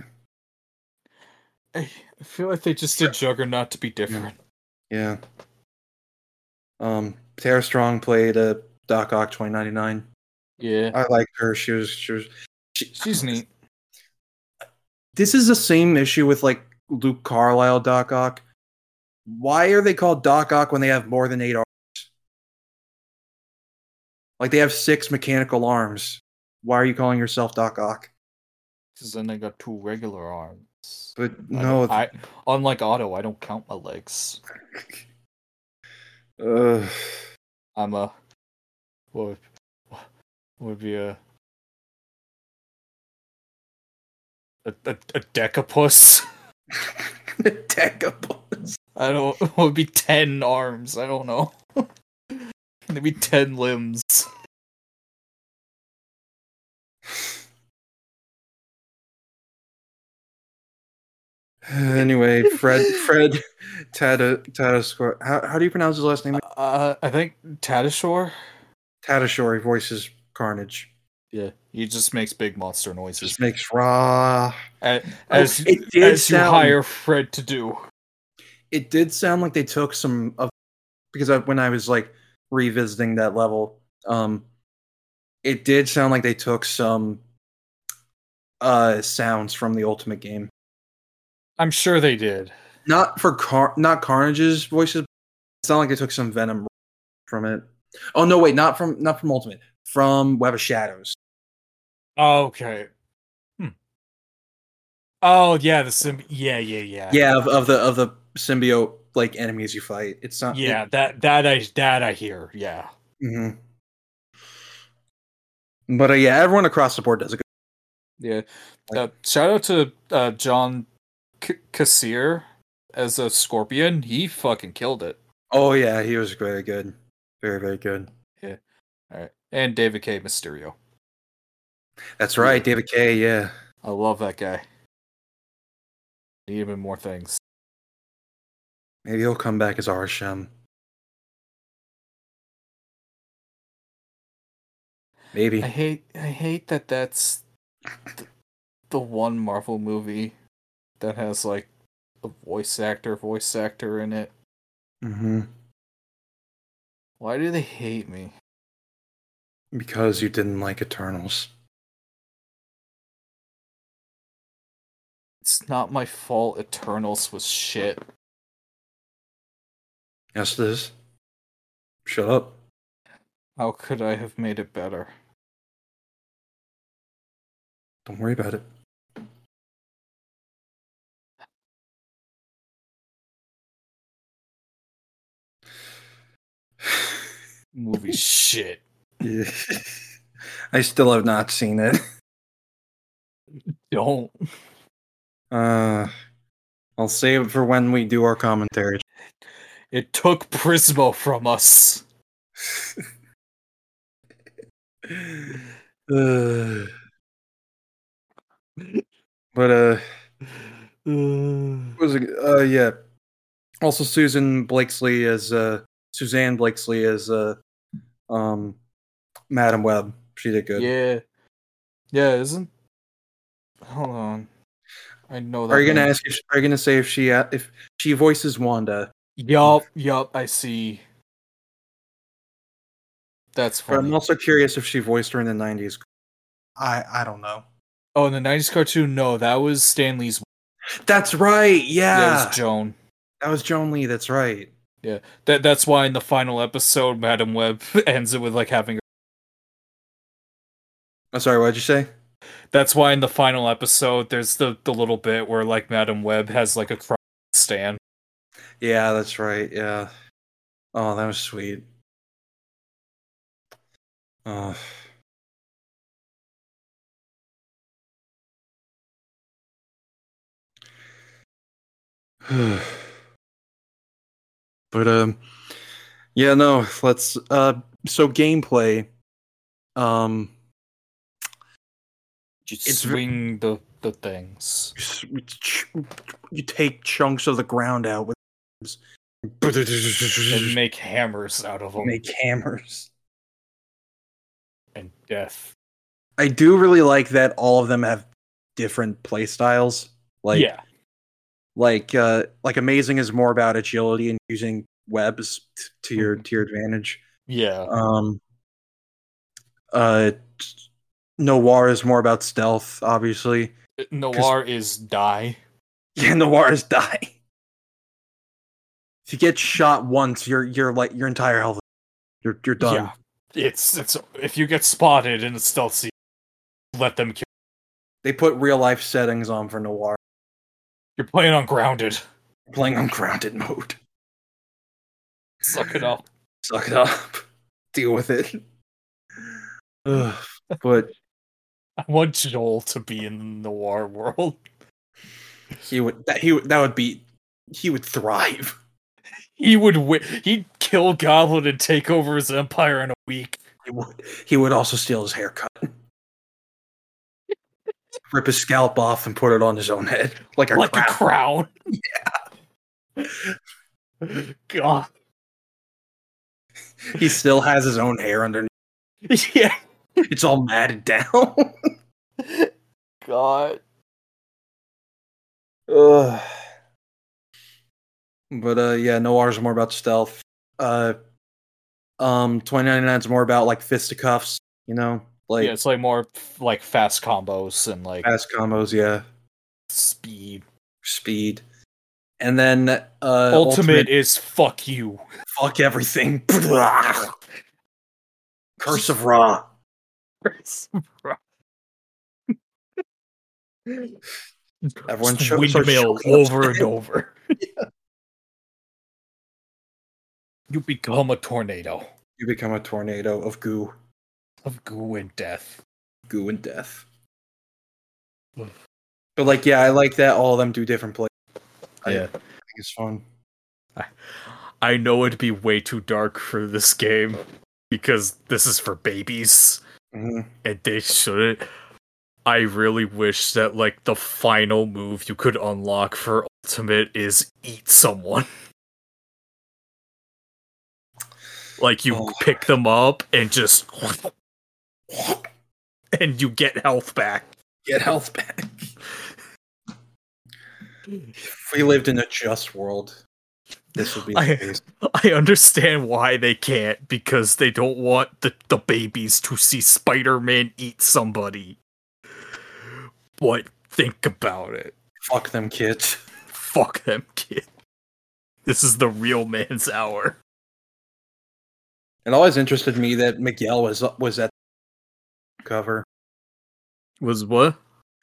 I I feel like they just did Juggernaut to be different. yeah. Um, Tara Strong played uh, Doc Ock 2099. Yeah. I liked her. She was she was. She's neat. This is the same issue with like Luke Carlisle Doc Ock. Why are they called Doc Ock when they have more than eight arms? Like they have six mechanical arms. Why are you calling yourself Doc Ock? Because then I got two regular arms. But I no, don't- I, unlike Otto, I don't count my legs. ugh. I'm a what would, what would be a a, a, a decapus. Decapus. I don't. What would be ten arms? I don't know. Maybe ten limbs. Anyway, Fred, Fred, Tata, Tata, how, how do you pronounce his last name? Uh, I think Tadashore. Tadashori voices Carnage. Yeah, he just makes big monster noises. Just makes raw. Oh, A- As, it did as you sound- hire Fred to do. It did sound like they took some of because I, when I was like revisiting that level, um, it did sound like they took some uh sounds from the Ultimate game. I'm sure they did. Not for Car- not Carnage's voices. It sounded like they took some Venom from it. Oh no, wait, not from not from Ultimate, from Web of Shadows. Okay. Hmm. Oh yeah, the sim. Yeah, yeah, yeah. Yeah, of, of the of the symbiote like enemies you fight. It's not. yeah. that that I that I hear. Yeah. hmm But uh, yeah, everyone across the board does a good. Yeah. Uh, shout out to uh, John C- Kassir as a scorpion. He fucking killed it. Oh yeah, he was very good, very very good. All right. And David K. Mysterio. That's right, David K. Yeah, I love that guy. Need him in more things. maybe he'll come back as Arsham. Maybe. I hate I hate that that's th- the one Marvel movie that has like a voice actor voice actor in it. hmm Why do they hate me? Because you didn't like Eternals. It's not my fault Eternals was shit. Yes, it is. Shut up. How could I have made it better? Don't worry about it. Movie shit. Yeah. I still have not seen it. Don't. Uh, I'll save it for when we do our commentary. It took Prismo from us. Uh, but uh, what was it? Uh, yeah. Also, Susan Blakesley as uh, Suzanne Blakesley as uh, um, Madam Web. She did good. Yeah. Yeah, isn't Hold on. I know that. Are you gonna name. ask? If, are you gonna say if she uh, if she voices Wanda? Yup, yup, I see. That's But I'm funny. also curious if she voiced her in the '90s. I I don't know. Oh, in the 90s cartoon, no, that was Stanley's. That's right. Yeah, That was Joan. that was Joan Lee. That's right. That, that's why in the final episode, Madam Web ends it with like having. I'm Oh, sorry. What'd you say? That's why in the final episode, there's the, the little bit where like Madam Web has like a cry stand. Yeah, that's right. Yeah. Oh, that was sweet. Oh. but um yeah, no, let's uh so gameplay um You It's ve- swing the, the things. you s- you ch- you take chunks of the ground out with and make hammers out of them make hammers. and death. I do really like that all of them have different play styles. Like yeah, like uh like amazing is more about agility and using webs t- to your to your advantage. yeah, Um uh t- Noir is more about stealth, obviously. Noir is die. Yeah, Noirs die. If you get shot once, you're you're like your entire health. You're you're done. Yeah. It's it's if you get spotted in a stealth scene, let them kill. They put real life settings on for Noir. You're playing on grounded. Playing on grounded mode. Suck it up. Suck it up. Deal with it. Ugh. But I want Joel to be in the noir world. he would that he would that would be he would thrive. He would wi- he'd kill Goblin and take over his empire in a week. He would he would also steal his haircut. Rip his scalp off and put it on his own head. Like a like crown. a crown. Yeah. God. he still has his own hair underneath. Yeah. It's all matted down. God. Ugh. But uh yeah, Noir's more about stealth. Uh um 2099's more about like fisticuffs, you know? Like Uh, yeah, it's like more like fast combos and like fast combos, yeah. speed. Speed. And then uh Ultimate, is fuck you. fuck everything. Curse of Ra. Everyone Just show- starts windmill showing up. over and over. You become a tornado You become a tornado of goo, of goo and death. goo and death. Oof. But like, yeah, I like that all of them do different plays. I- Yeah. I think it's fun. I know it'd be way too dark for this game because this is for babies hmm and they shouldn't. I really wish that like the final move you could unlock for ultimate is eat someone. Like you Oh. pick them up and just and you get health back. Get health back. if we lived in a just world, this would be the I- case. I understand why they can't because they don't want the, the babies to see Spider Man eat somebody. But think about it. Fuck them kids. Fuck them, kid. This is the real man's hour. It always interested me that Miguel was was at the cover Was what?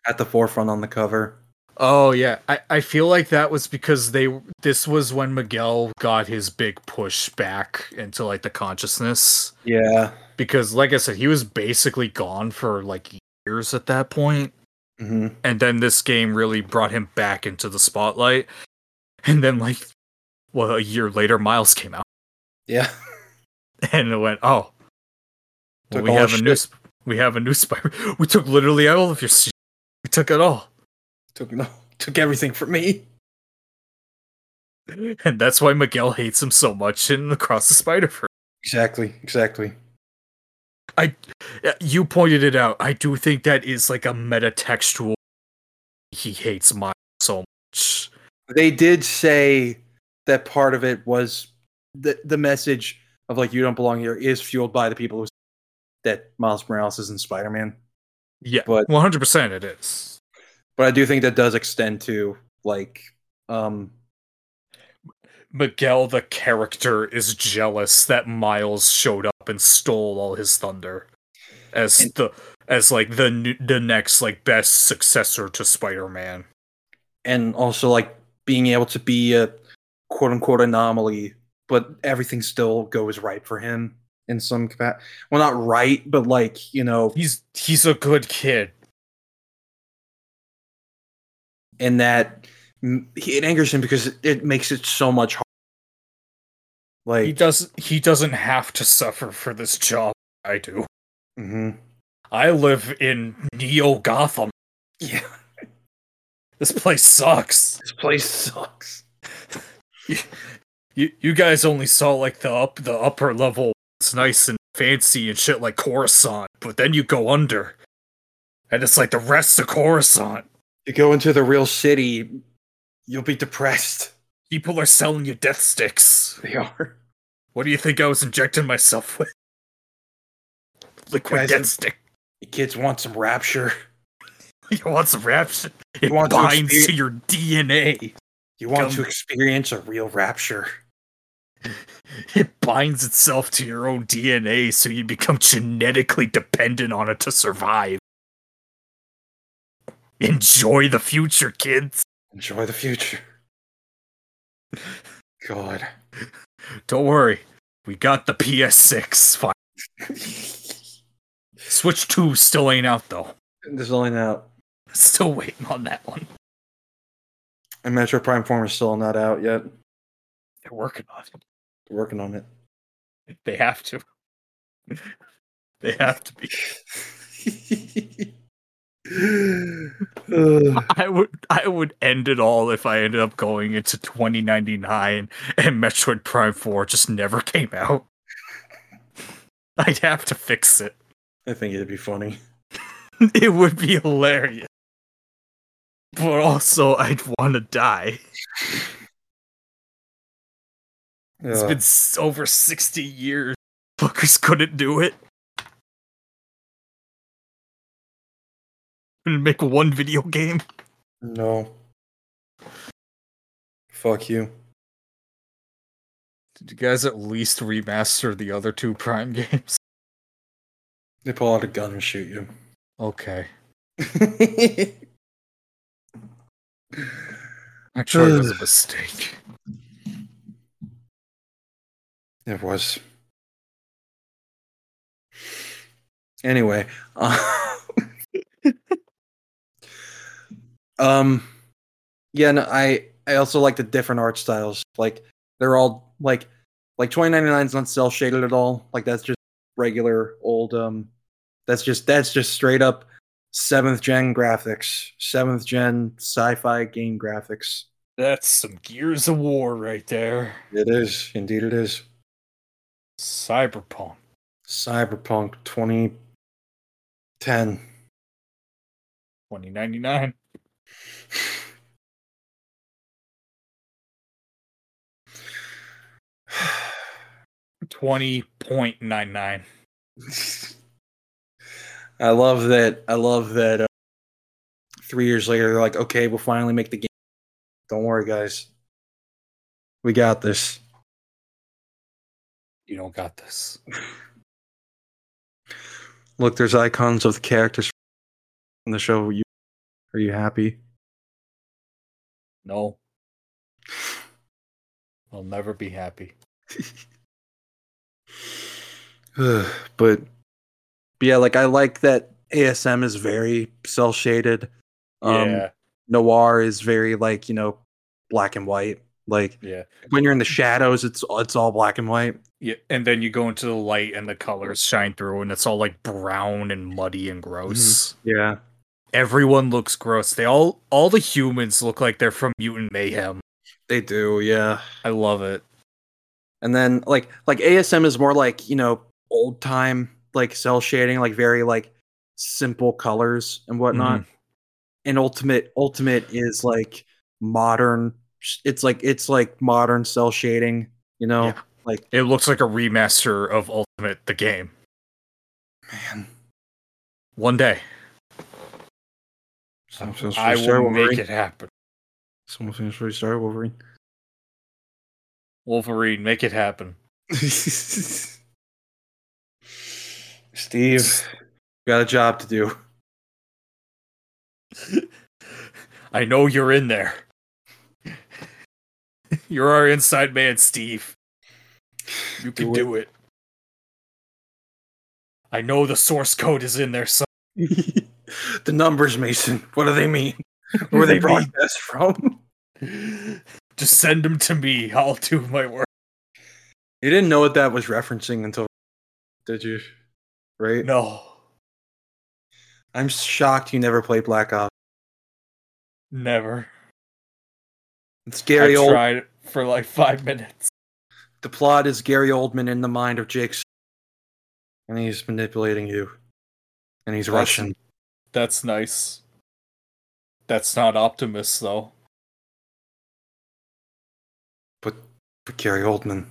at the forefront on the cover. Oh yeah, I, I feel like that was because they this was when Miguel got his big push back into like the consciousness Yeah. because like I said he was basically gone for like years at that point. hmm and then this game really brought him back into the spotlight and then like well a year later miles came out Yeah. and it went oh well, Took we all have his a new shit. sp- we have a new spider we took literally all of your shit. we took it all Took no, took everything from me. and that's why miguel hates him so much in across the spider verse Exactly. Exactly. you pointed it out i do think that is like a metatextual he hates miles so much They did say that part of it was the the message of like you don't belong here is fueled by the people who that Miles Morales isn't Spider Man. yeah But- 100% it is But I do think that does extend to like um Miguel the character is jealous that Miles showed up and stole all his thunder as And- the as like the n- the next like best successor to Spider-Man. and also like being able to be a quote unquote anomaly, but everything still goes right for him in some capacity. Well, not right, but like you know, He's he's a good kid. in that m- he- it angers him because it, it makes it so much harder. Like He does he doesn't have to suffer for this job I do. mhm. I live in Neo Gotham. Yeah, This place sucks. this place sucks. You you guys only saw like the up the upper level. It's nice and fancy and shit like Coruscant, but then you go under, and it's like the rest of Coruscant. You go into the real city, you'll be depressed. People are selling you death sticks. They are. What do you think I was injecting myself with? Liquid Guys, death I'm- stick. The kids want some rapture. you want some rapture? It want to binds to, experience- your DNA. You want Come- to experience a real rapture. It binds itself to your own DNA, so you become genetically dependent on it to survive. Enjoy the future, kids. Enjoy the future. God. Don't worry, we got the PS6. Fine. Switch 2 still ain't out though. This is only out. Still waiting on that one. And Metro Prime 4 is still not out yet. They're working on it. Working on it. They have to. they have to be. Ugh. I would I would end it all if I ended up going into 2099 and Metroid Prime 4 just never came out. I'd have to fix it. I think it'd be funny. It would be hilarious. But also I'd want to die. It's Ugh. been s- over 60 years. Fuckers couldn't do it. Couldn't make one video game. No. Fuck you. Did you guys at least remaster the other two Prime games? They pull out a gun and shoot you. Okay. it I'm sure it was a mistake. was. Anyway, uh, um, yeah, no, I I also like the different art styles. Like they're all like like twenty ninety nine is not cell shaded at all. Like that's just regular old. Um, that's just that's just straight up seventh gen graphics, seventh gen sci fi game graphics. That's some Gears of War right there. It is indeed. It is. Cyberpunk. Cyberpunk 2010. 2099. Twenty point nine nine. I love that. I love that. Uh, three years later, they're like, okay, we'll finally make the game. Don't worry, guys. We got this. You don't got this. Look, there's icons of the characters in the show. You, are you happy? No. I'll never be happy. but, but yeah, like I like that ASM is very Um, cell shaded. yeah, noir is very like you know black and white like yeah. when you're in the shadows it's it's all black and white Yeah. And then you go into the light and the colors shine through and it's all like brown and muddy and gross. yeah Everyone looks gross. They all all the humans look like they're from Mutant Mayhem. they do yeah I love it. and then like like asm is more like you know old time like cell shading like very like simple colors and whatnot and ultimate ultimate is like modern it's like it's like modern cell shading you know Yeah. It looks like a remaster of Ultimate the game. man One day someone feels I Star will make Wolverine. it happen. someone feels really Star Wolverine Wolverine, make it happen. Steve, got a job to do. I know you're in there. you're our inside man, Steve. You can Do it. do it. I know the source code is in there. So the numbers, Mason. What do they mean? Where were they broadcast from? just send them to me. I'll do my work. You didn't know what that was referencing until, did you? Right? No, I'm shocked you never played Black Ops. never. It's Gary I Old. tried it for like five minutes. The plot is Gary Oldman in the mind of Jake, S- and he's manipulating you, and he's That's- Russian. That's nice. That's not Optimus though. But but Gary Oldman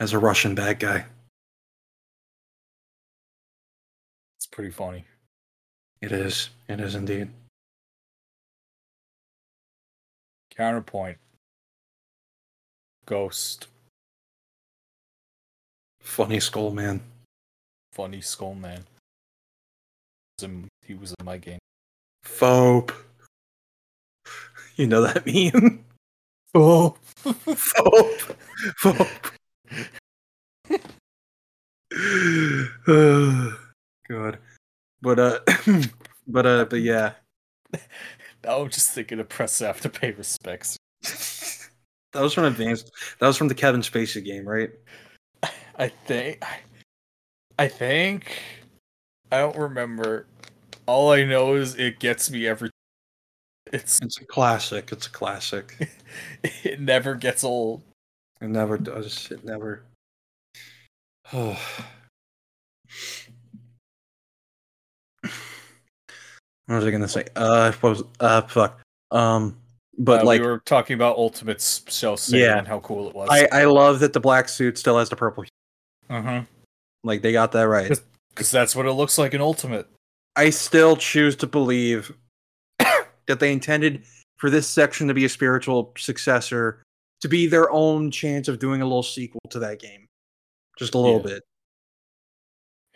as a Russian bad guy. It's pretty funny. It is. It is indeed. Counterpoint. Ghost. Funny skull man. Funny Skull Man. He was in- He was in my game. Phobe. You know that meme? Oh. Phobe. Phobe. Good. But uh but uh but yeah. Now I'm just thinking of press F to pay respects. That was from Advanced that was from the Kevin Spacey game, right? I think. I think. I don't remember. All I know is it gets me every. It's It's a classic. It's a classic. it never gets old. It never does. It never. Oh. What was I gonna say? Uh, I suppose. Uh, fuck. Um, but Uh, like, we were talking about Ultimate Shell Saber Yeah. and how cool it was. I I love that the black suit still has the purple. hue. Because Like they got that right. Mm-hmm. that's what it looks like in Ultimate. I still choose to believe that they intended for this section to be a spiritual successor, to be their own chance of doing a little sequel to that game, just a little Yeah. bit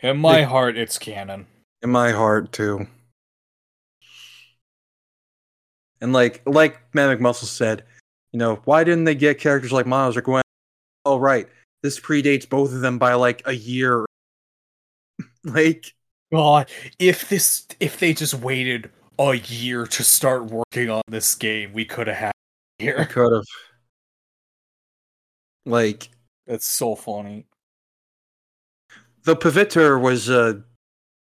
In my Like- heart, it's canon. in my heart too. And like like Matt McMuscle said, you know, why didn't they get characters like Miles or Gwen? Oh right, this predates both of them by like a year. like God, if this, if they just waited a year to start working on this game, we could have had I it here. could have. Like That's so funny. the Pivotor was uh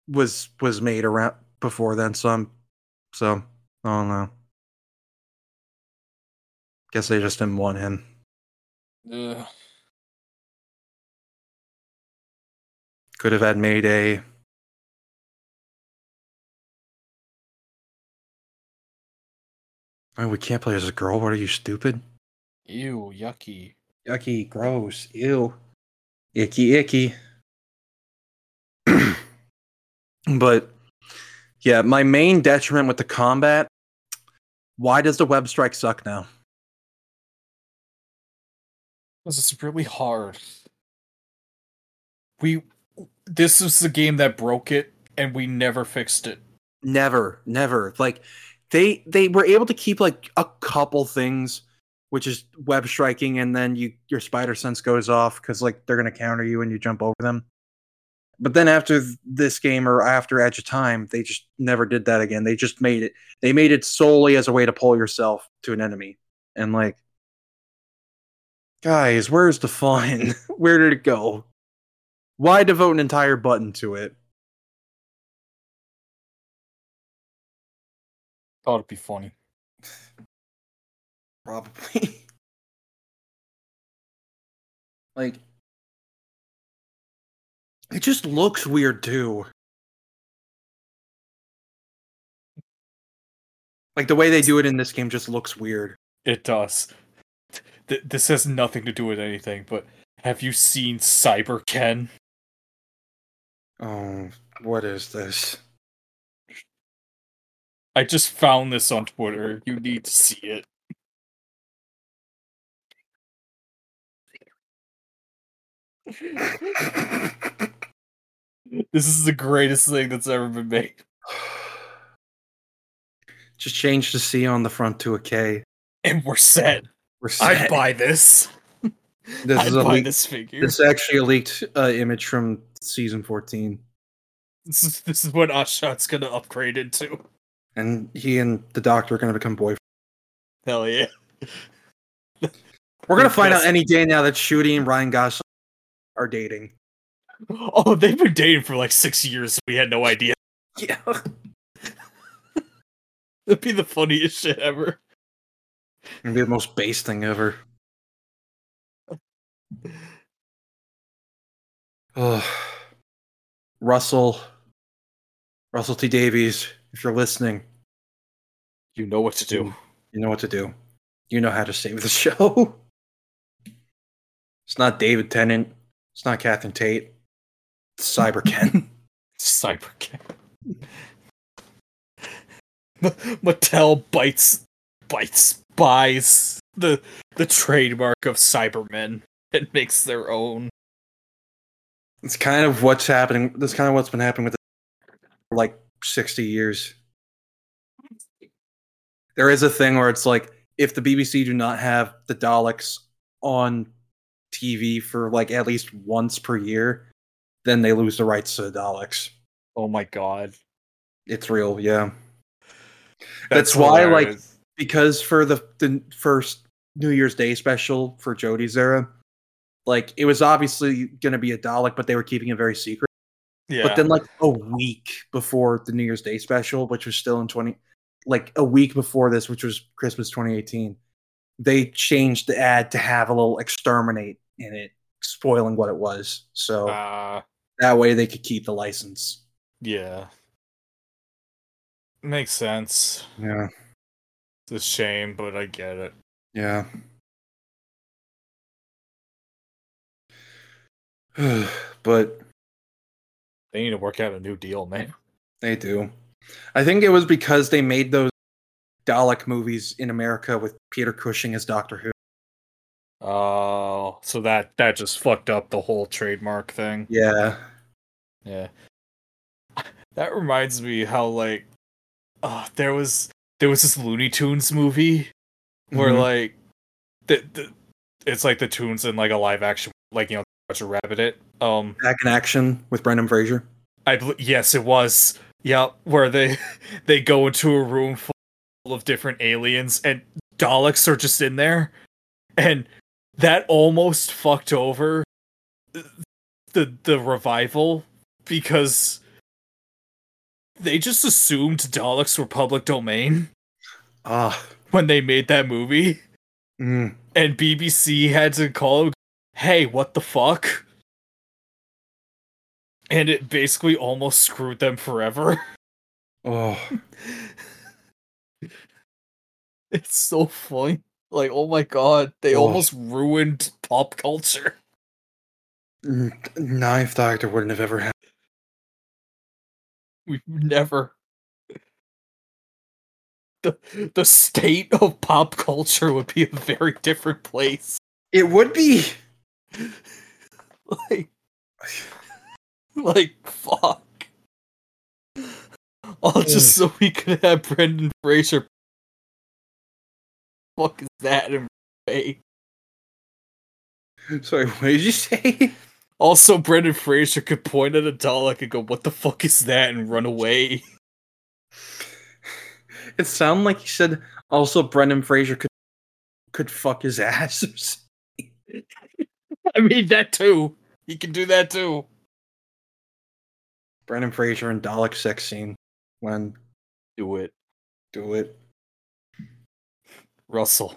was was made around before then, so I'm, so I don't know. Guess they just didn't want him. Ugh. Could have had Mayday. Oh, we can't play as a girl. What are you stupid? Ew, yucky. Yucky, gross, ew, icky, icky. but yeah, my main detriment with the combat. Why does the web strike suck now? This is really hard. We, this is the game that broke it, and we never fixed it. Never, never. Like they they were able to keep like a couple things, which is web striking, and then you your spider sense goes off because like they're gonna counter you and you jump over them. But then after th- this game or after Edge of Time, they just never did that again. They just made it. They made it solely as a way to pull yourself to an enemy, and like, guys, where's the fun? Where did it go? Why devote an entire button to it? Thought it'd be funny. probably. like, it just looks weird too. Like the way they do it in this game just looks weird. It does. Th- this has nothing to do with anything, but have you seen Cyber Ken? Oh, what is this? I just found this on Twitter. You need to see it. this is the greatest thing that's ever been made. Just change the C on the front to a K. And we're set. We're I'd set. buy this. this I'd is a buy leak- this figure. This is actually a leaked uh, image from season fourteen, This is this is what Ashot's gonna upgrade into. and he and the doctor are going to become boyfriends. Hell yeah. We're gonna find out Because- any day now that Shooty and Ryan Gosling are dating. Oh, they've been dating for like six years. We had no idea. Yeah. That'd be the funniest shit ever. It'd be the most base thing ever. Ugh. Russell. Russell T. Davies, if you're listening, You know what to do. you know what to do. You know how to save the show. It's not David Tennant. It's not Catherine Tate. It's Cyber Ken. Cyber Ken. Mattel bites bites buys the the trademark of Cybermen and makes their own. It's kind of what's happening. That's kind of what's been happening with the, for like 60 years. There is a thing where it's like if the BBC do not have the Daleks on TV for like at least once per year, then they lose the rights to the Daleks. Oh my god. It's real, yeah. That's, why, like, hilarious. because for the the first New Year's Day special for Jody's era, like it was obviously going to be a Dalek, but they were keeping it very secret. yeah. But then, like a week before the New Year's Day special, which was still in twenty, like a week before this, which was Christmas twenty eighteen, they changed the ad to have a little exterminate in it, spoiling what it was. So Ah, that way they could keep the license. yeah. Makes sense. Yeah, It's a shame, but I get it. yeah. but They need to work out a new deal, man. They do. I think it was because they made those Dalek movies in America with Peter Cushing as Doctor Who. Oh, so that that just fucked up the whole trademark thing. Yeah. Yeah. That reminds me how like uh there was there was this Looney Tunes movie where Mhm. like the, the it's like the tunes in like a live action like you know Roger Rabbit it. Um Back in action with Brendan Fraser. I bel yes it was. Yeah, where they they go into a room full of different aliens and Daleks are just in there. And that almost fucked over the the revival because they just assumed Daleks were public domain Ah. when they made that movie Mm. and BBC had to call, hey, what the fuck? And it basically almost screwed them forever. Oh. It's so funny. Like, oh my god, they Oh. almost ruined pop culture. N- mm, Knife Doctor wouldn't have ever happened. We've never. The, the state of pop culture would be a very different place. It would be. Like, like fuck. All just so we could have Brendan Fraser. Fuck is that in way? Sorry, what did you say? Also, Brendan Fraser could point at a Dalek and go, "What the fuck is that?" and run away. It sounded like you said also Brendan Fraser could could fuck his ass. I mean that too. He can do that too. Brendan Fraser and Dalek sex scene when Do it, do it. Russell.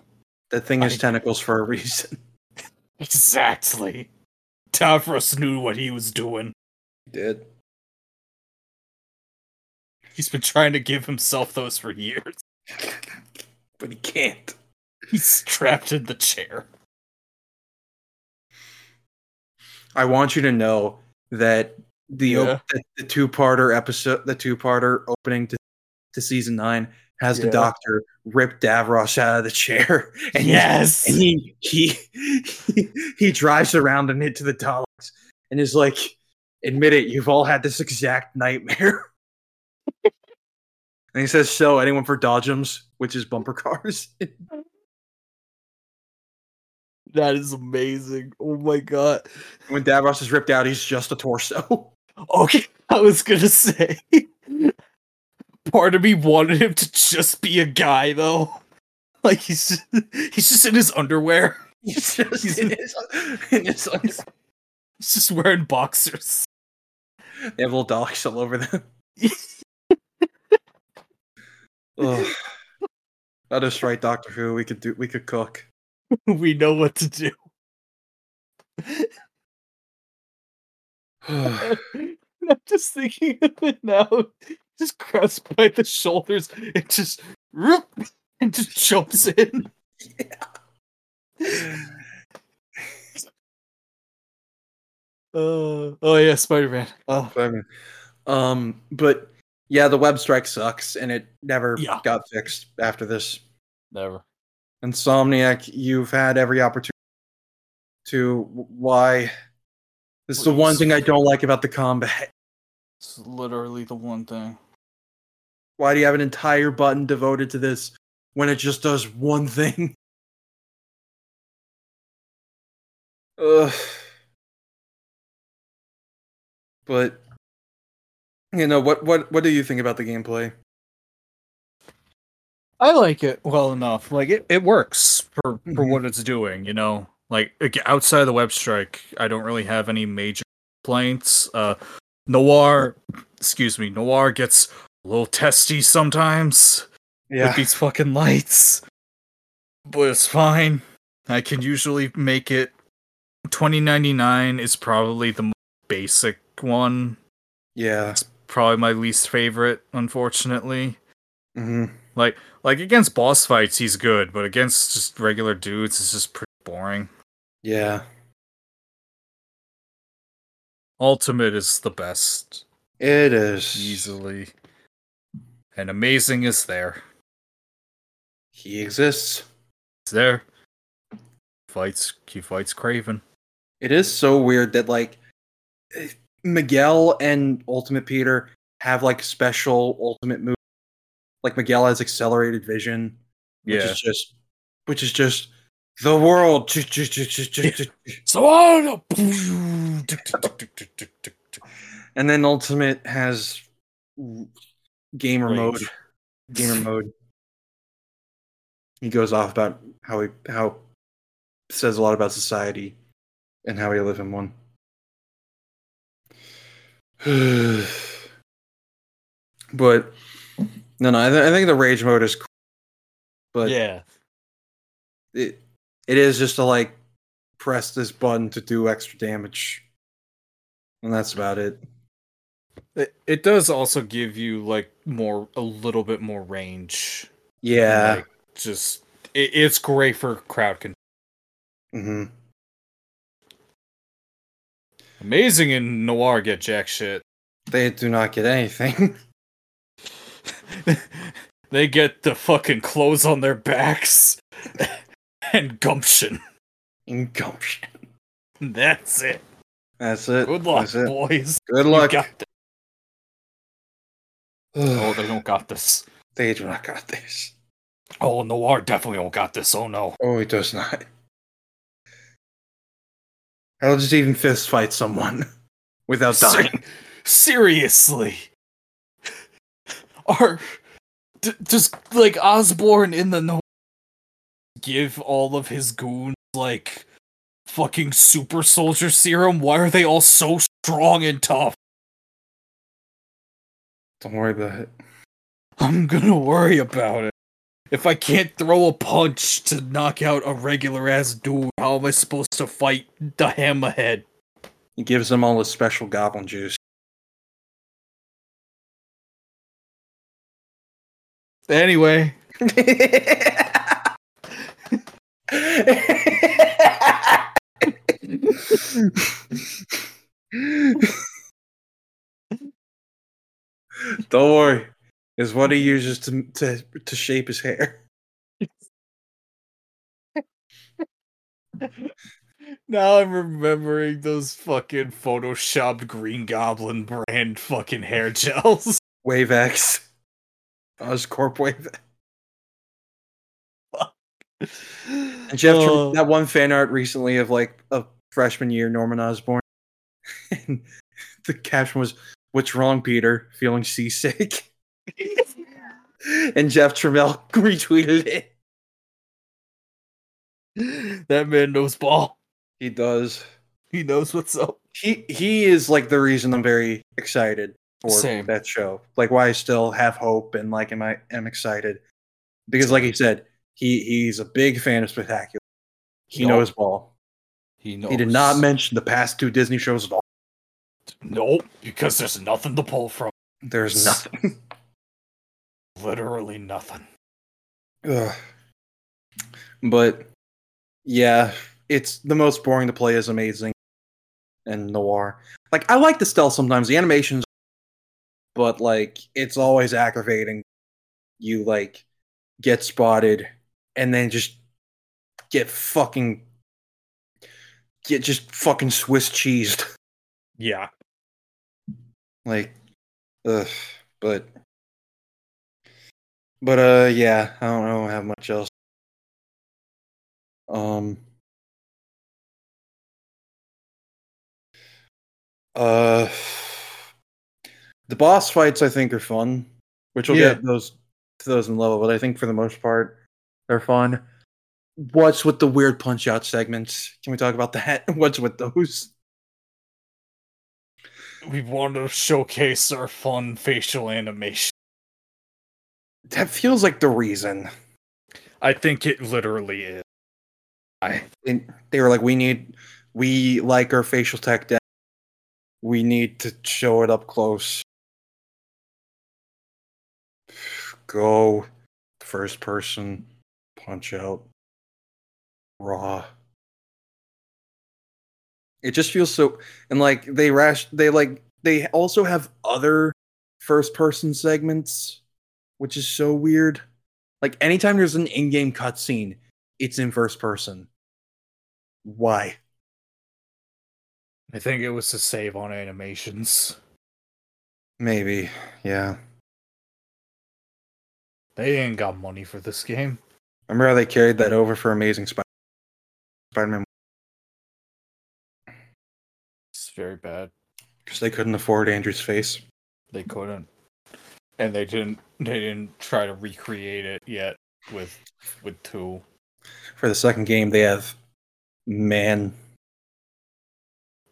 That thing has I- tentacles for a reason. Exactly. Tavros knew what he was doing. It did. He's been trying to give himself those for years. But he can't. He's trapped in the chair. I want you to know that the op- Yeah. that the two parter episode, the two parter opening to, to season nine has the Yeah. doctor rip Davros out of the chair, and he- yes. and he, he he he drives around and into the Daleks, and is like, "Admit it, you've all had this exact nightmare." and he says, "So, anyone for Dodgems, which is bumper cars?" that is amazing. Oh my god. when Davros is ripped out, he's just a torso. Okay, I was gonna say. Part of me wanted him to just be a guy though. Like he's just, he's just in his underwear. He's just He's- in his, in his under- He's just wearing boxers. They have little dogs all over them. Ugh. That is right, Doctor Who. We could do. We could cook. we know what to do. oh, I'm just thinking of it now. Just grabs by the shoulders and just whoop, and just jumps in. Uh, oh yeah, Spider Man. Oh um, but yeah, the web strike sucks, and it never Yeah. got fixed after this. Never. Insomniac, you've had every opportunity to. Why? This is the one Please. thing I don't like about the combat. It's literally the one thing. Why do you have an entire button devoted to this when it just does one thing? Ugh. But you know what? What what do you think about the gameplay? I like it well enough. Like it, it works for for Mhm. what it's doing. You know, like ag- outside of the web strike, I don't really have any major complaints. Uh, Noir, excuse me, Noir gets a little testy sometimes with these fucking lights, but it's fine. I can usually make it. Twenty ninety nine is probably the most basic one. yeah. Probably my least favorite, unfortunately. hmm Like like against boss fights, he's good, but against just regular dudes, it's just pretty boring. Yeah. Ultimate is the best It is. easily, and amazing is there. He exists. It's there. Fights he fights Craven. It is so weird that like Miguel and Ultimate Peter have like special ultimate moves. Like Miguel has accelerated vision, which Yeah. is just which is just the world. Ch- ch- ch- ch- ch- ch- So gamer And then Ultimate has w- gamer mode. Gamer mode. He goes off about how he how says a lot about society and how we live in one. but no, no, I, th- I think the rage mode is cool, but Yeah. it it is just to like press this button to do extra damage, and that's about it. It, it does also give you like more a little bit more range. Yeah. Like, just it, it's great for crowd control. hmm Amazing and Noir get jack shit. They do not get anything. they get the fucking clothes on their backs and gumption. Gumption. That's it. That's it. Good luck, That's it. boys. Good You luck. got this. Oh, they don't got this. they do not got this. Oh, Noir definitely don't got this. Oh no. Oh, it does not. I'll just even fist fight someone without dying. Ser- seriously. Are d- does like Osborne in the no give all of his goons like fucking super soldier serum? Why are they all so strong and tough? Don't worry about it. I'm gonna worry about it. If I can't throw a punch to knock out a regular ass dude, how am I supposed to fight the hammerhead? He gives them all his special goblin juice. Anyway, Don't worry. It's what he uses to to to shape his hair. Now I'm remembering those fucking photoshopped Green Goblin brand fucking hair gels. Wavex. Oscorp Wave. And Jeff, Uh, that one fan art recently of like of freshman year Norman Osborn, and the caption was, "What's wrong, Peter? Feeling seasick?" and Jeff Trammell retweeted it. that man knows ball. He does. He knows what's up. He he is like the reason I'm very excited for Same. that show. Like why I still have hope and like am I am excited because like he said, he he's a big fan of Spectacular. He Yup. knows ball. He knows. He did not mention the past two Disney shows at all. Nope, because there's nothing to pull from. There's nothing. Literally nothing. Ugh. But yeah, it's the most boring to play is amazing and noir. Like I like the stealth sometimes. The animations but like it's always aggravating. You like get spotted and then just get fucking get just fucking Swiss cheesed. Yeah. Like, ugh, but but uh, yeah, I don't, I don't have much else. Um. Uh, the boss fights I think are fun, which will Yeah. get those to those in level. But I think for the most part, they're fun. What's with the weird punch out segments? Can we talk about that? What's with those? We wanted to showcase our fun facial animation. That feels like the reason. I think it literally is. I and they were like, "We need, we like our facial tech down. We need to show it up close. Go, first person, punch out, raw." It just feels so, and like they rash, they like they also have other first person segments, which is so weird. Like anytime there's an in-game cutscene, it's in first person why I think it was to save on animations. maybe yeah They ain't got money for this game. remember how they carried that over for amazing Spider- spider-man It's very bad. because they couldn't afford andrew's face They couldn't. And they didn't they didn't try to recreate it yet with with two. for the second game they have man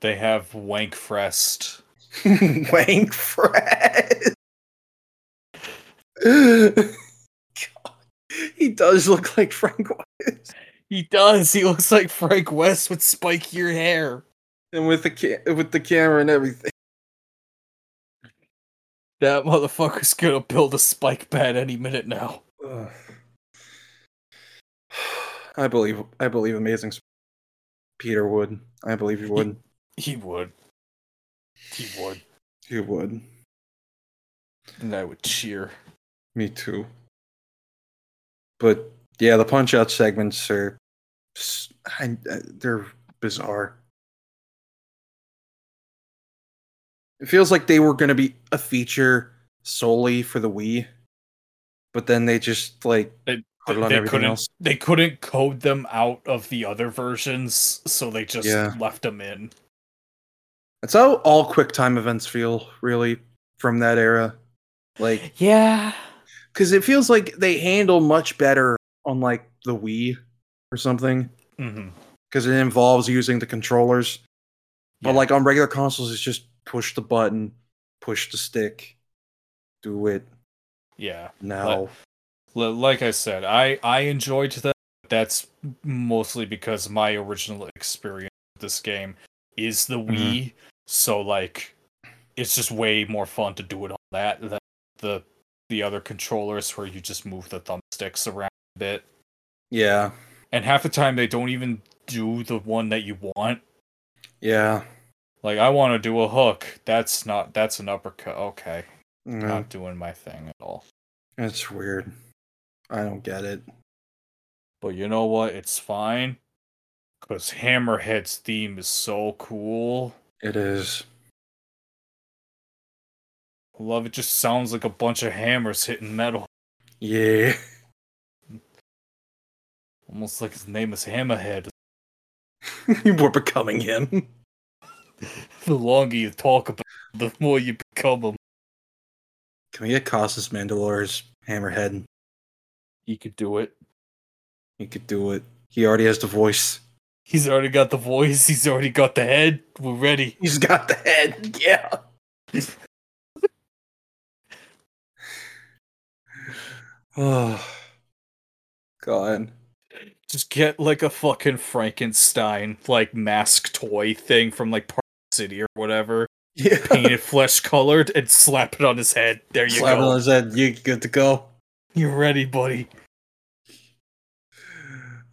They have Wankfrest. wank fred God. he does look like frank West. He does. He looks like Frank West with spikier hair. and with the ca- with the camera and everything That motherfucker's gonna build a spike pad any minute now. Ugh. i believe i believe amazing Sp- peter would i believe he would He would. He would. he would And I would cheer. Me too. But yeah, the punch out segments are s- I- I- they're bizarre. It feels like they were going to be a feature solely for the Wii, but then they just like They- put it on they everything couldn't else. they couldn't code them out of the other versions, so they just Yeah. left them in. That's how all QuickTime events feel, really, from that era. Like Yeah. because it feels like they handle much better on like the Wii or something Mm-hmm. because it involves using the controllers. But Yeah. like on regular consoles, it's just push the button, push the stick, do it Yeah. now. Li- Like I said, I I enjoyed that. That's mostly because my original experience with this game is the Mhm. Wii, so like it's just way more fun to do it on that than the the other controllers where you just move the thumbsticks around a bit. yeah, And half the time they don't even do the one that you want. yeah. Like I want to do a hook. That's not that's an uppercut. Okay. No, Not doing my thing at all. Mm, it's weird. I don't get it. But you know what? It's fine. Because Hammerhead's theme is so cool. It is. I love it. Just sounds like a bunch of hammers hitting metal. Yeah. Almost like his name is Hammerhead. We're becoming him. The longer you talk about it, the more you become him. Can we get Costas Mandalore's hammerhead? He could do it. He could do it. He already has the voice. He's already got the voice. He's already got the head. We're ready. He's got the head. Yeah. oh, God. Just get like a fucking Frankenstein like mask toy thing from like Park City or whatever. Yeah. Paint it flesh colored and slap it on his head. There you Slap it go. on his head. You good to go. You're ready, buddy.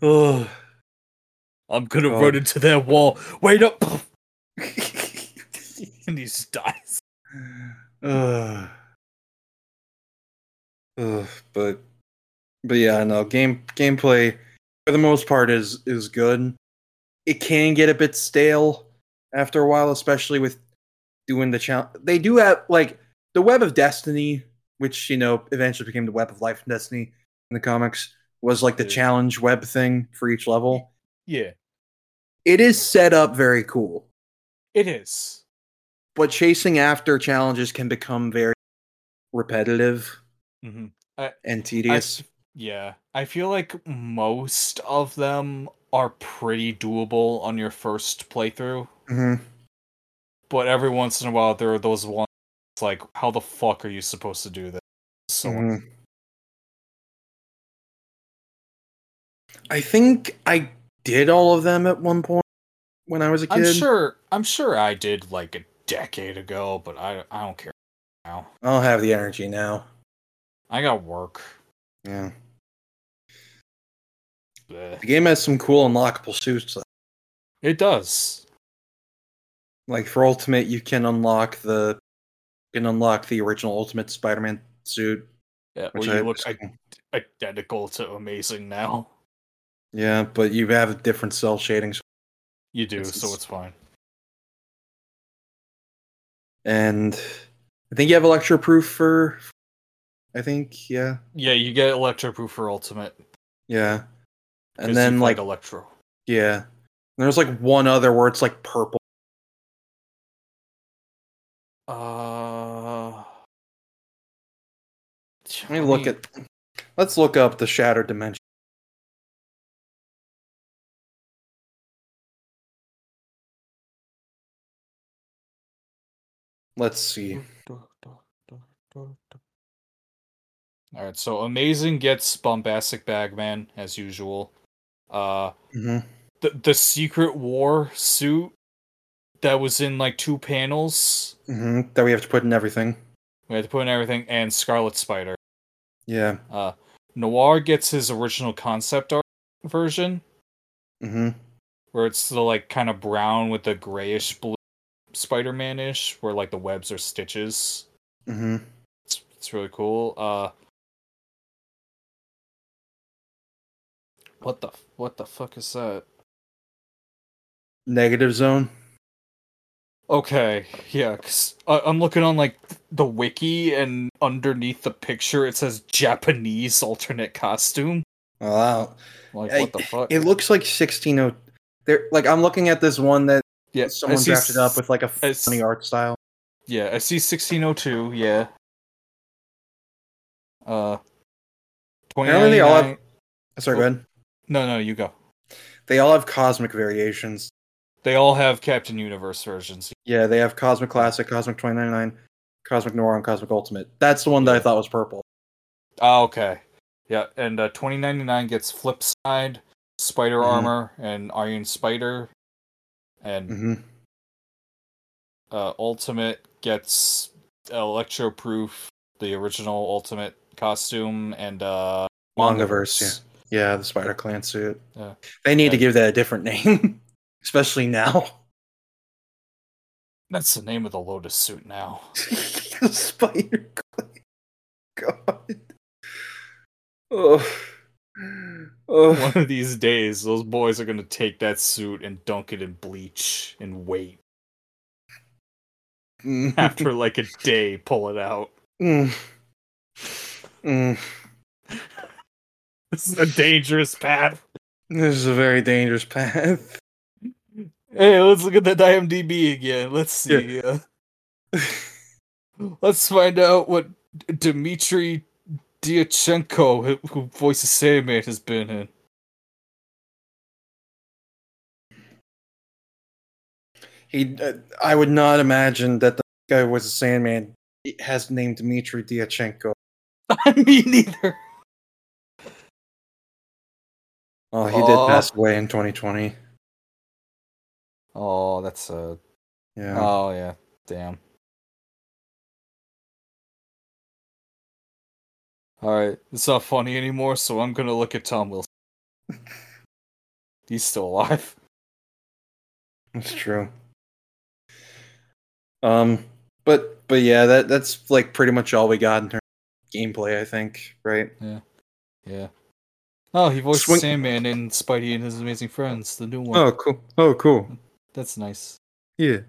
Oh. I'm gonna Oh. run into their wall. Wait up! and he just dies. Ugh. Ugh, but but yeah, no game gameplay for the most part is is good. It can get a bit stale after a while, especially with doing the challenge. They do have like the Web of Destiny, which you know eventually became the Web of Life and Destiny in the comics, was like the Yeah. challenge web thing for each level. Yeah, It is set up very cool, it is. but chasing after challenges can become very repetitive Mm-hmm. and tedious. Yeah, I feel like most of them are pretty doable on your first playthrough, Mhm. but every once in a while there are those ones like, how the fuck are you supposed to do this? So Mhm. I think I did all of them at one point when I was a I'm kid. sure I'm sure I did like a decade ago, but I I don't care now. I don't have the energy now. I got work. Yeah. The Bleh. game has some cool unlockable suits. It does. Like for Ultimate, you can unlock the you can unlock the original Ultimate Spider-Man suit, Yeah, which well, I you look i- identical to amazing now. yeah, but you have a different cell shading. You do, This so is- it's fine. And I think you have electro proof for. I think yeah, Yeah, you get electroproof for ultimate, yeah. 'cause you And then fight like electro. Yeah. And There's like one other where it's like purple. Uh, Let me look at. Let's look up the Shattered Dimension. Let's see. All right, so amazing gets bombastic bagman as usual. Uh, hmm the the secret war suit that was in like two panels. hmm That we have to put in everything. We had to put in everything, and Scarlet Spider. Yeah. Uh, Noir gets his original concept art version, hmm where it's the like kind of brown with the grayish blue Spider-Man ish, where like the webs are stitches. hmm It's it's really cool. Uh, what the what the fuck is that? Negative zone. Okay, yeah, cause I, I'm looking on like the wiki, and underneath the picture it says Japanese alternate costume. Wow. Like I- what the fuck? It looks like 160. There, like I'm looking at this one that yeah, I someone see drafted up with like a I s- funny art style. Yeah, I see 1602, yeah. Uh Apparently they all have- 2099 Sorry, go ahead. No, no, you go. They all have cosmic variations. They all have Captain Universe versions. Yeah, they have Cosmic Classic, Cosmic 2099, Cosmic Noir, and Cosmic Ultimate. That's the one that I thought was purple. Ah, okay. Yeah, and uh 2099 gets Flipside, Spider Mhm. Armor, and Iron Spider. And hmm Mm-hmm. uh Ultimate gets Electroproof, the original Ultimate costume, and uh Mangaverse, yeah. Yeah, the Spider Clan suit. Yeah. They need to And- give that a different name, especially now. That's the name of the Lotus suit now. Spider Clan. God. Oh. Oh. one of these days those boys are going to take that suit and dunk it in bleach and wait after like a day pull it out Mm. Mm. this is a dangerous path This is a very dangerous path. hey let's look at that imdb again let's see uh, let's find out what D- dmitry diachenko who- who voices sandman has been in He, uh, I would not imagine that the guy who was a Sandman. It has named Dmitry Diachenko. me neither Oh, he Aw. did pass away in 2020. oh that's uh Yeah. oh yeah damn all right it's not funny anymore so i'm gonna look at tom wilson he's still alive That's true. Um, But but yeah, that that's like pretty much all we got in terms of gameplay, I think, right? Yeah. Oh, he voiced Swing- Sandman in Spidey and His Amazing Friends, the new one. Oh cool. Oh cool. That's nice. Yeah.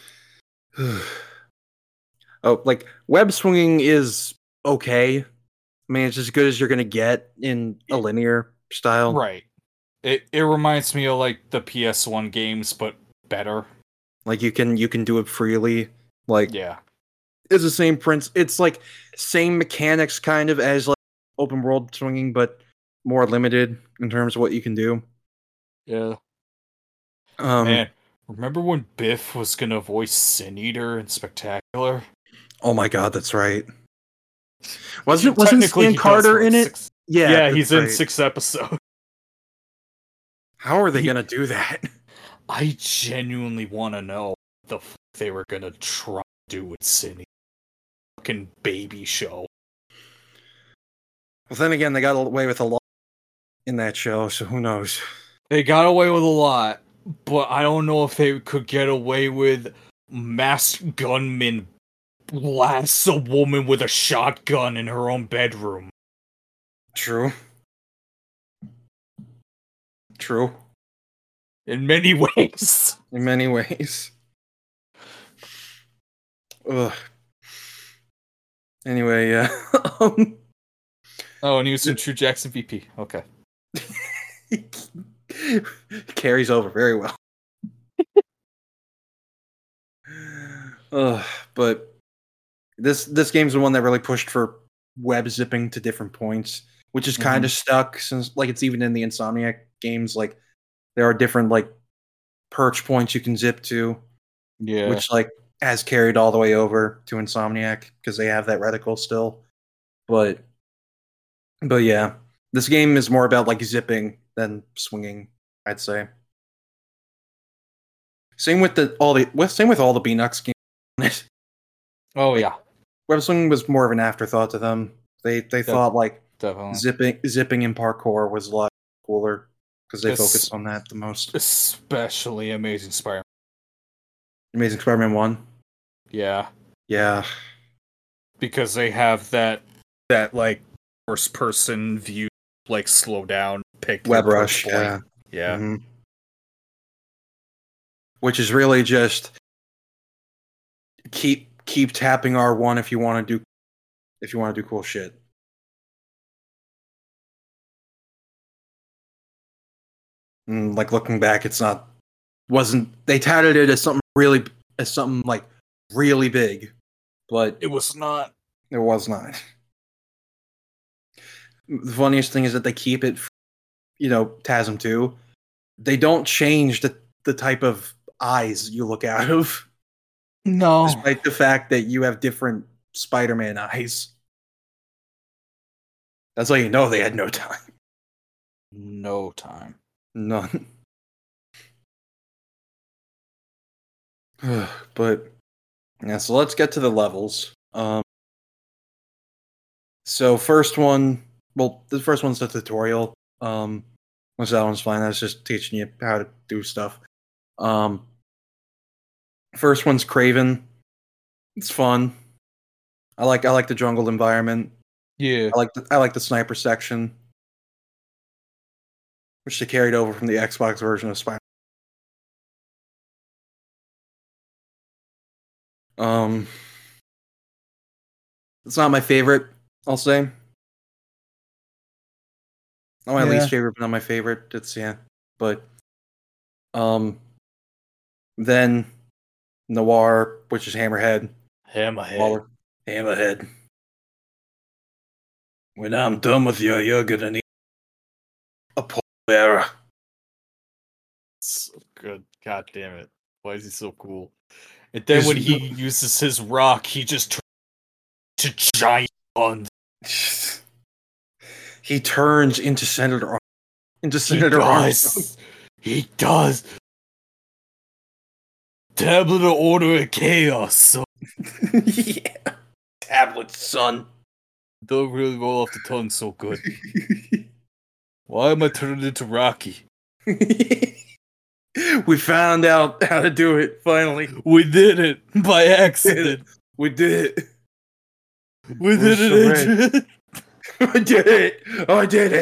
oh, like web swinging is okay. I mean, it's as good as you're gonna get in a linear style. Right. It it reminds me of like the PS1 games, but better. Like you can you can do it freely. Like Yeah. it's the same prince. It's like same mechanics kind of as like open world swinging, but more limited in terms of what you can do. Yeah. Um, Man, remember when Biff was gonna voice Sin Eater in Spectacular? Oh my god, that's right. Wasn't wasn't Technically, Stan he does Carter voice in it? six- Yeah, Yeah, that's he's in right. six episodes. How are they gonna do that? I genuinely want to know what the f- they were gonna try to do with Sin Eater. Fucking baby show. Well, then again, they got away with a lot in that show, so who knows? They got away with a lot, but I don't know if they could get away with masked gunman blasts a woman with a shotgun in her own bedroom. True. True. In many ways. In many ways. Ugh. Anyway, yeah. um, Oh, and he was in True Jackson VP. Okay. carries over very well. Ugh, but this this game's the one that really pushed for web zipping to different points, which is kind of stuck since like it's even in the Insomniac games. Like there are different like perch points you can zip to, Yeah. which like has carried all the way over to Insomniac because they have that reticle still. But but yeah, this game is more about like zipping than swinging, I'd say. Same with the all the well, same with all the Beanux games. oh yeah, Web swinging was more of an afterthought to them. They they thought like definitely. zipping zipping in parkour was a lot cooler because they Yes. focused on that the most. Especially Amazing Spider. Amazing Spider-Man One, Yeah, yeah, because they have that that like first person view, like slow down, pick your Web Rush, point. yeah. yeah. Mhm. Which is really just keep keep tapping R1 if you want to do if you want to do cool shit. And Mm, like looking back, it's not wasn't they touted it as something really as something like really big, but It was not. it was not. The funniest thing is that they keep it, f- you know, TASM 2. They don't change the, the type of eyes you look out of, No, despite the fact that you have different Spider Man eyes. That's how you know they had no time. no time. None. but yeah, so let's get to the levels. Um so first one well the first one's the tutorial. Um which that one's fine, that's just teaching you how to do stuff. Um first one's Craven. It's fun. I like I like the jungle environment. Yeah, I like the, I like the sniper section, which they carried over from the Xbox version of Spider. Um, it's not my favorite. I'll say. Not my Yeah. least favorite, but not my favorite. It's yeah, but um, then Noir, which is Hammerhead. hammerhead. Waller. Hammerhead. When I'm done with you, you're gonna need a pole bearer. So good. God damn it! Why is he so cool? And then He's- when he uses his rock, he just turns to giant guns. he turns into Senator Ar- into He Senator Armstrong. does. He does. Tablet of Order of Chaos. So yeah. Tablet son. don't really roll off the tongue so good. Why am I turning into Rocky? we found out how to do it finally. We did it by accident. We did it. We did We're it. Adrian. I did it. I did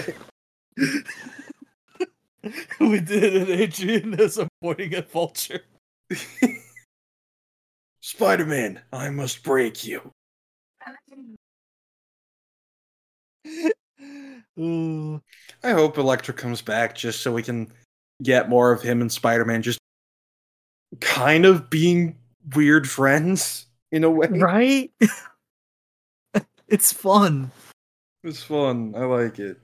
it. we did it, Adrian, as I'm pointing at Vulture. Spider Man, I must break you. Ooh. I hope Electra comes back just so we can get more of him and Spider Man just kind of being weird friends in a way. Right? it's fun. It's fun. I like it.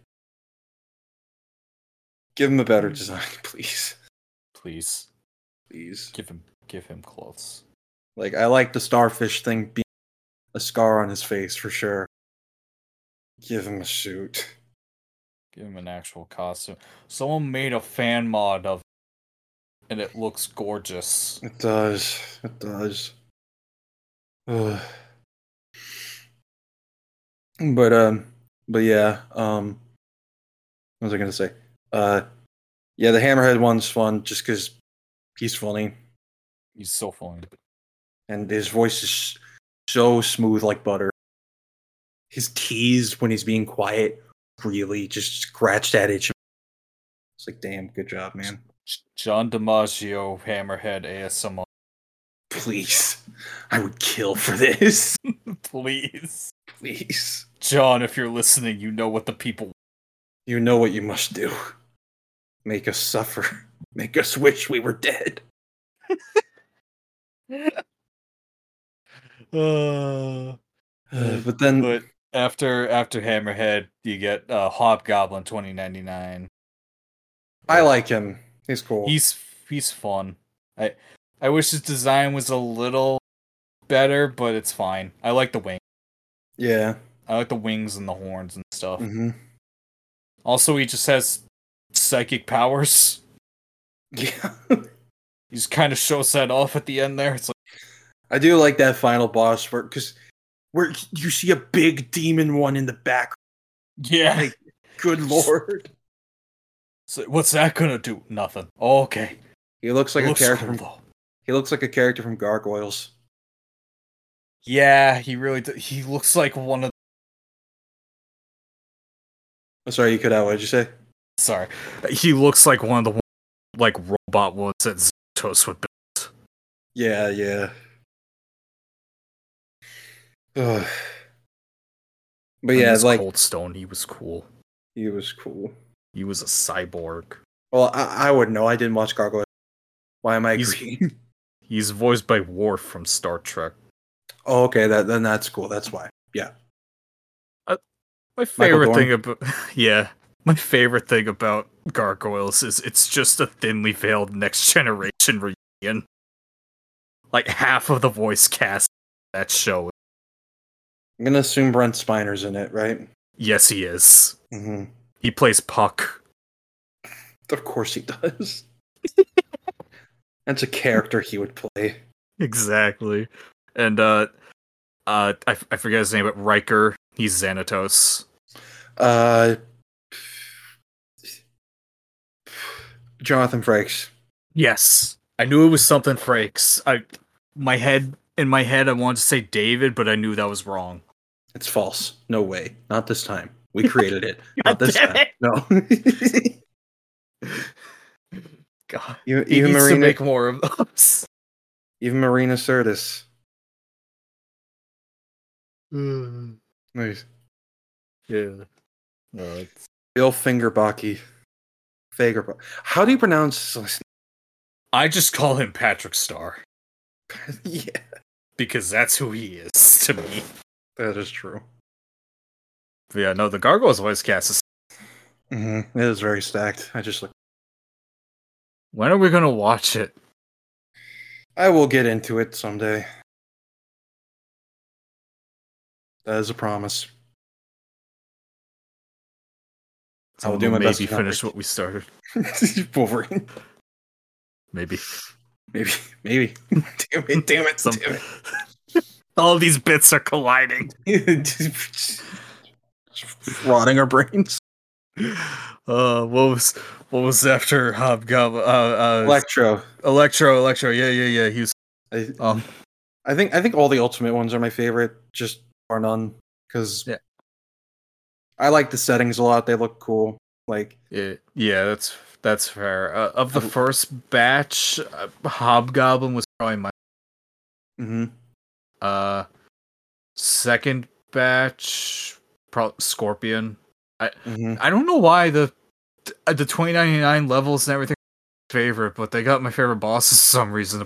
Give him a better design, please. Please Please. give him give him clothes. Like I like the starfish thing being a scar on his face for sure. Give him a suit. Give him an actual costume. Someone made a fan mod of it, and it looks gorgeous. It does. It does. Ugh. But um but yeah, um what was I gonna say? Uh yeah, the hammerhead one's fun just cause he's funny He's so funny. and his voice is so smooth like butter. His keys when he's being quiet really just scratched that itch. It's like damn, good job, man. J- John DiMaggio, Hammerhead ASMR. Please. I would kill for this. Please. Please. John, if you're listening, you know what the people You know what you must do. Make us suffer. Make us wish we were dead. uh, Uh, but then, But after after Hammerhead, you get uh, Hobgoblin 2099. I like him. He's cool. He's he's fun. I I wish his design was a little better, but it's fine. I like the wing. yeah. I like the wings and the horns and stuff. hmm Also, he just has psychic powers. Yeah. He just kind of shows that off at the end there. It's like I do like that final boss for because where you see a big demon one in the back. yeah, Like- Good lord. So what's that gonna do? Nothing. okay, He looks like Looks a character. cool, From, though. he looks like a character from Gargoyles. Yeah, he really do- he looks like one of. I'm Oh, sorry, you cut out. What did you say? Sorry, He looks like one of the like robot ones that Zatos would build. Yeah, yeah. Ugh. But yeah, like Cold Stone, he was cool. he was cool. He was a cyborg. Well, I, I wouldn't know. I didn't watch Gargoyles. Why am I He's- agreeing? He's voiced by Worf from Star Trek. Oh, okay. That then that's cool. That's why. Yeah. My favorite thing about yeah, my favorite thing about Gargoyles is it's just a thinly veiled next generation reunion. Like half of the voice cast in that show. I'm gonna assume Brent Spiner's in it, right? Yes, he is. Mm-hmm. He plays Puck. Of course he does. that's a character he would play. Exactly. And uh uh I, f- I forget his name, but Riker, he's Xanatos. Uh, Jonathan Frakes. Yes. I knew it was something Frakes. I my head in my head I wanted to say David, but I knew that was wrong. It's false. No way. Not this time. We created it. Not God this damn time. No. God. you, He even needs Marina. to make more of those. even Marina Sirtis. Hmm. Nice. Yeah. Bill Fingerbaki. Fagerba. How do you pronounce his last I just call him Patrick Star name? yeah, because that's who he is to me. that is true. But yeah, no, the Gargoyles voice cast is. Mhm. It is very stacked. I just look. When are we gonna watch it? I will get into it someday. That is a promise. I will Someone do my maybe best to not finish break- what we started. Wolverine. Maybe Maybe. Maybe. damn it! Damn it! Some- Damn all these bits are colliding. it! Just rotting our brains. Uh, what was what was after Hobgoblin? Uh, uh, Electro. Electro, Electro. Yeah, yeah, yeah. He was. I, Um, I think I think all the Ultimate ones are my favorite, just bar none, because Yeah. I like the settings a lot. They look cool. Like yeah, yeah. That's that's fair. Uh, of the first batch, uh, Hobgoblin was probably my hmm uh second batch. Pro- Scorpion. hmm I don't know why the uh, the 2099 levels and everything are my favorite, but they got my favorite bosses for some reason.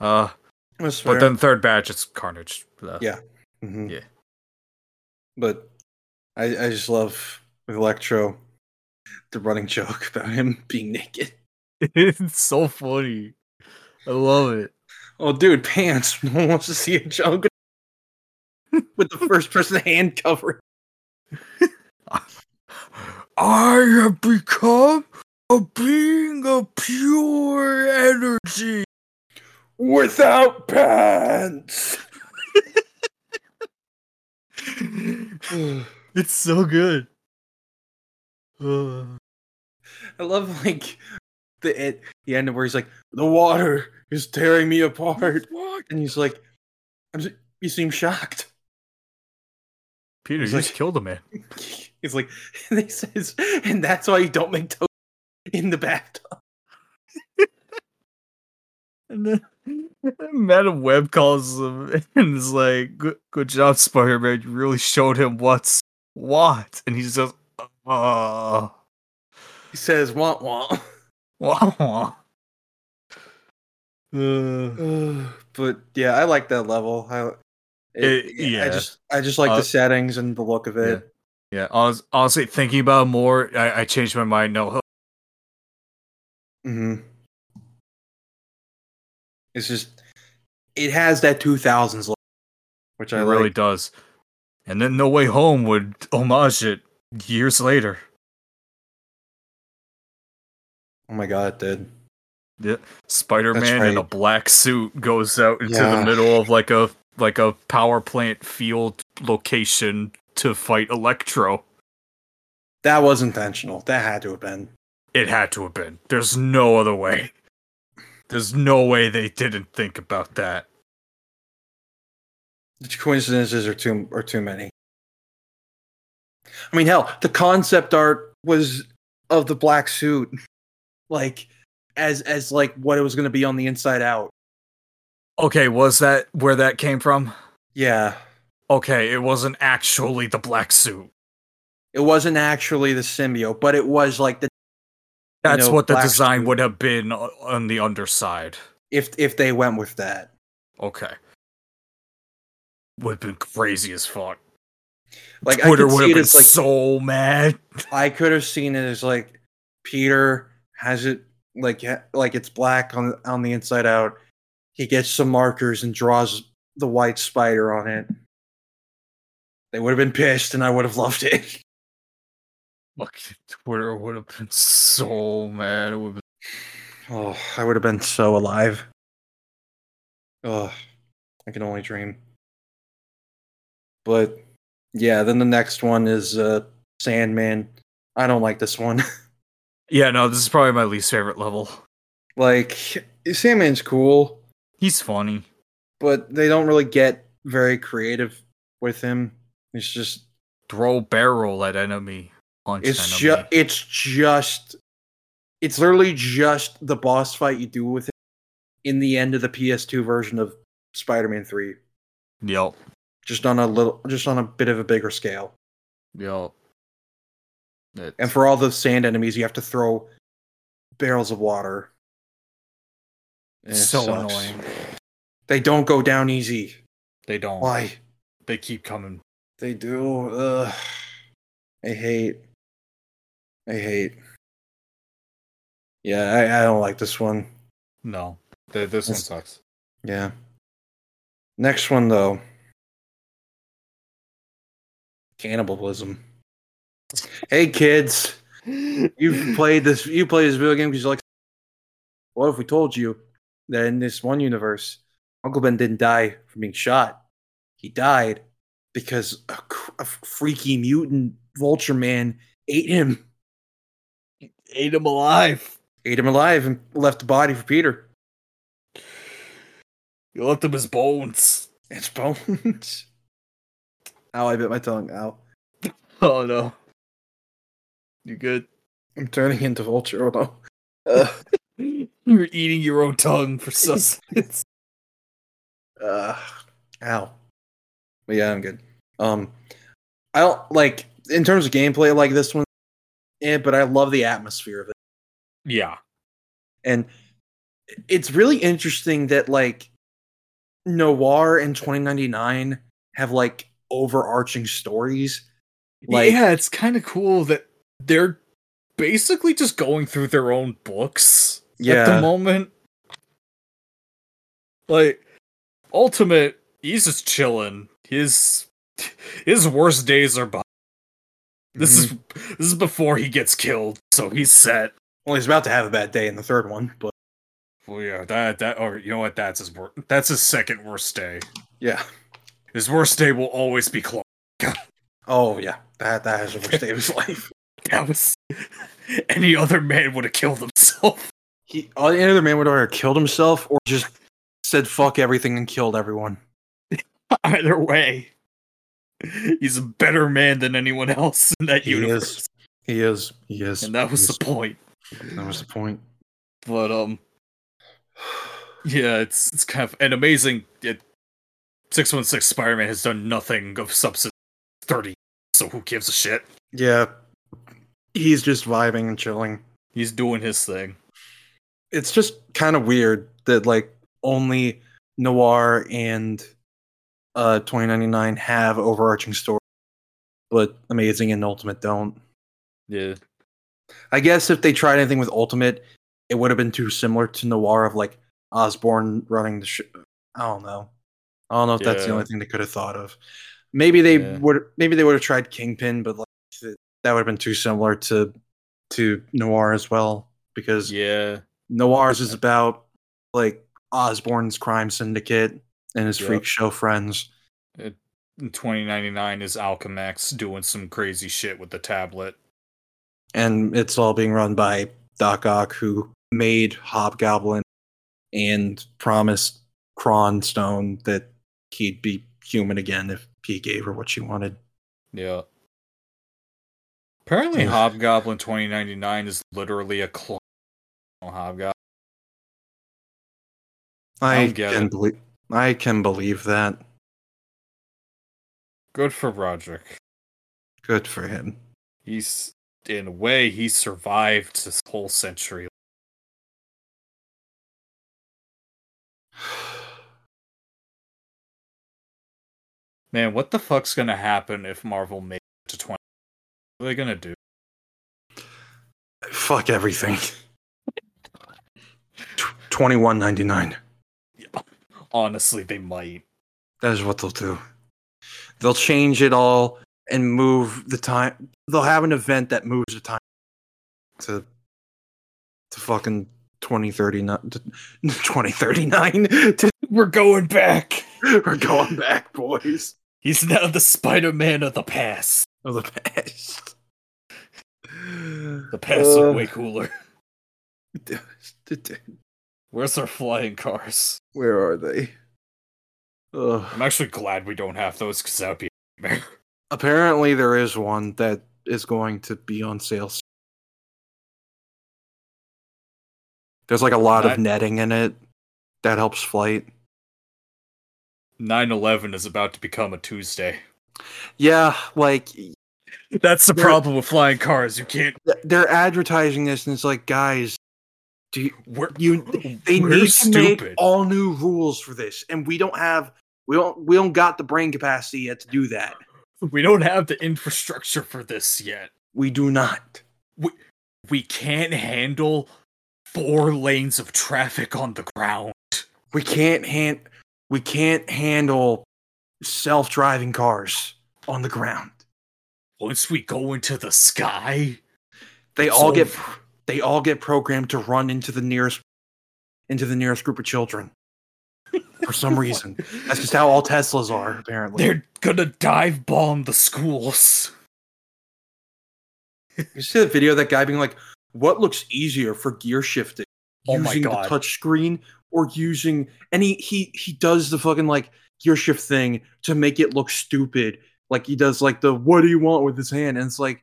Uh, That's but then third batch it's Carnage. Uh, Yeah. hmm Yeah. But I I just love with Electro the running joke about him being naked. it's so funny. I love it. Oh, dude, pants. No one wants to see a junk with the first person hand covering. I have become a being of pure energy. Without pants. it's so good. Uh, I love like the it, the end where he's like, "The water is tearing me apart," and he's like, "I'm." s- You seem shocked. Peter, It's you like- just killed a man. He's like, and he says, and that's why you don't make toast in the bathtub. And then Madam Web calls him and is like, "Good, good job, Spider Man. You really showed him what's what." And he just goes, "Oh, He says, "Want want," wah, wah." Uh, but yeah, I like that level. I, It- I Eh, yeah. just, I just like Uh, the settings and the look of it. yeah. hon- Honestly, thinking about it more, I, I changed my mind. No, hmm It's just, it has that two thousands look, which it I really really. does. And then No Way Home would homage it years later. Oh my god, it did. Spider Man in a right. black suit goes out into Yeah. the middle of like a like a power plant field location to fight Electro. That was intentional. That had to have been. It had to have been. There's no other way. There's no way they didn't think about that. The coincidences are too are too many. I mean, hell, the concept art was of the black suit, like as as like what it was going to be on the inside out. Okay, was that where that came from? Yeah, Okay, it wasn't actually the black suit. it wasn't actually the symbiote, but it was like the That's know, what the black design suit. would have been o- on the underside. if if they went with that. Okay. Would have been crazy as fuck. Like Twitter I could would see have it been as like so mad. I could have seen it as like Peter has it like ha- like it's black on on the inside out. He gets some markers and draws the white spider on it. They would have been pissed, and I would have loved it. Fucking Twitter would have been so mad. It would have Oh, I would have been so alive. Oh, I can only dream. But yeah, then the next one is uh, Sandman. I don't like this one. been- Yeah, no, this is probably my least favorite level. like Sandman's cool. He's funny. but they don't really get very creative with him. It's just Throw barrel at enemy. Punch it's enemy. just it's just it's literally just the boss fight you do with him in the end of the PS2 version of Spider-Man 3, Yep. just on a little just on a bit of a bigger scale. Yep. It's- And for all the sand enemies, you have to throw barrels of water. And it so sucks. annoying. They don't go down easy. They don't. Why? They keep coming. They do. Ugh. I hate. I hate. Yeah, I, I don't like this one. No. Th- this one It's- sucks. Yeah. Next one though. Cannibalism. Hey kids, you've played this. You played this video game because you like. What if we told you that in this one universe, Uncle Ben didn't die from being shot? He died because a, cr- a freaky mutant vulture man ate him, Ate him alive. ate him alive, and left the body for Peter. You left him his bones. It's bones. Ow! I bit my tongue. Ow! Oh no. You good? I'm turning into vulture. Oh no. Uh, You're eating your own tongue for sustenance. Uh, ow. But yeah, I'm good. Um, I don't like in terms of gameplay like this one, eh, but I love the atmosphere of it, Yeah. and it's really interesting that like Noir and 2099 have like overarching stories. Like, yeah, it's kind of cool that they're basically just going through their own books at the yeah, moment. Like Ultimate, he's just chilling. His his worst days are behind. This Mhm. Mm-hmm. is this is before he gets killed, so he's set. well, he's about to have a bad day in the third one, but Well, yeah, that that or you know what? That's his worst. That's his second worst day. yeah. His worst day will always be close. Oh yeah, that that is the worst day of his life. That was any other man would have killed himself. He, uh, any other man would have either killed himself or just said fuck everything and killed everyone. Either way, he's a better man than anyone else in that He is. universe, He is. He is. and that was Yes. the point. That was the point. But um, yeah, it's it's kind of an amazing. Six one six Spider Man has done nothing of substance in thirty. So who gives a shit? yeah. He's just vibing and chilling. He's doing his thing. It's just kind of weird that like only Noir and uh 2099 have overarching story, but Amazing and Ultimate don't. Yeah. I guess if they tried anything with Ultimate, it would have been too similar to Noir of like Osborne running the sh I don't know. I don't know if that's the Yeah. only thing they could have thought of. Maybe they Yeah. would. Maybe they would have tried Kingpin, but like th- that would have been too similar to to Noir as well because Yeah. Noir's is about like Osborne's crime syndicate and his Yep. freak show friends. Twenty ninety nine is Alchemax doing some crazy shit with the tablet. and it's all being run by Doc Ock, who made Hobgoblin and promised Cronstone that he'd be human again if he gave her what she wanted. Yeah. Apparently, Ugh. Hobgoblin 2099 is literally a clone of Hobgoblin. I I don't get can it. believe. I can believe that. Good for Roderick. Good for him. He's, in a way, he survived this whole century. Man, what the fuck's gonna happen if Marvel made it to 20? What are they gonna do? Fuck everything. Twenty one ninety nine. Honestly, they might. That is what they'll do. They'll change it all and move the time. They'll have an event that moves the time to to fucking 2039 to 2039 to, We're going back! we're going back boys He's now the Spider Man of the past. of the past The past Uh. look way cooler. Where's our flying cars? where are they I'm Ugh. actually glad we don't have those because that would be a nightmare. apparently there is one that is going to be on sale soon. there's like a lot of That- netting in it that helps flight 9 11 is about to become a Tuesday. Yeah, like th- That's the They're- problem with flying cars. You can't. they're advertising this, and it's like, guys, do you, We're, you they need to make all new rules for this, and we don't have we don't we don't got the brain capacity yet to do that. we don't have the infrastructure for this yet. We do not. We can't handle four lanes of traffic on the ground. We can't hand we can't handle self driving cars on the ground. Once we go into the sky, They all So- get pr- they all get programmed to run into the nearest into the nearest group of children for some reason. That's just how all Teslas are apparently. they're gonna dive bomb the schools. You see the video of that guy being like, "What looks easier for gear shifting? Oh my using God. the touch screen or using?" And he he he does the fucking like gear shift thing to make it look stupid. Like he does like the "What do you want?" with his hand, and it's like,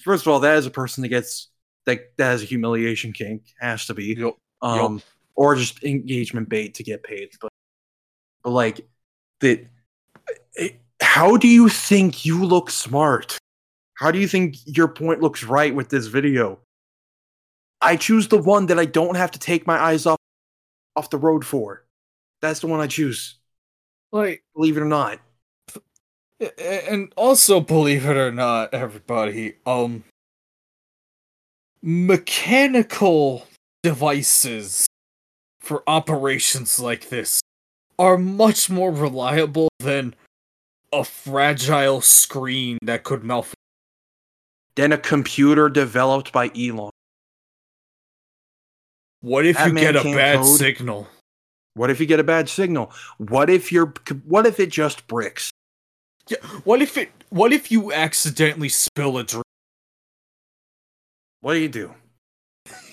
first of all, that is a person that gets that that has a humiliation kink has to be Yup. um, or just engagement bait to get paid. But, but like that, it, how do you think you look smart? How do you think your point looks right with this video? I choose the one that I don't have to take my eyes off off the road for. That's the one I choose. Like, Believe it or not. a- a- and also, believe it or not, everybody, um, mechanical devices for operations like this are much more reliable than a fragile screen that could malfunction. Then a computer developed by Elon. What if That you man get a can't bad code. signal? What if you get a bad signal? What if your what if it just bricks? Yeah, what if it? What if you accidentally spill a drink? What do you do?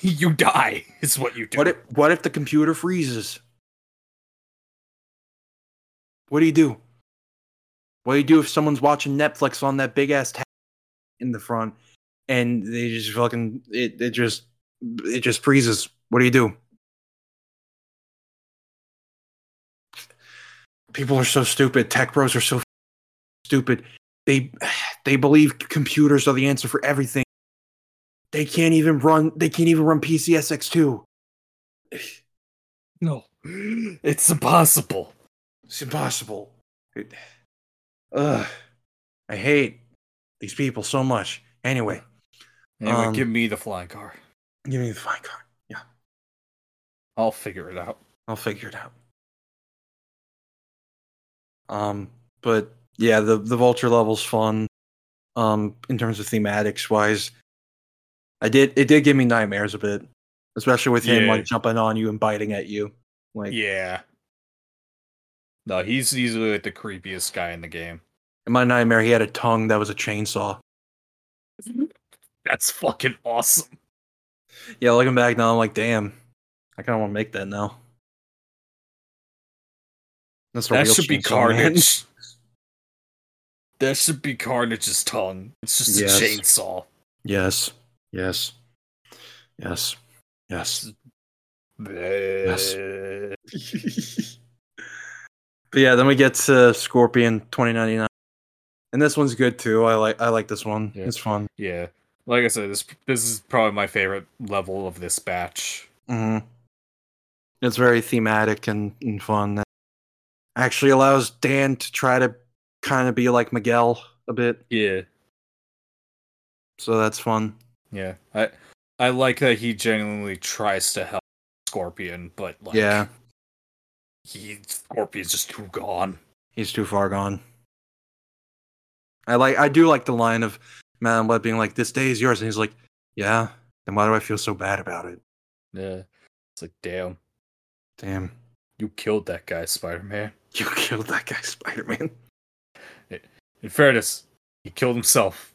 You die. Is what you do. What if what if the computer freezes? What do you do? What do you do if someone's watching Netflix on that big ass tab in the front and they just fucking it, it just it just freezes? What do you do? People are so stupid. Tech bros are so stupid. They they believe computers are the answer for everything. They can't even run they can't even run PCSX2. no, it's impossible. It's impossible. It- Ugh. I hate these people so much. Anyway, Anyway, Um, give me the flying car. give me the fine card. I'll figure it out. I'll figure it out. Um, but yeah, the the vulture level's fun. Um, in terms of thematics wise, I did it did give me nightmares a bit, especially with him Yeah. like jumping on you and biting at you. Like, Yeah. No, he's easily like the creepiest guy in the game. in my nightmare, he had a tongue that was a chainsaw. That's fucking awesome. Yeah, looking back now, I'm like, damn, I kind of want to make that now. That's a That real should be chainsaw, man. Carnage. That should be Carnage's tongue. It's just Yes. a chainsaw. Yes, yes, yes, yes. But yeah, then we get to Scorpion 2099, and this one's good too. I like, I like this one. Yeah. It's fun. Yeah. Like I said, this this is probably my favorite level of this batch. hmm It's very thematic and, and fun. That actually allows Dan to try to kind of be like Miguel a bit, Yeah. so that's fun. Yeah. I I like that he genuinely tries to help Scorpion, but like yeah, he Scorpion's just too gone. He's too far gone. I like I do like the line of Madame Web being like, This day is yours and he's like, Yeah, then why do I feel so bad about it? Yeah. It's like damn, Damn. you killed that guy, Spider Man. You killed that guy, Spider Man. In fairness, he killed himself.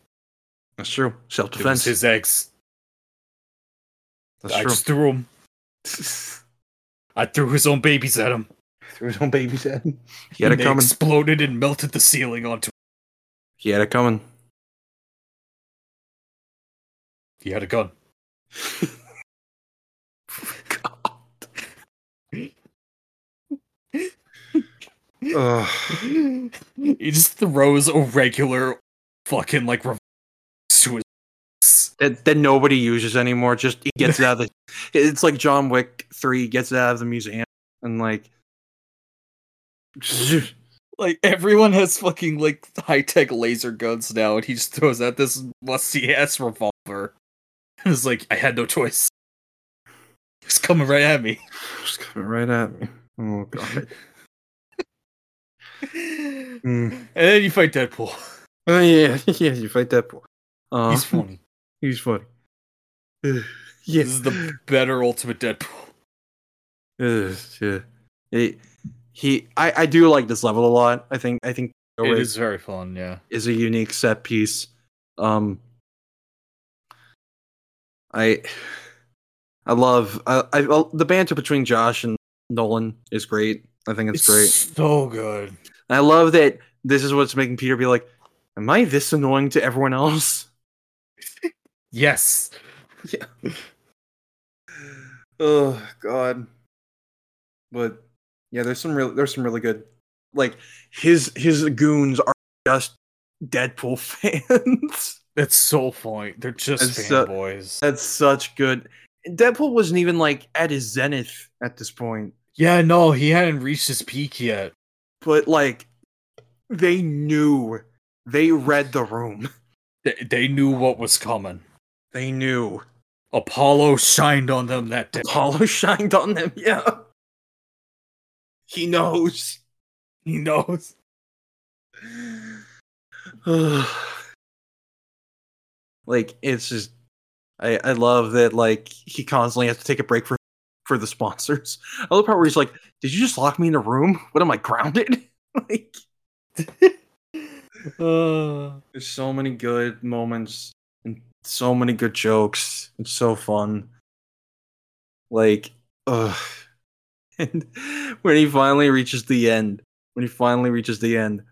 That's true. Self It was defense. his eggs. That's I true. just threw him. I threw his own babies at him. Threw his own baby's head. He had and it they coming. exploded and melted the ceiling onto he had it coming. He had a gun. Ugh. he just throws a regular fucking like revolver to his That, that nobody uses anymore. Just he gets it out of the. It's like John Wick three he gets it out of the museum and like. like everyone has fucking like high tech laser guns now, and he just throws out this musty ass revolver. And it's like I had no choice. He's coming right at me. Just coming right at me. Oh god. and Mm. then you fight Deadpool. Oh yeah, yeah, you fight that boy. Uh, He's funny. He's funny. This is the better Ultimate Deadpool. Ugh, yeah. He, he I, I do like this level a lot. I think I think It is very fun, yeah. is a unique set piece. Um I I love I, I well, the banter between Josh and Nolan is great. I think it's, great. so good. And I love that this is what's making Peter be like, "Am I this annoying to everyone else?" Yes. Oh God. But yeah, there's some real there's some really good like his his goons are just Deadpool fans. It's so funny. They're just It's uh, so- fanboys. That's such good. Deadpool wasn't even like at his zenith at this point, yeah, no, he hadn't reached his peak yet. but like they knew they read the room. They, they knew what was coming. They knew. Apollo shined on them that day. Apollo shined on them. Yeah. He knows. He knows. like it's just I I love that like he constantly has to take a break for for the sponsors. I love the part where he's like, "Did you just lock me in a room? What am I grounded?" like Uh, There's so many good moments and so many good jokes. It's so fun. Like, ugh. And when he finally reaches the end, when he finally reaches the end,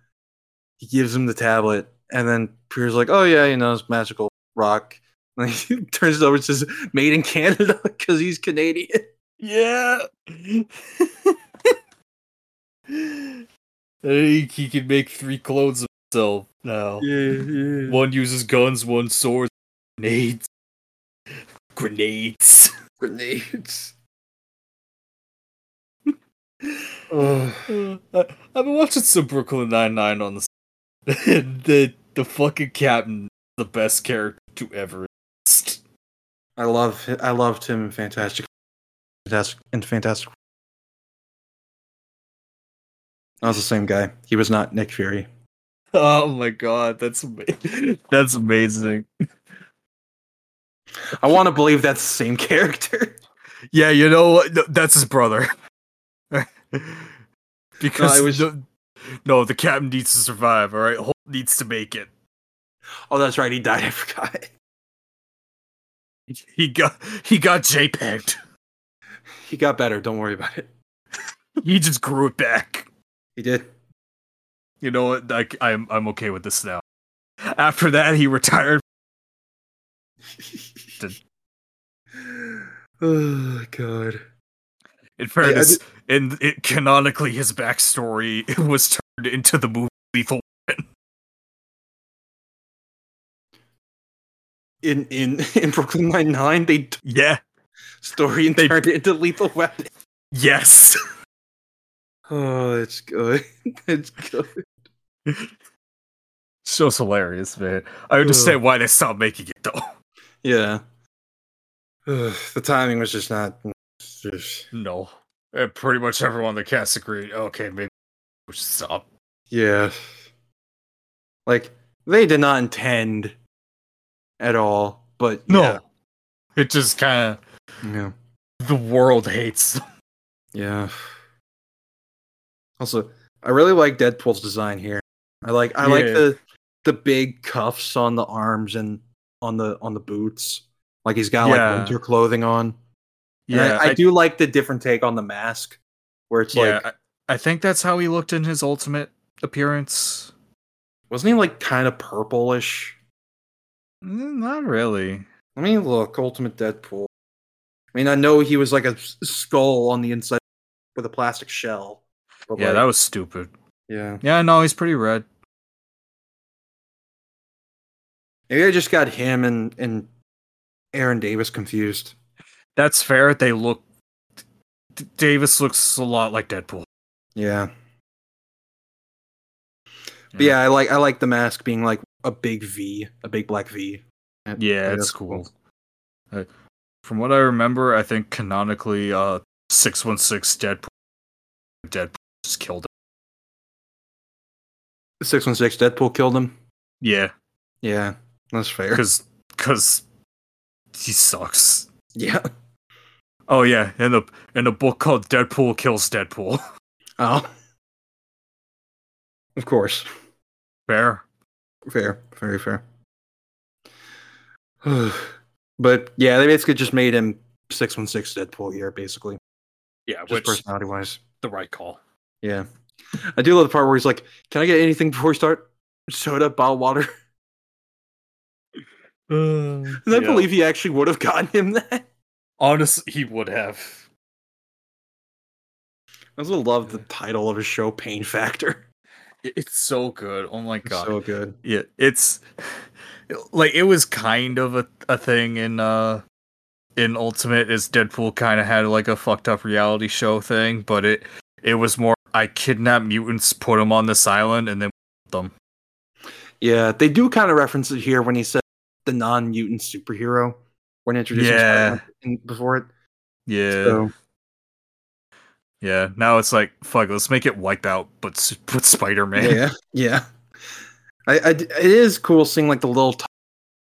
he gives him the tablet, and then Peter's like, "Oh yeah, you know, it's magical rock." And then he turns it over and says, "Made in Canada," because he's Canadian. yeah. Hey, he can make three clones of himself now. yeah. One uses guns, one swords, grenades. Grenades. Grenades. Ugh. Uh, I, I've been watching some Brooklyn Nine Nine on the. s- and the the fucking captain, the best character to ever exist. I love I loved him in Fantastic, Fantastic and Fantastic. That was the same guy. He was not Nick Fury. Oh my god, that's ama- that's amazing. I want to believe that's the same character. Yeah, you know what? No, that's his brother. because was- the- no, the captain needs to survive. All right, Holt needs to make it. Oh, that's right. He died. I forgot. He got he got JPEG'd. He got better. Don't worry about it. He just grew it back. He did. You know what? Like I'm I'm okay with this now. After that, he retired. oh God. I In fairness, and it canonically his backstory was turned into the movie Lethal. In in in Brooklyn Nine Nine, they took Yeah. the story and They- turned it into Lethal Weapon. Yes. Oh, that's good. that's good. so hilarious, man. I understand why they stopped making it though. Yeah. Ugh, the timing was just not. just- No. Uh, pretty much everyone on the cast agreed. Okay, maybe we should stop. Yeah. Like they did not intend at all, but No. It just kind yeah, of the world hates. them. yeah. yeah. Also, I really like Deadpool's design here. I like I like Yeah. the the big cuffs on the arms and on the on the boots. Like he's got Yeah. like winter clothing on. And I- I, I- do like the different take on the mask, where it's yeah, like I, I think that's how he looked in his ultimate appearance. wasn't he like kind of purplish? Mm, Not really. Let me look. Ultimate Deadpool. I mean, I know he was like a s- skull on the inside with a plastic shell. But Yeah, like, that was stupid. yeah. Yeah, no, he's pretty red. Maybe I just got him and and Aaron Davis confused. That's fair. They look. D- Davis looks a lot like Deadpool. Yeah. But Yeah. yeah, I like I like the mask being like a big V, a big black V. I- I Yeah, think that's that's cool. cool. Uh, from what I remember, I think canonically, uh, six one six Deadpool, Deadpool just killed him. Six one six Deadpool killed him. Yeah, Yeah, that's fair. because because he sucks. Yeah. Oh yeah, and a and a book called Deadpool Kills Deadpool. Oh. Of course. Fair. Fair. Very fair. But yeah, they basically just made him six one six Deadpool here, basically. Yeah, Just which personality wise. the right call. Yeah. I do love the part where he's like, Can I get anything before we start? Soda, bottled water. Uh, And I Yeah. believe he actually would have gotten him that. Honestly, he would have. I also love the title of his show, Pain Factor. It- It's so good. Oh my god. So good. yeah, it's like it was kind of a, a thing in uh in Ultimate is Deadpool kind of had like a fucked up reality show thing, but it it was more I kidnap mutants, put them on this island, and then them. Yeah, they do kind of reference it here when he said the non mutant superhero when introducing Yeah. Spider-Man in- before it. Yeah, So, yeah. Now it's like fuck. Let's make it Wipeout, but s- but Spider Man. yeah, yeah. I, I d- it is cool seeing like the little t-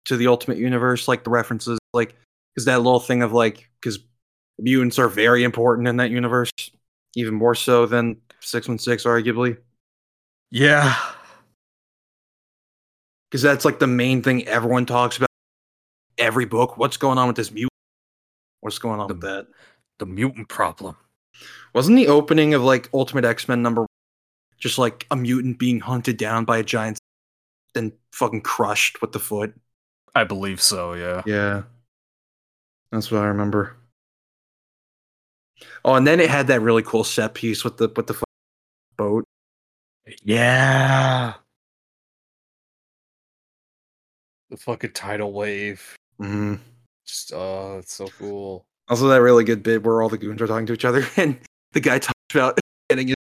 to the Ultimate Universe, like the references, like because that little thing of like because mutants are very important in that universe, even more so than six one six, arguably. yeah. because that's like the main thing everyone talks about. Every book, what's going on with this mutant? What's going on with The- that? The mutant problem. Wasn't the opening of like Ultimate X Men number one just like a mutant being hunted down by a giant, then fucking crushed with the foot? I believe so. Yeah. Yeah, that's what I remember. Oh, and then it had that really cool set piece with the with the fu- boat. Yeah. The fucking tidal wave. hmm Just uh, oh, it's so cool. Also, that really good bit where all the goons are talking to each other, and the guy talks about getting his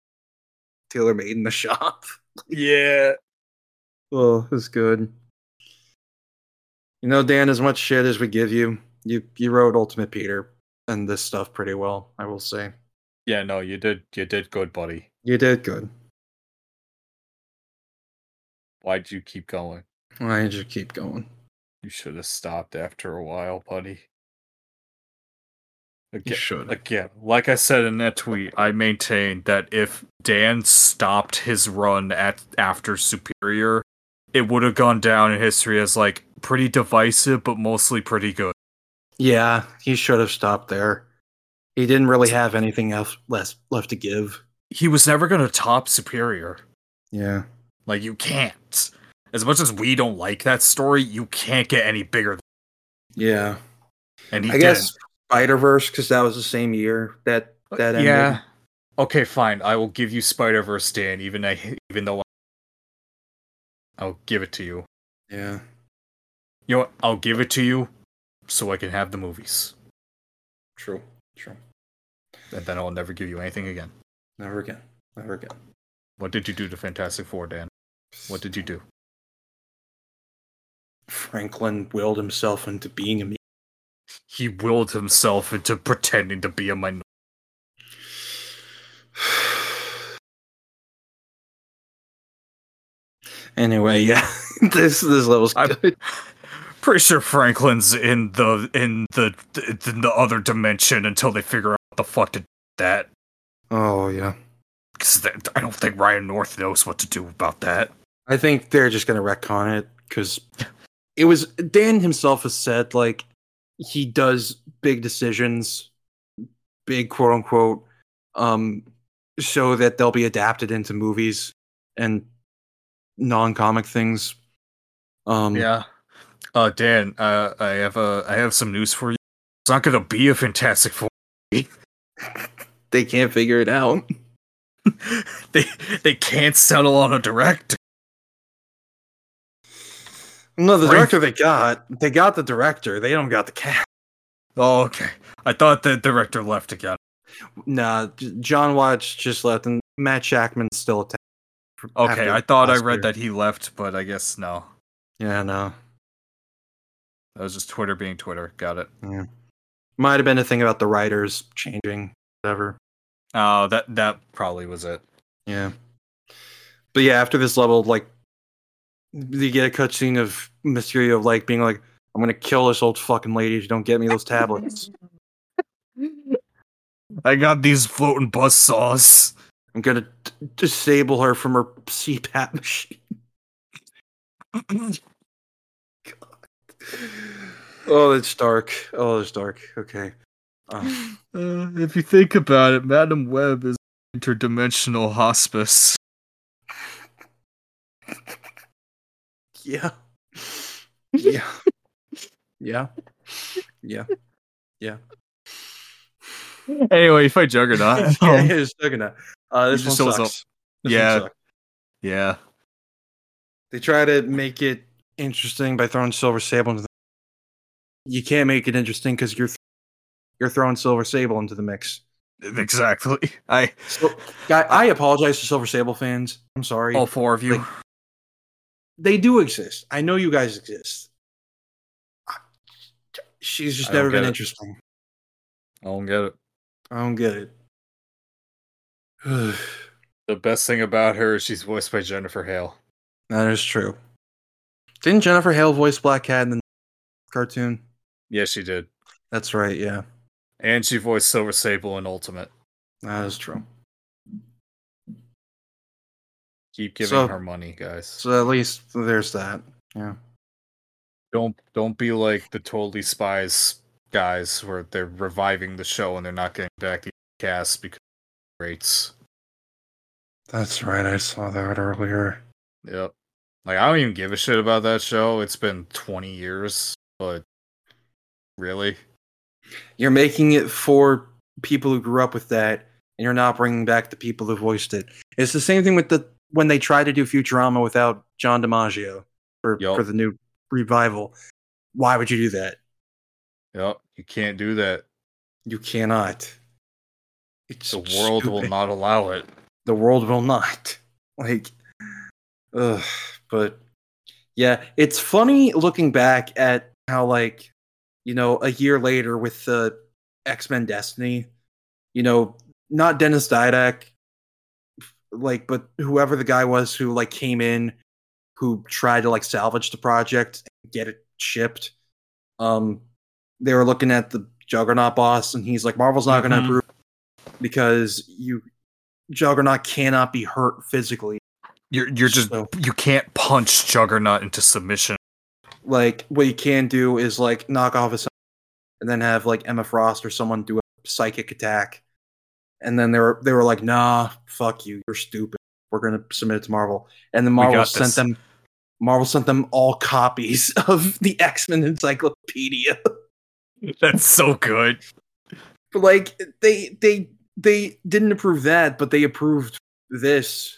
tailor made in the shop. Yeah. Oh, that's good. You know, Dan, as much shit as we give you, you you wrote Ultimate Peter and this stuff pretty well, I will say. Yeah, no, you did you did good, buddy. You did good. Why'd you keep going? Why did you keep going? You should have stopped after a while, buddy. Again, should. Again, like I said in that tweet, I maintain that if Dan stopped his run at after Superior, it would have gone down in history as like pretty divisive, but mostly pretty good. yeah, he should have stopped there. He didn't really have anything else left left to give. He was never gonna top Superior. Yeah. Like you can't. As much as we don't like that story, you can't get any bigger. Than- Yeah. and he I guess Spider Verse, because that was the same year that didn't. that ended. Uh, yeah. Okay, fine. I will give you Spider Verse, Dan. Even I, even though I- I'll give it to you. Yeah. You know what? I'll give it to you so I can have the movies. True. True. And then I'll never give you anything again. Never again. Never again. What did you do to Fantastic Four, Dan? What did you do? Franklin willed himself into being a me. He willed himself into pretending to be a minority. Anyway, yeah, this this level's I- good. Pretty sure Franklin's in the in the in the other dimension until they figure out what the fuck to do with that. Oh yeah, Because I don't think Ryan North knows what to do about that. I think they're just gonna retcon it because it was Dan himself has said like he does big decisions, big quote unquote, um, so that they'll be adapted into movies and non-comic things. Um, Yeah. Uh, Dan, uh, I have uh, I have some news for you. It's not gonna be a Fantastic Four. they can't figure it out. they they can't settle on a direct. No, the Frank- director they got, they got the director. They don't got the cast. Oh, okay. I thought the director left again. Nah, J- John Watts just left, and Matt Shackman's still attached. Okay, I thought I read that he left, but I guess no. Yeah, no, That was just Twitter being Twitter. Got it. might have been a thing about the writers changing, whatever. Oh, that that probably was it. Yeah, but yeah, after this level, like you get a cutscene of Mysterio like being like, "I'm gonna kill this old fucking lady if you don't get me those tablets. I got these floating buzz saws. I'm gonna d- disable her from her CPAP Uh, machine." Oh, it's dark. Oh, it's dark. Okay. Oh. Uh, if you think about it, Madam Web is interdimensional hospice. Yeah. Yeah. yeah. Yeah. Anyway, you fight Juggernaut. yeah. It's Juggernaut. Uh, this He Uh, um, just one shows sucks. This one Yeah. sucks. yeah. They try to make it interesting by throwing Silver Sable into the You can't make it interesting because you're, th- you're throwing Silver Sable into the mix. Exactly. I So, guy, I apologize to Silver Sable fans. I'm sorry. all four of you. Like- They do exist. I know you guys exist. She's I just don't never been get it. interesting. I don't get it. I don't get it. The best thing about her is she's voiced by Jennifer Hale. that is true. Didn't Jennifer Hale voice Black Cat in the cartoon? Yes, she did. That's right. Yeah, And she voiced Silver Sable in Ultimate. that is true. Keep giving So- her money, guys. So at least there's that. Yeah. don't don't be like the totally spies guys where they're reviving the show and they're not getting back the cast because of rates. That's right. I saw that earlier. Yep. Like I don't even give a shit about that show. It's been twenty years, but really, You're making it for people who grew up with that, and you're not bringing back the people who voiced it. It's the same thing with the when they tried to do Futurama without John DiMaggio for Yup. for the new revival. Why would you do that? yep, you can't do that. You cannot. It's The world will stupid. not allow it. The world will not. Like, ugh. But yeah, it's funny looking back at how, like, you know, a year later with the X Men Destiny, you know, not Dennis Didak, like, but whoever the guy was who like came in, who tried to like salvage the project and get it shipped. Um, they were looking at the Juggernaut boss, and he's like, Marvel's not going to Mhm. approve because you Juggernaut cannot be hurt physically. You're you're just So- you can't punch Juggernaut into submission. Like what you can do is like knock off his and then have like Emma Frost or someone do a psychic attack. And then they were they were like, nah, fuck you, you're stupid. We're gonna submit it to Marvel. And then We Marvel got sent this. them Marvel sent them all copies of the X-Men encyclopedia. That's so good. But like they they they didn't approve that, but they approved this.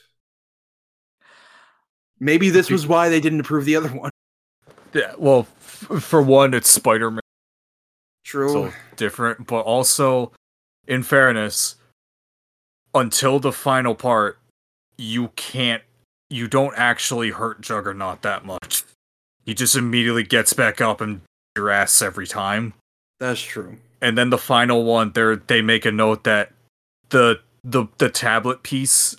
Maybe this was why they didn't approve the other one. Yeah. Well, f- for one, it's Spider Man. True. so different but also in fairness until the final part you can't you don't actually hurt juggernaut that much he just immediately gets back up and your ass every time That's true. and then the final one they they make a note that the the the tablet piece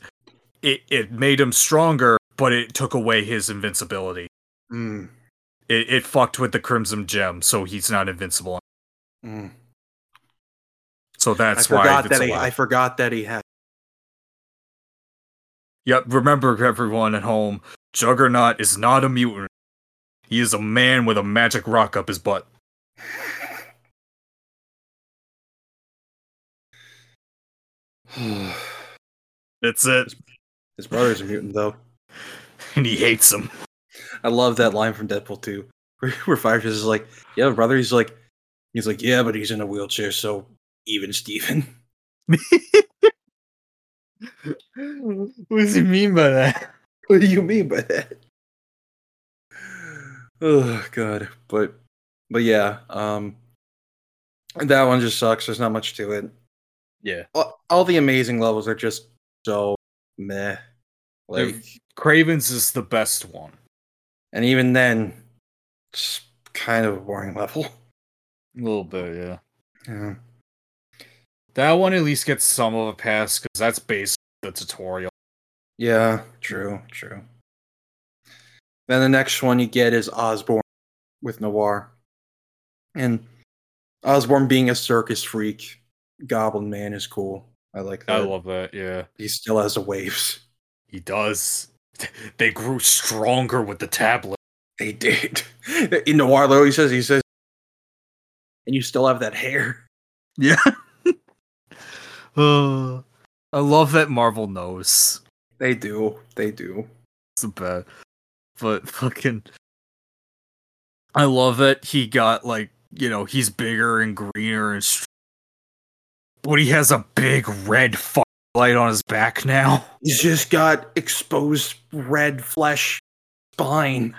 it it made him stronger but it took away his invincibility Mm, it, it fucked with the crimson gem so he's not invincible mm. so I that's why forgot it's that he, allowed. I forgot that he had. Yep, remember everyone at home, Juggernaut is not a mutant. He is a man with a magic rock up his butt. That's it. His brother's a mutant, though. And he hates him. I love that line from Deadpool 2, where, where Firefish is like, "Yeah, brother." He's like, he's like, "Yeah, but he's in a wheelchair, so even Steven. what does he mean by that? What do you mean by that? Oh god, but but yeah, um, that one just sucks. There's not much to it. Yeah. All, all the amazing levels are just so meh. Like, Craven's is the best one. and even then, it's kind of a boring level. A little bit, yeah. Yeah. That one at least gets some of a pass because that's based on the tutorial. Yeah, true, true. Then the next one you get is Osborne with Noir. And Osborne being a circus freak, Goblin Man is cool. I like that. I love that, yeah. he still has the waves. He does. They grew stronger with the tablet. They did. In Noir literally says he says and you still have that hair. Yeah. uh, I love that Marvel knows. They do. They do. It's bad. But fucking I love that he got like, you know, he's bigger and greener and str- but he has a big red fu- light on his back now. He's just got exposed red flesh spine.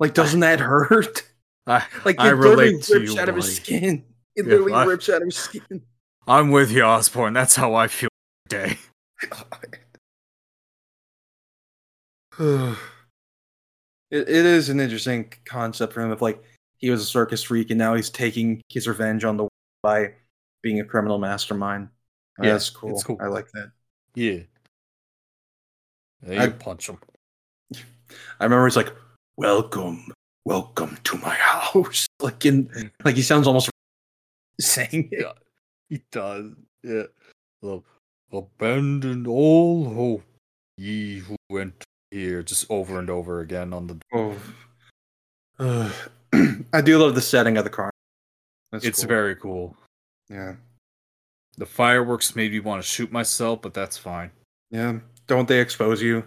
Like, doesn't that hurt? I, Like, it I literally relate rips to you. out of his Wally. skin. It Yeah, literally I- rips out of his skin. I'm with you, Osborne. That's how I feel today. it, it is an interesting concept for him of like he was a circus freak and now he's taking his revenge on the world by being a criminal mastermind. Yeah, that's cool. it's cool. I like that. Yeah. They I- punch him. I remember he's like, "Welcome, welcome to my house." Like Mm. in, like he sounds almost saying it. Yeah. He does. Yeah. Love. Abandon all hope, ye who went here, just over and over again on the. Oh. Ugh. uh, I do love the setting of the car. That's it's cool. very cool. yeah, The fireworks made me want to shoot myself, but that's fine. yeah. Don't they expose you?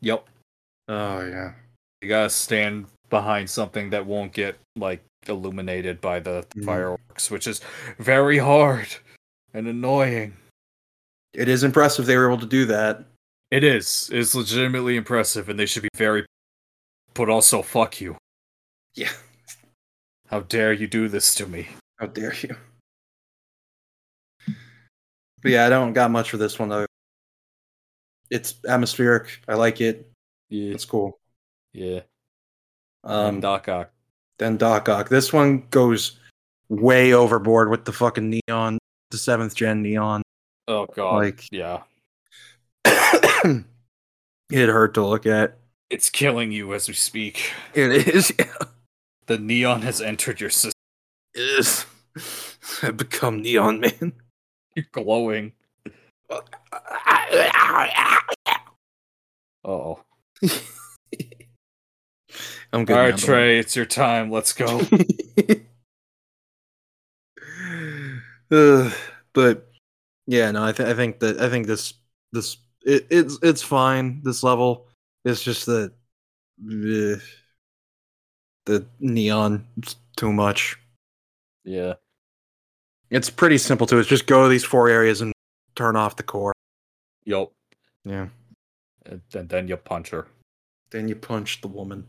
Yep. Oh yeah. You gotta stand behind something that won't get like illuminated by the Mhm. fireworks, which is very hard and annoying. It is impressive they were able to do that. It is. It's legitimately impressive, and they should be very. But also, fuck you. Yeah. How dare you do this to me? How dare you? But yeah, I don't got much for this one though. It's atmospheric. I like it. Yeah, It's cool. yeah. Um, Doc uh, Ock. then Doc Ock. This one goes way overboard with the fucking neon, the seventh gen neon. Oh god. Like- yeah. it hurt to look at. It's killing you as we speak. It is. It The neon has entered your system. is. I become neon man. You're glowing. Uh oh. I'm good. All right, Trey, it's your time. Let's go. Ugh, but yeah, no, I, th- I think that I think this this it, it's it's fine. This level, it's just that eh, the neon is too much. yeah. It's pretty simple too. It's just go to these four areas and turn off the core. Yup. Yeah. And, and Uh, then you punch her. Then you punch the woman.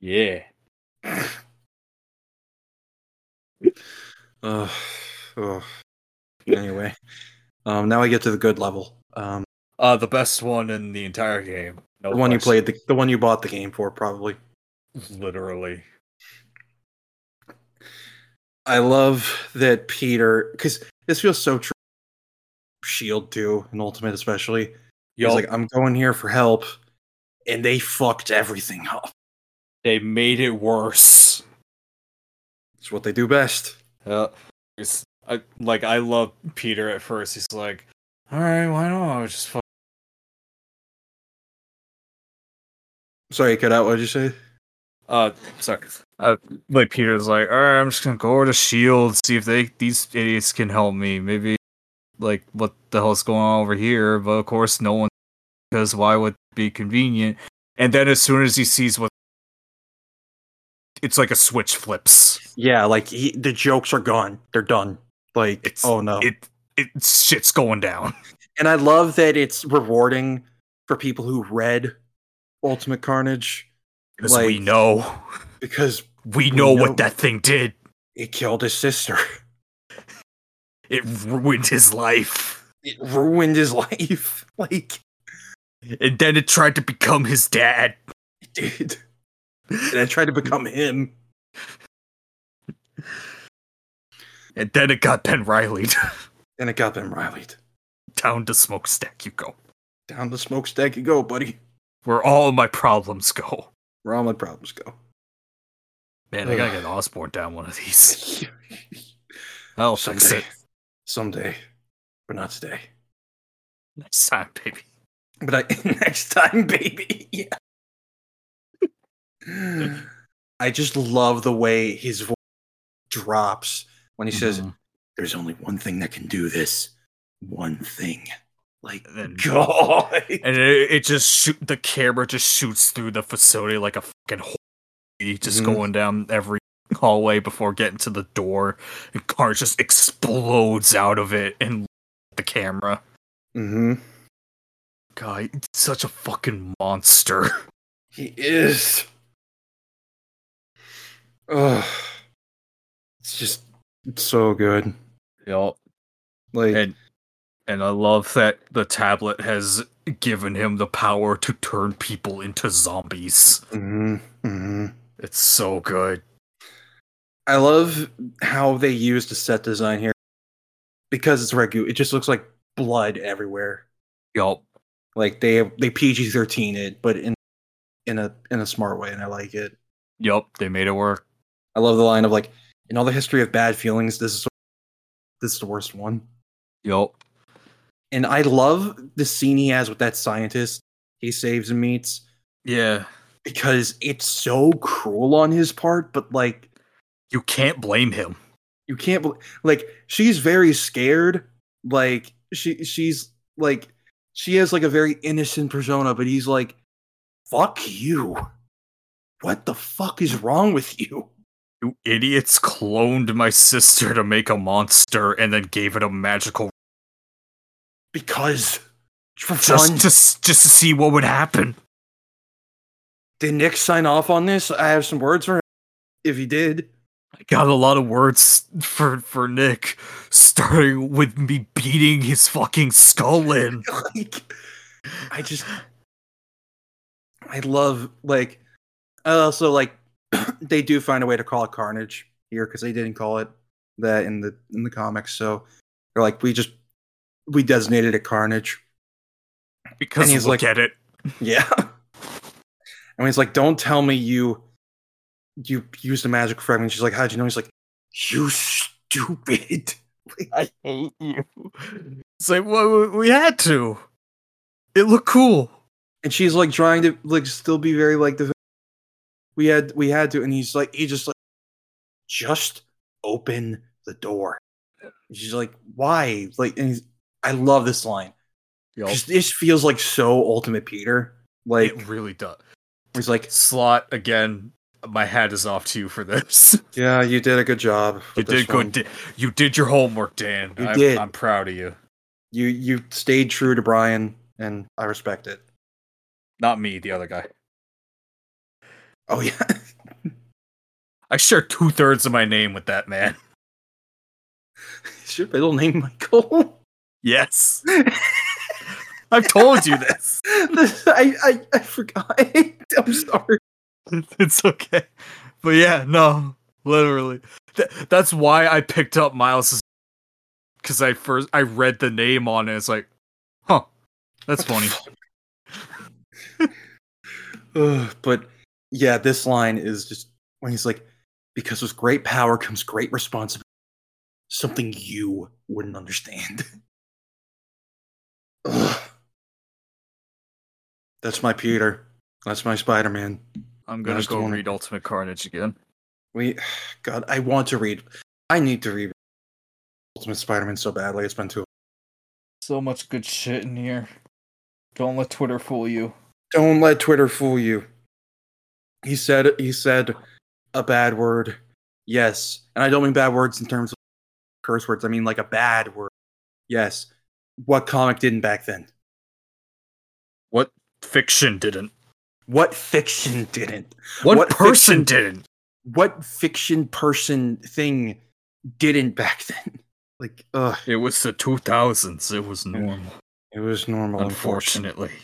Yeah. Ugh. ugh. Anyway, um, now I get to the good level. Um, Uh, the best one in the entire game. No the one you question. played, the, the one you bought the game for, probably. Literally. I love that Peter, because this feels so true. Shield too, and Ultimate especially. He's Yup. like, I'm going here for help, and they fucked everything up. they made it worse. It's what they do best. Yeah. It's I, like I love Peter at first. He's like, "All right, why not? I just fuck." Sorry, cut out. What did you say? Uh, sorry. Uh, like Peter's like, "All right, I'm just gonna go over to Shield, E see if they these idiots can help me. Maybe, like, what the hell's going on over here?" But of course, no one, because why would it be convenient? And then as soon as he sees what, it's like a switch flips. Yeah, like he, the jokes are gone. They're done. Like, It's- oh no. It it shit's going down. and I love that it's rewarding for people who read Ultimate Carnage Because we Like- know. because We know know. what that thing did. it killed his sister. It ruined his life. It ruined his life. Like, And then it tried to become his dad. it did. And I tried to become him. And then it got Ben Riley And it got them rileyed. down to smokestack you go. Down the smokestack you go, buddy. Where all my problems go. Where all my problems go. Man, I gotta get Osborne down one of these. Oh, I'll fix Someday. it Someday. But not today. next time, baby. But I next time, baby. Yeah. I just love the way his voice drops when he Mm-hmm. says, "There's only one thing that can do this. One thing." Like Then- God. and it, it just shoot the camera just shoots through the facility like a fucking hole, just Mhm. going down every hallway before getting to the door. And car just explodes out of it and the camera. Mm-hmm. God, he's such a fucking monster. He is. Ugh. It's just it's so good. Yep. Like And and I love that the tablet has given him the power to turn people into zombies. mhm, mhm. It's so good. I love how they use the set design here. Because it's Regu, it just looks like blood everywhere. Yup. Like they they PG thirteen it, but in in a in a smart way, and I like it. Yup. They made it work. I love the line of like, in all the history of bad feelings, this is this is the worst one. Yup. And I love the scene he has with that scientist he saves and meets. Yeah. because it's so cruel on his part but like You can't blame him. you can't bel like she's very scared like she she's like she has like a very innocent persona but he's like fuck you what the fuck is wrong with you You idiots cloned my sister to make a monster and then gave it a magical because for just fun to s- just to see what would happen. did nick sign off on this i have some words for him if he did I got a lot of words for for Nick, starting with me beating his fucking skull in. like I just I love like I also like they do find a way to call it Carnage here because they didn't call it that in the in the comics. So they're like we just we designated it Carnage. Because And he's look like- at it. Yeah. And he's like, don't tell me you you used a magic fragment. She's like, how'd you know? He's like, you stupid. I hate you. It's like well, we had to. It looked cool. and she's like trying to like still be very like the we had we had to and he's like he just like just open the door And she's like why like and he's, i love this line 'Cause this feels like so ultimate peter like It really does. he's like Slot again. My hat is off to you for this. yeah you did a good job You with this did good. one. Di- you did your homework, Dan. You I'm, did. I'm proud of you. you you stayed true to brian and i respect it Not me, the other guy. oh yeah I share two thirds of my name with that man. should middle name michael Yes. I've told you this. This- I, I i forgot i'm sorry It's okay. But yeah, no, literally. Th- that's why I picked up Miles because I first I read the name on it. It's like, huh, that's What the funny. Ugh, but yeah, this line is just when he's like, because with great power comes great responsibility. Something you wouldn't understand. Ugh. That's my Peter. That's my Spider Man. I'm gonna That's the go one. read Ultimate Carnage again. We, God, I want to read. I need to read Ultimate Spider Man so badly. It's been too. So much good shit in here. Don't let Twitter fool you. Don't let Twitter fool you. He said. He said a bad word. Yes, and I don't mean bad words in terms of curse words. I mean like a bad word. Yes. What comic didn't back then? What fiction didn't? What fiction didn't? What, What person fiction- didn't? What fiction person thing didn't back then? Like, ugh, It was the 2000s. It was normal. it was normal. Unfortunate. unfortunately.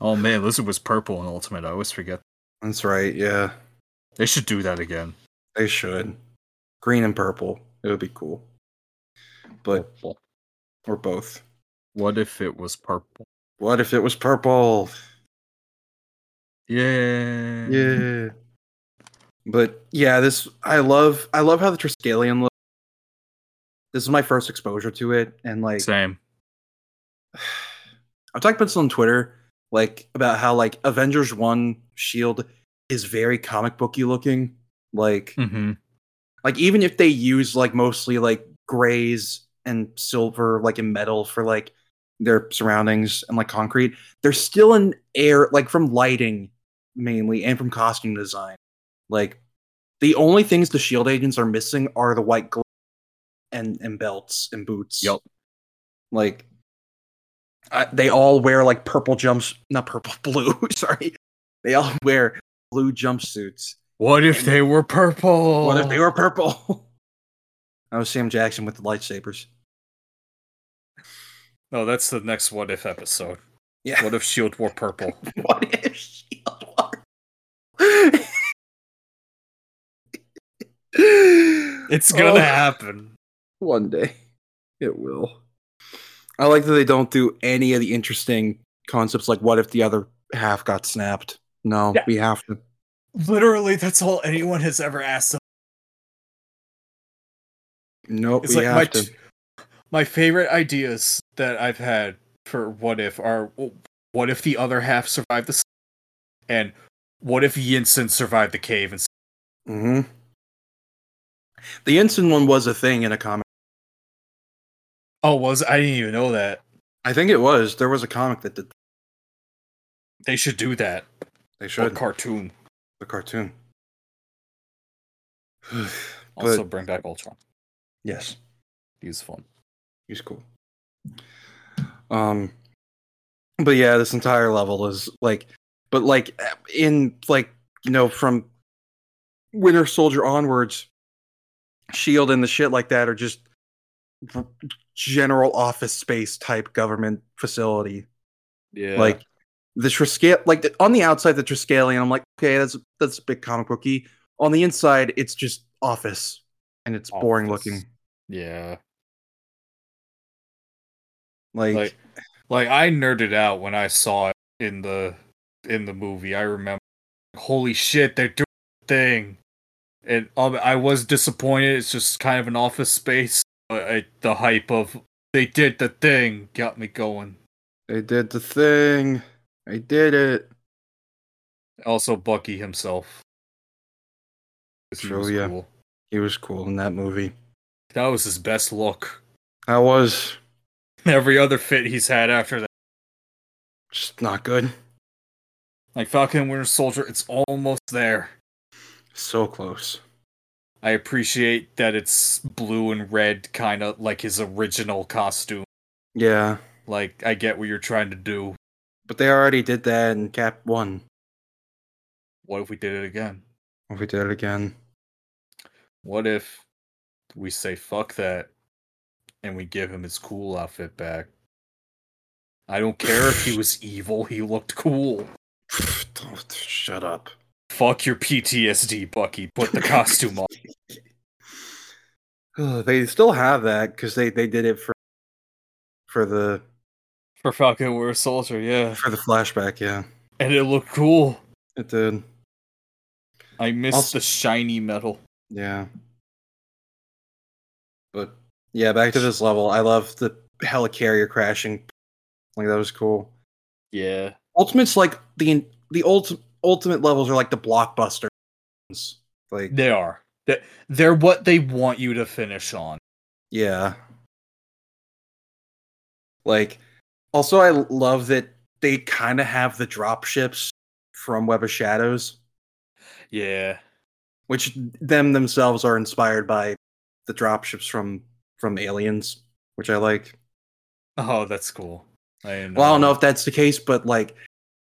Oh man, Lizard was purple in Ultimate. I always forget. That's right. Yeah, They should do that again. they should. Green and purple. It would be cool. But Purple. or both. What if it was purple? What if it was purple? Yeah. Yeah. Mm-hmm. But yeah, this I love I love how the Triskelion look. This is my first exposure to it and like Same. I've talked about this on Twitter, like about how like Avengers One Shield is very comic booky looking. Like Mm-hmm. like even if they use like mostly like grays and silver like in metal for like their surroundings and like concrete they're still in air like from lighting mainly and from costume design like the only things the shield agents are missing are the white gloves and and belts and boots Yup. like I, they all wear like purple jumps not purple blue sorry they all wear blue jumpsuits What if they were purple? what Oh. if they were purple? I was Sam Jackson with the lightsabers. No, that's the next what if episode. Yeah. What if E Shield wore purple? What if Shield wore? It's gonna happen. Oh, One day, it will. I like that they don't do any of the interesting concepts, like what if the other half got snapped? No, Yeah. we have to. Literally, that's all anyone has ever asked. Them. Nope, It's we like have my to. t- my favorite ideas that I've had for what if are w- what if the other half survived the s- and what if Yinsen survived the cave and s- hmm The instant one was a thing in a comic. oh was I didn't even know that I think it was. There was a comic that did. they should do that They or showed cartoon the cartoon. also bring back Ultron Yes, he's fun he's cool. Um, but yeah, this entire level is like, but like in like you know from Winter Soldier onwards, Shield E and the shit like that are just general office space type government facility. yeah Like the Triskelion, like the, on the outside the Triskelion, I'm like, okay, that's that's a big comic booky. On the inside, it's just office, and it's boring Office. looking. yeah like like like I nerded out when I saw it in the in the movie I remember holy shit they're doing the thing and um, I was disappointed it's just kind of an office space but I, the hype of they did the thing got me going They did the thing. I did it. also Bucky himself He True, was yeah. cool. He was cool in that movie. that was his best look That was every other fit he's had after that just not good. like Falcon and Winter Soldier it's almost there So close. I appreciate that it's blue and red, kind of like his original costume. Yeah, Like, I get what you're trying to do. but they already did that in Cap 1. What if we did it again? If we did it again. What if we say fuck that and we give him his cool outfit back? I don't care if he was evil, he looked cool. Don't- Shut up. Fuck your PTSD, Bucky. Put the costume on. Ugh, they still have that because they, they did it for for the For Falcon Wear Soldier, yeah. for the flashback. Yeah, And it looked cool. it did. I missed Also- the shiny metal. Yeah. But yeah, back to this level. I love the helicarrier crashing. Like that was cool. Yeah. Ultimate's like the the ult, ultimate levels are like the blockbusters. Like They are. They- They're what they want you to finish on. yeah. Like also I love that they kind of have the drop ships from Web of Shadows, Yeah. which them themselves are inspired by the drop ships from from Aliens, which I like. Oh, that's cool. I didn't Well, I don't know if that's the case, but like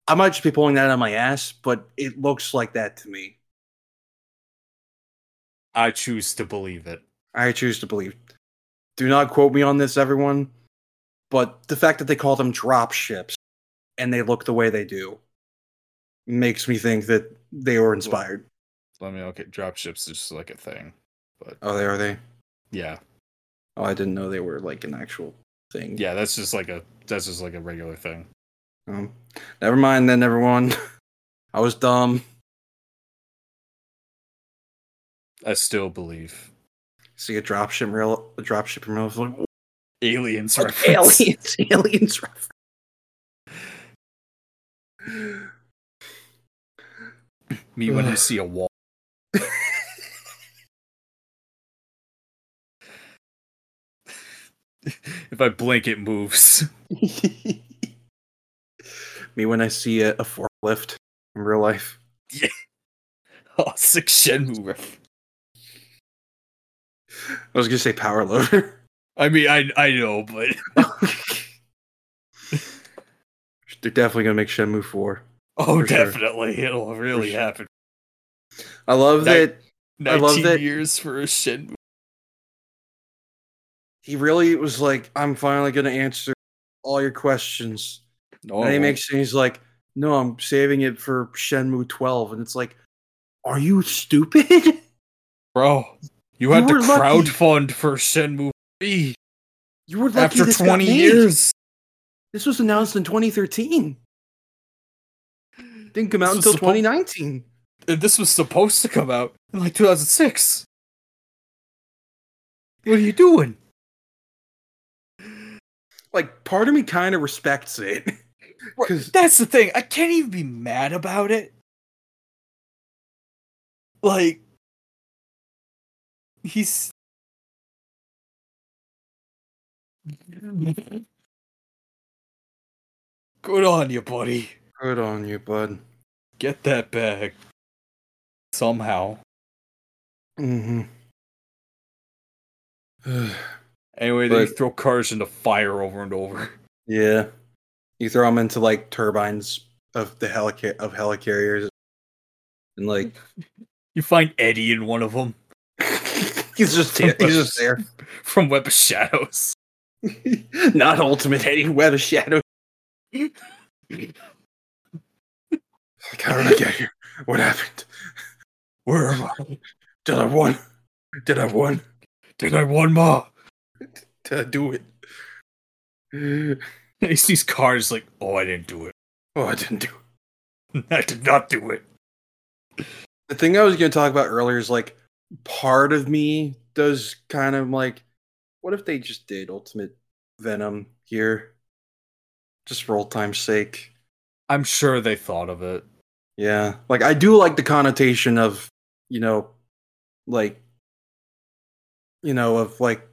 I might just be pulling that out of my ass, but it looks like that to me. I choose to believe it. I choose to believe. Do not quote me on this, everyone. But the fact that they call them drop ships and they look the way they do makes me think that they were inspired. Let me okay. Dropships is just like a thing, but Oh, they are they? yeah, Oh, I didn't know they were like an actual thing. yeah. That's just like a that's just like a regular thing. Um, never mind then, everyone. I was dumb. I still believe See a dropship real a dropship real like aliens What reference. aliens, aliens reference. Me when I Ugh. see a wall. If I blink, it moves. Me when I see a, a forklift in real life. Oh, sick Shenmue ref. I was gonna say power loader. I mean, I I know, but They're definitely gonna make Shenmue four. oh, For sure. definitely, it'll really sure. happen. I love That- that I love Nineteen that- years for a Shenmue. he really was like, I'm finally gonna answer all your questions. No, And he makes and he's like, No, I'm saving it for Shenmue 12. And it's like, Are you stupid? bro, you You had to were lucky. crowdfund for Shenmue 3 You were lucky after this got twenty made. years. This was announced in 2013. Didn't come out This was until suppo- 2019. And this was supposed to come out in like 2006. What are you doing? Like, part of me kind of respects it. Right, 'Cause- That's the thing. I can't even be mad about it. Like, he's. Good on you, buddy. Good on you, bud. Get that bag. Somehow. Mm-hmm. Anyway, they But- throw cars into fire over and over. yeah. You throw them into like turbines of the helica- of helicarriers, and like You find Eddie in one of them he's just there- he's just there. from Web of Shadows. Not ultimate Eddie Web of Shadow. Like, how did I get here? What happened? Where am I? Did I win? Did I win? Did I one more? Did I do it? He sees cars like, oh, I didn't do it. Oh, I didn't do it. I did not do it. The thing I was going to talk about earlier is like part of me does kind of like, what if they just did Ultimate Venom here? Just for old time's sake. I'm sure they thought of it. Yeah. Like I do like the connotation of, you know, like you know, of like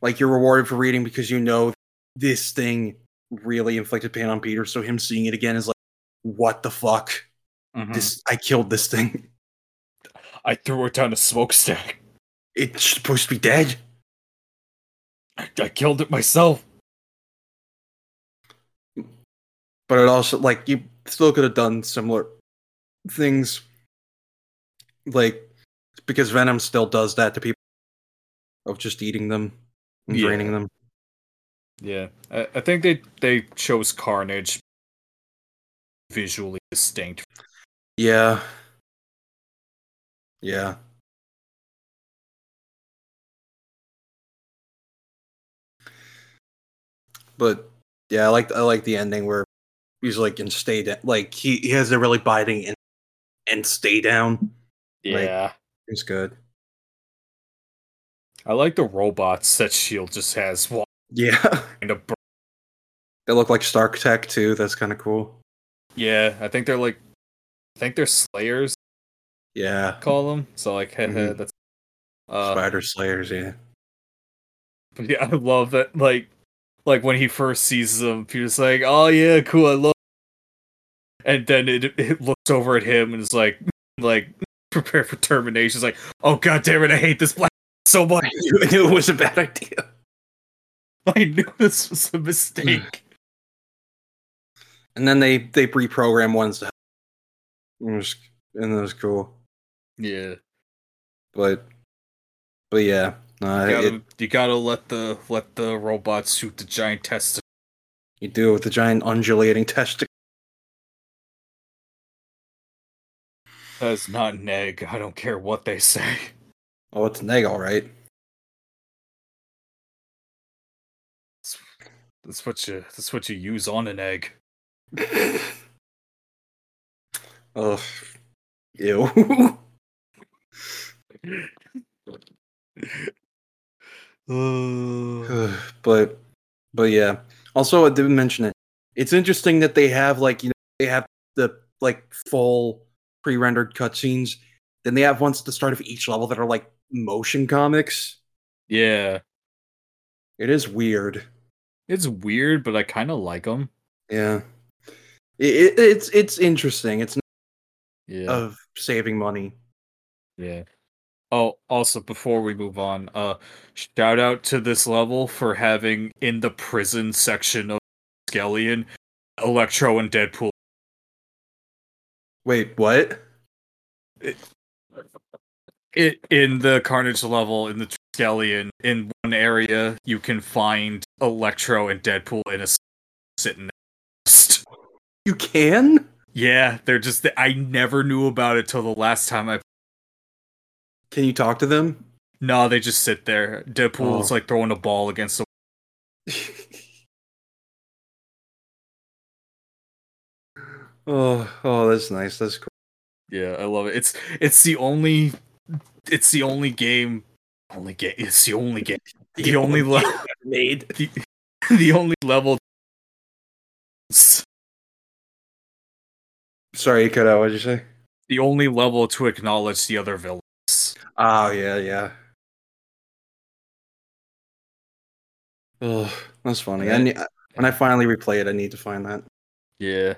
like you're rewarded for reading because you know this thing really inflicted pain on Peter, so him seeing it again is like what the fuck? Hmm. This I killed this thing. I threw it down a smokestack. It's supposed to be dead. I, I killed it myself. But it also like you still could have done similar things like because Venom still does that to people of just eating them and Yeah. draining them. Yeah, I, I think they they chose Carnage visually distinct. Yeah. Yeah. But yeah, I like I like the ending where he's like in stay down. Like he, he has a really biting and and stay down. Yeah. It's good. I like the robots that Shield E just has walking Yeah. a. bur- they look like Stark Tech too. That's kind of cool. Yeah, I think they're like, I think they're Slayers. Yeah. Call them so like heh heh, Mhm. that's. Uh, Spider Slayers. Yeah. But Yeah, I love that. Like, like when he first sees them, Peter's like, "Oh yeah, cool, I love." And then it, it looks over at him and is like, like prepare for termination. It's like, "Oh god damn it, I hate this black so much. I knew, I knew it was a bad idea. I knew this was a mistake." And then they they reprogram ones. To it was, and that was cool. yeah, but but yeah, uh, you gotta, it- you gotta let the let the robot shoot the giant test. you do it with the giant undulating testicle. That's not an egg. I don't care what they say. Oh, it's an egg, all right. That's what you. That's what you use on an egg. Ugh, ew. Uh, but but yeah. Also, I didn't mention it. It's interesting that they have like you know they have the like full pre-rendered cutscenes. Then they have ones at the start of each level that are like motion comics. yeah. It is weird. It's weird, but I kind of like them. Yeah. It, it, it's it's interesting. It's Yeah. of saving money. Yeah. Oh, also before we move on, uh shout out to this level for having in the prison section of Skellion, Electro and Deadpool. Wait, what? It in the Carnage level in the Skellion, in one area you can find Electro and Deadpool in a s- sitting nest. You can? Yeah, they're just I never knew about it till the last time I Can you talk to them? No, they just sit there. Deadpool's Oh. like throwing a ball against the oh, oh, that's nice. That's cool. Yeah, I love it. It's it's the only it's the only game only game it's the only game the only level made. the, the only level the Sorry, you cut out. What'd you say? only level to acknowledge the other villains. Oh yeah, yeah. Oh, that's funny. I Yeah. ne- when I finally replay it, I need to find that. Yeah.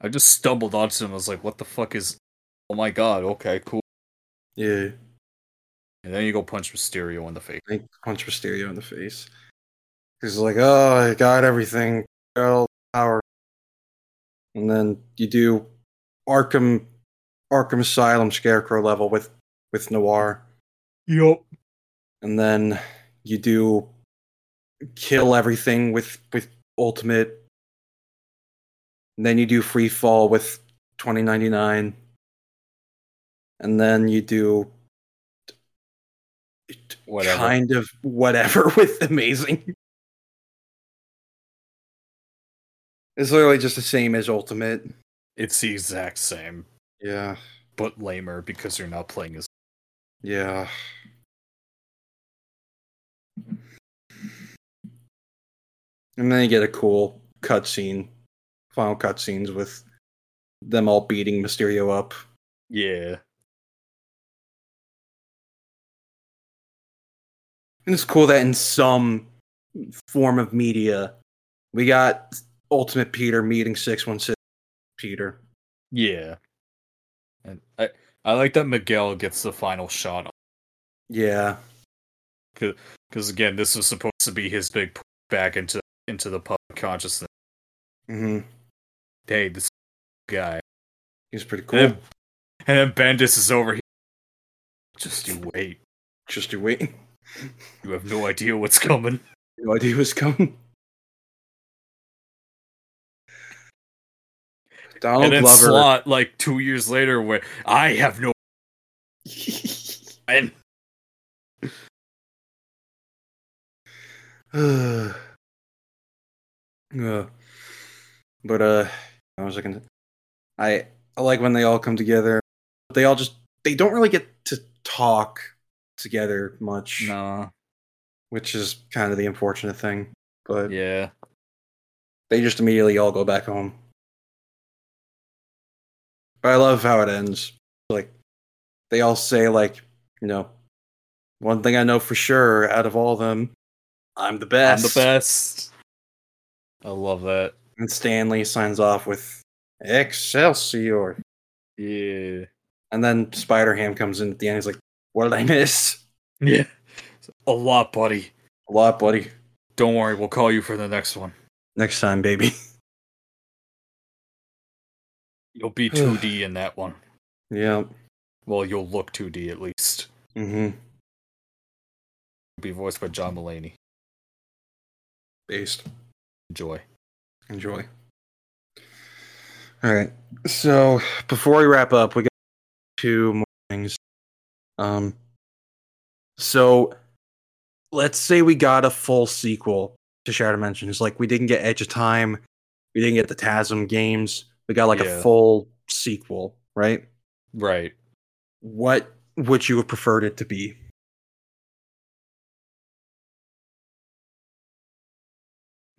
I just stumbled onto him. I was like, what the fuck is Oh my god, okay, cool. Yeah, And then you go punch Mysterio in the face. I punch Mysterio in the face. He's like, "Oh, I got everything, girl power." And then you do Arkham, Arkham Asylum Scarecrow level with with Noir, Yup. and then you do kill everything with with Ultimate. And then you do Free Fall with twenty ninety nine, and then you do Whatever. kind of whatever with amazing. It's literally just the same as Ultimate. It's the exact same, Yeah, but lamer because you're not playing as yeah. And then you get a cool cutscene, final cutscenes with them all beating Mysterio up. Yeah. And it's cool that in some form of media, we got Ultimate Peter meeting 616 Peter. Yeah. And I I like that Miguel gets the final shot Yeah. because again, this was supposed to be his big push back into into the public consciousness. hmm Hey, this guy. He's pretty cool. And then, and then Bendis is over here. Just you wait. Just you wait. You have no idea what's coming. No idea what's coming. Donald and then Glover. Slot, like two years later, where I have no. And Yeah. But uh, I was looking. I I like when they all come together. But they all just they don't really get to talk together much, no, which is kind of the unfortunate thing. But yeah, they just immediately all go back home. But I love how it ends. Like they all say, like you know, one thing I know for sure out of all of them, I'm the I'm best. the best. I love that. And Stanley signs off with Excelsior, Yeah. and then Spider Ham comes in at the end. He's like, "What did I miss? Yeah. A lot, buddy. A lot, buddy. Don't worry, we'll call you for the next one. Next time, baby." You'll be 2D in that one. yeah. Well, you'll look 2D at least. Mm-hmm. You'll be voiced by John Mulaney. Based. Enjoy. Enjoy. All right. So before we wrap up, we got two more things. Um. So, let's say we got a full sequel to Shadow Dimensions. Like we didn't get Edge of Time, we didn't get the TASM games. We got like Yeah. a full sequel, right? Right. What would you have preferred it to be?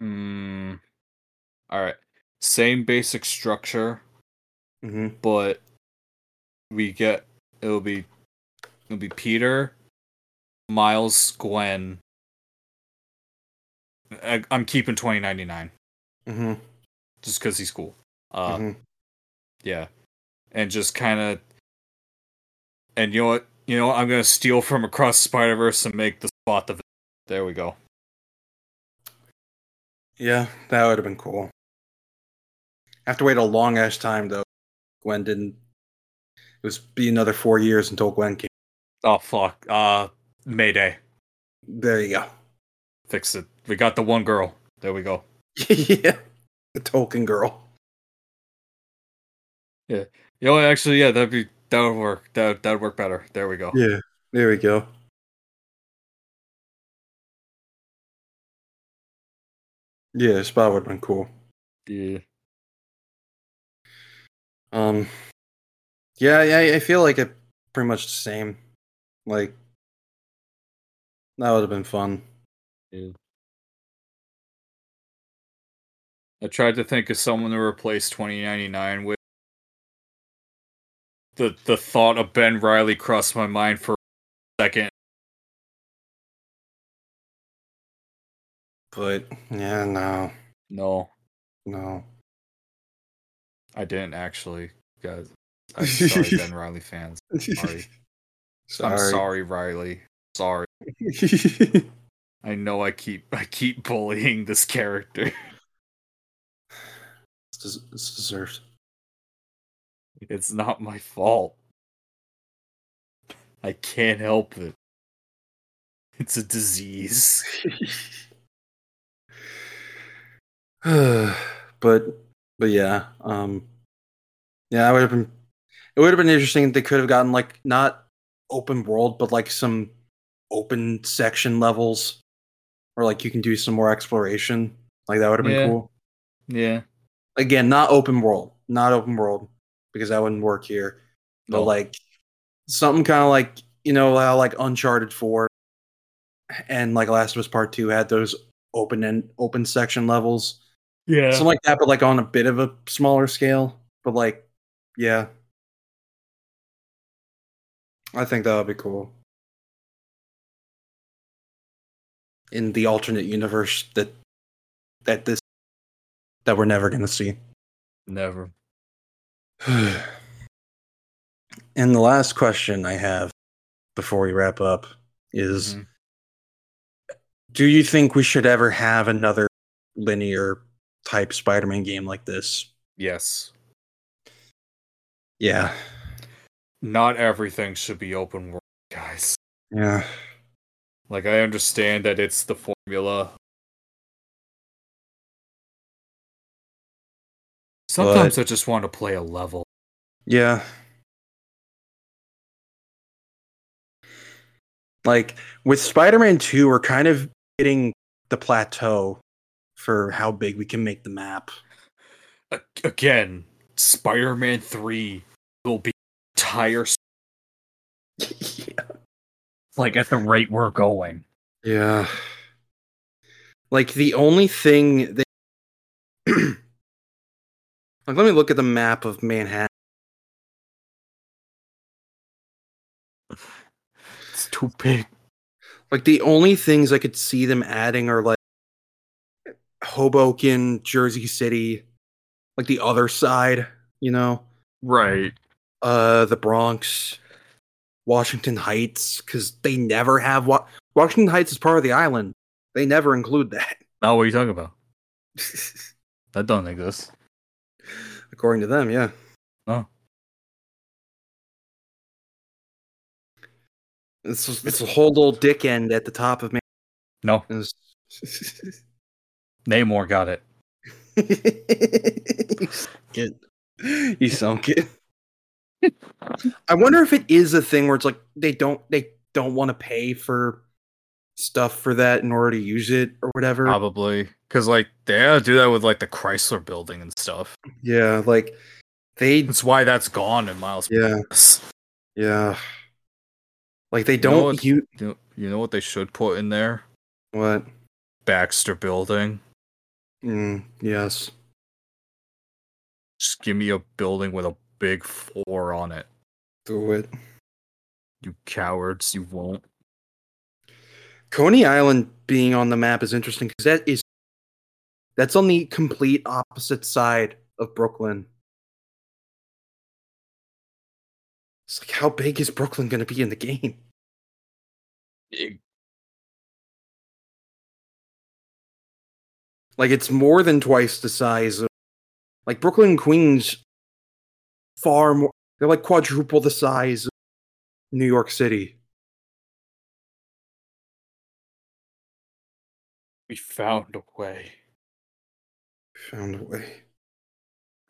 Mm. All right. Same basic structure, Mm-hmm. but we get it'll be it'll be Peter, Miles, Gwen, I, I'm keeping 2099 hmm just because he's cool. Uh, Mm-hmm. Yeah, and just kind of, and you know what? You know what? I'm gonna steal from across Spider Verse and make the spot the. There we go. Yeah, that would have been cool. have to wait a long ass time though. Gwen didn't. It was be another four years until Gwen came. Oh fuck. Uh, Mayday, There you go. fix it. We got the one girl. There we go. yeah, the Tolkien girl. You know, what? actually, yeah, that'd be that would work. That that'd work better. There we go. Yeah, there we go. Yeah, spot would have been cool. Yeah. Um, yeah, yeah, I feel like it pretty much the same. Like that would have been fun. I tried to think of someone to replace 2099 with. The the thought of Ben Riley crossed my mind for a second. But yeah, no, No, no. I didn't actually. Guys, I'm sorry, Ben Riley fans. Sorry. I'm sorry, Riley. Sorry. I know I keep I keep bullying this character. It's des- it's deserved. It's not my fault. I can't help it. It's a disease. but but yeah, um, yeah, I would have been. It would have been interesting if they could have gotten like not open world, but like some open section levels, or like you can do some more exploration. Like that would have been Yeah. cool. Yeah. Again, not open world, not open world, because that wouldn't work here. but No. like something kind of like you know how like Uncharted Four and like Last of Us Part Two had those open and open section levels, yeah. something like that, but like on a bit of a smaller scale. But like, yeah, I think that would be cool. In the alternate universe that that this that we're never gonna see. Never. and the last question I have before we wrap up is Mhm. Do you think we should ever have another linear type Spider Man game like this? Yes. Yeah. Not everything should be open world, guys. Yeah. Like I understand that it's the formula. Sometimes I just want to play a level. Yeah. Like with Spider Man 2, we're kind of hitting the plateau for how big we can make the map. A- again, Spider-Man 3 will be tiresome like at the rate we're going. Yeah. Like the only thing they like let me look at the map of Manhattan. It's too big. Like the only things I could see them adding are like Hoboken, Jersey City, like the other side, you know, Right. uh the Bronx, Washington Heights cuz they never have wa- Washington Heights is part of the island. They never include that Now what are you talking about? That doesn't exist. according to them, yeah. Oh. It's it's a whole little dick end at the top of man. No. It's- Namor got it. you sunk it. You sunk it. I wonder if it is a thing where it's like they don't they don't want to pay for stuff for that in order to use it or whatever. Probably. Cause like they gotta do that with like the Chrysler building and stuff. yeah, like they It's why that's gone in Miles yeah, Morales. yeah. Like they know don't what's- you You know, you know what they should put in there? what? Baxter building. Mm, yes. Just give me a building with a big four on it. Do it. You cowards, you won't. Coney Island being on the map is interesting because that is That's on the complete opposite side of Brooklyn. It's like, how big is Brooklyn going to be in the game? Big. Like, it's more than twice the size of. Like, Brooklyn and Queens, far more. They're like quadruple the size of New York City. We found a way. Found a way.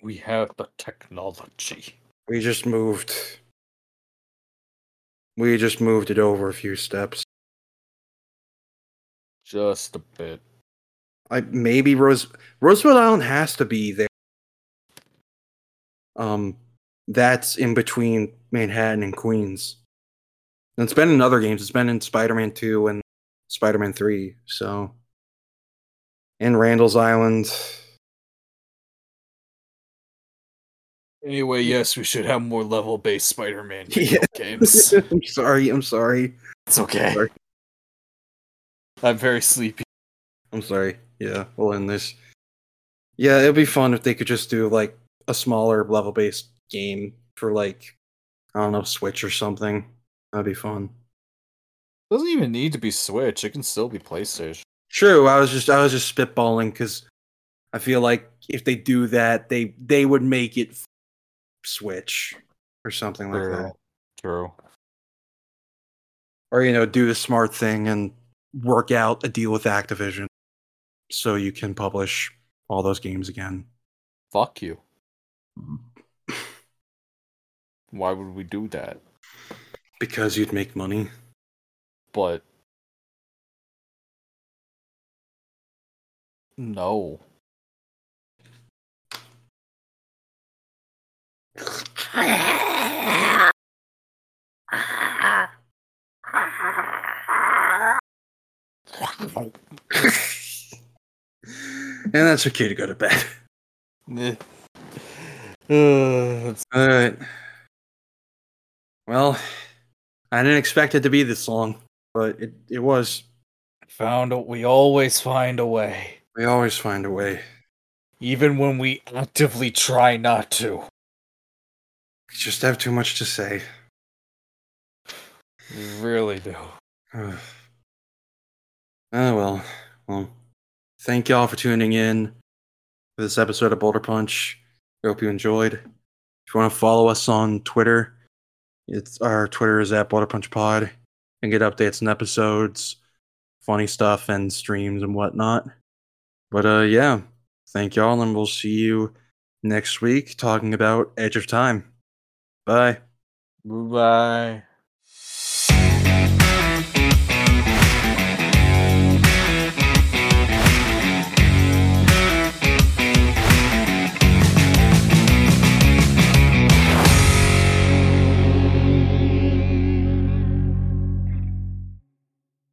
We have the technology. We just moved. We just moved it over a few steps. Just a bit. I maybe Rose Roosevelt Island has to be there. Um, that's in between Manhattan and Queens. And it's been in other games. It's been in Spider-Man Two and Spider-Man Three. So, and Randall's Island. Anyway, yes, we should have more level based Spider Man Yeah. games. I'm sorry. I'm sorry. It's okay. Sorry. I'm very sleepy. I'm sorry. Yeah, we'll end this. Yeah, it'd be fun if they could just do like a smaller level based game for like I don't know, Switch or something. That'd be fun. Doesn't even need to be Switch, it can still be PlayStation. True. I was just I was just spitballing because I feel like if they do that, they they would make it f- Switch or something like that, True. or you know, do the smart thing and work out a deal with Activision so you can publish all those games again. Fuck you. Mm. Why would we do that? Because you'd make money. But. No. And that's okay to go to bed. Eh. Uh, All right. Well, I didn't expect it to be this long, but it, it was. found a, we always find a way We always find a way. even when we actively try not to We just have too much to say. we really do oh well. Well, thank y'all for tuning in for this episode of Boulder Punch. We hope you enjoyed. If you want to follow us on Twitter, it's our Twitter is at Boulder Punch Pod and get updates and episodes, funny stuff and streams and whatnot. But uh yeah, thank y'all and we'll see you next week talking about Edge of Time. Bye. bye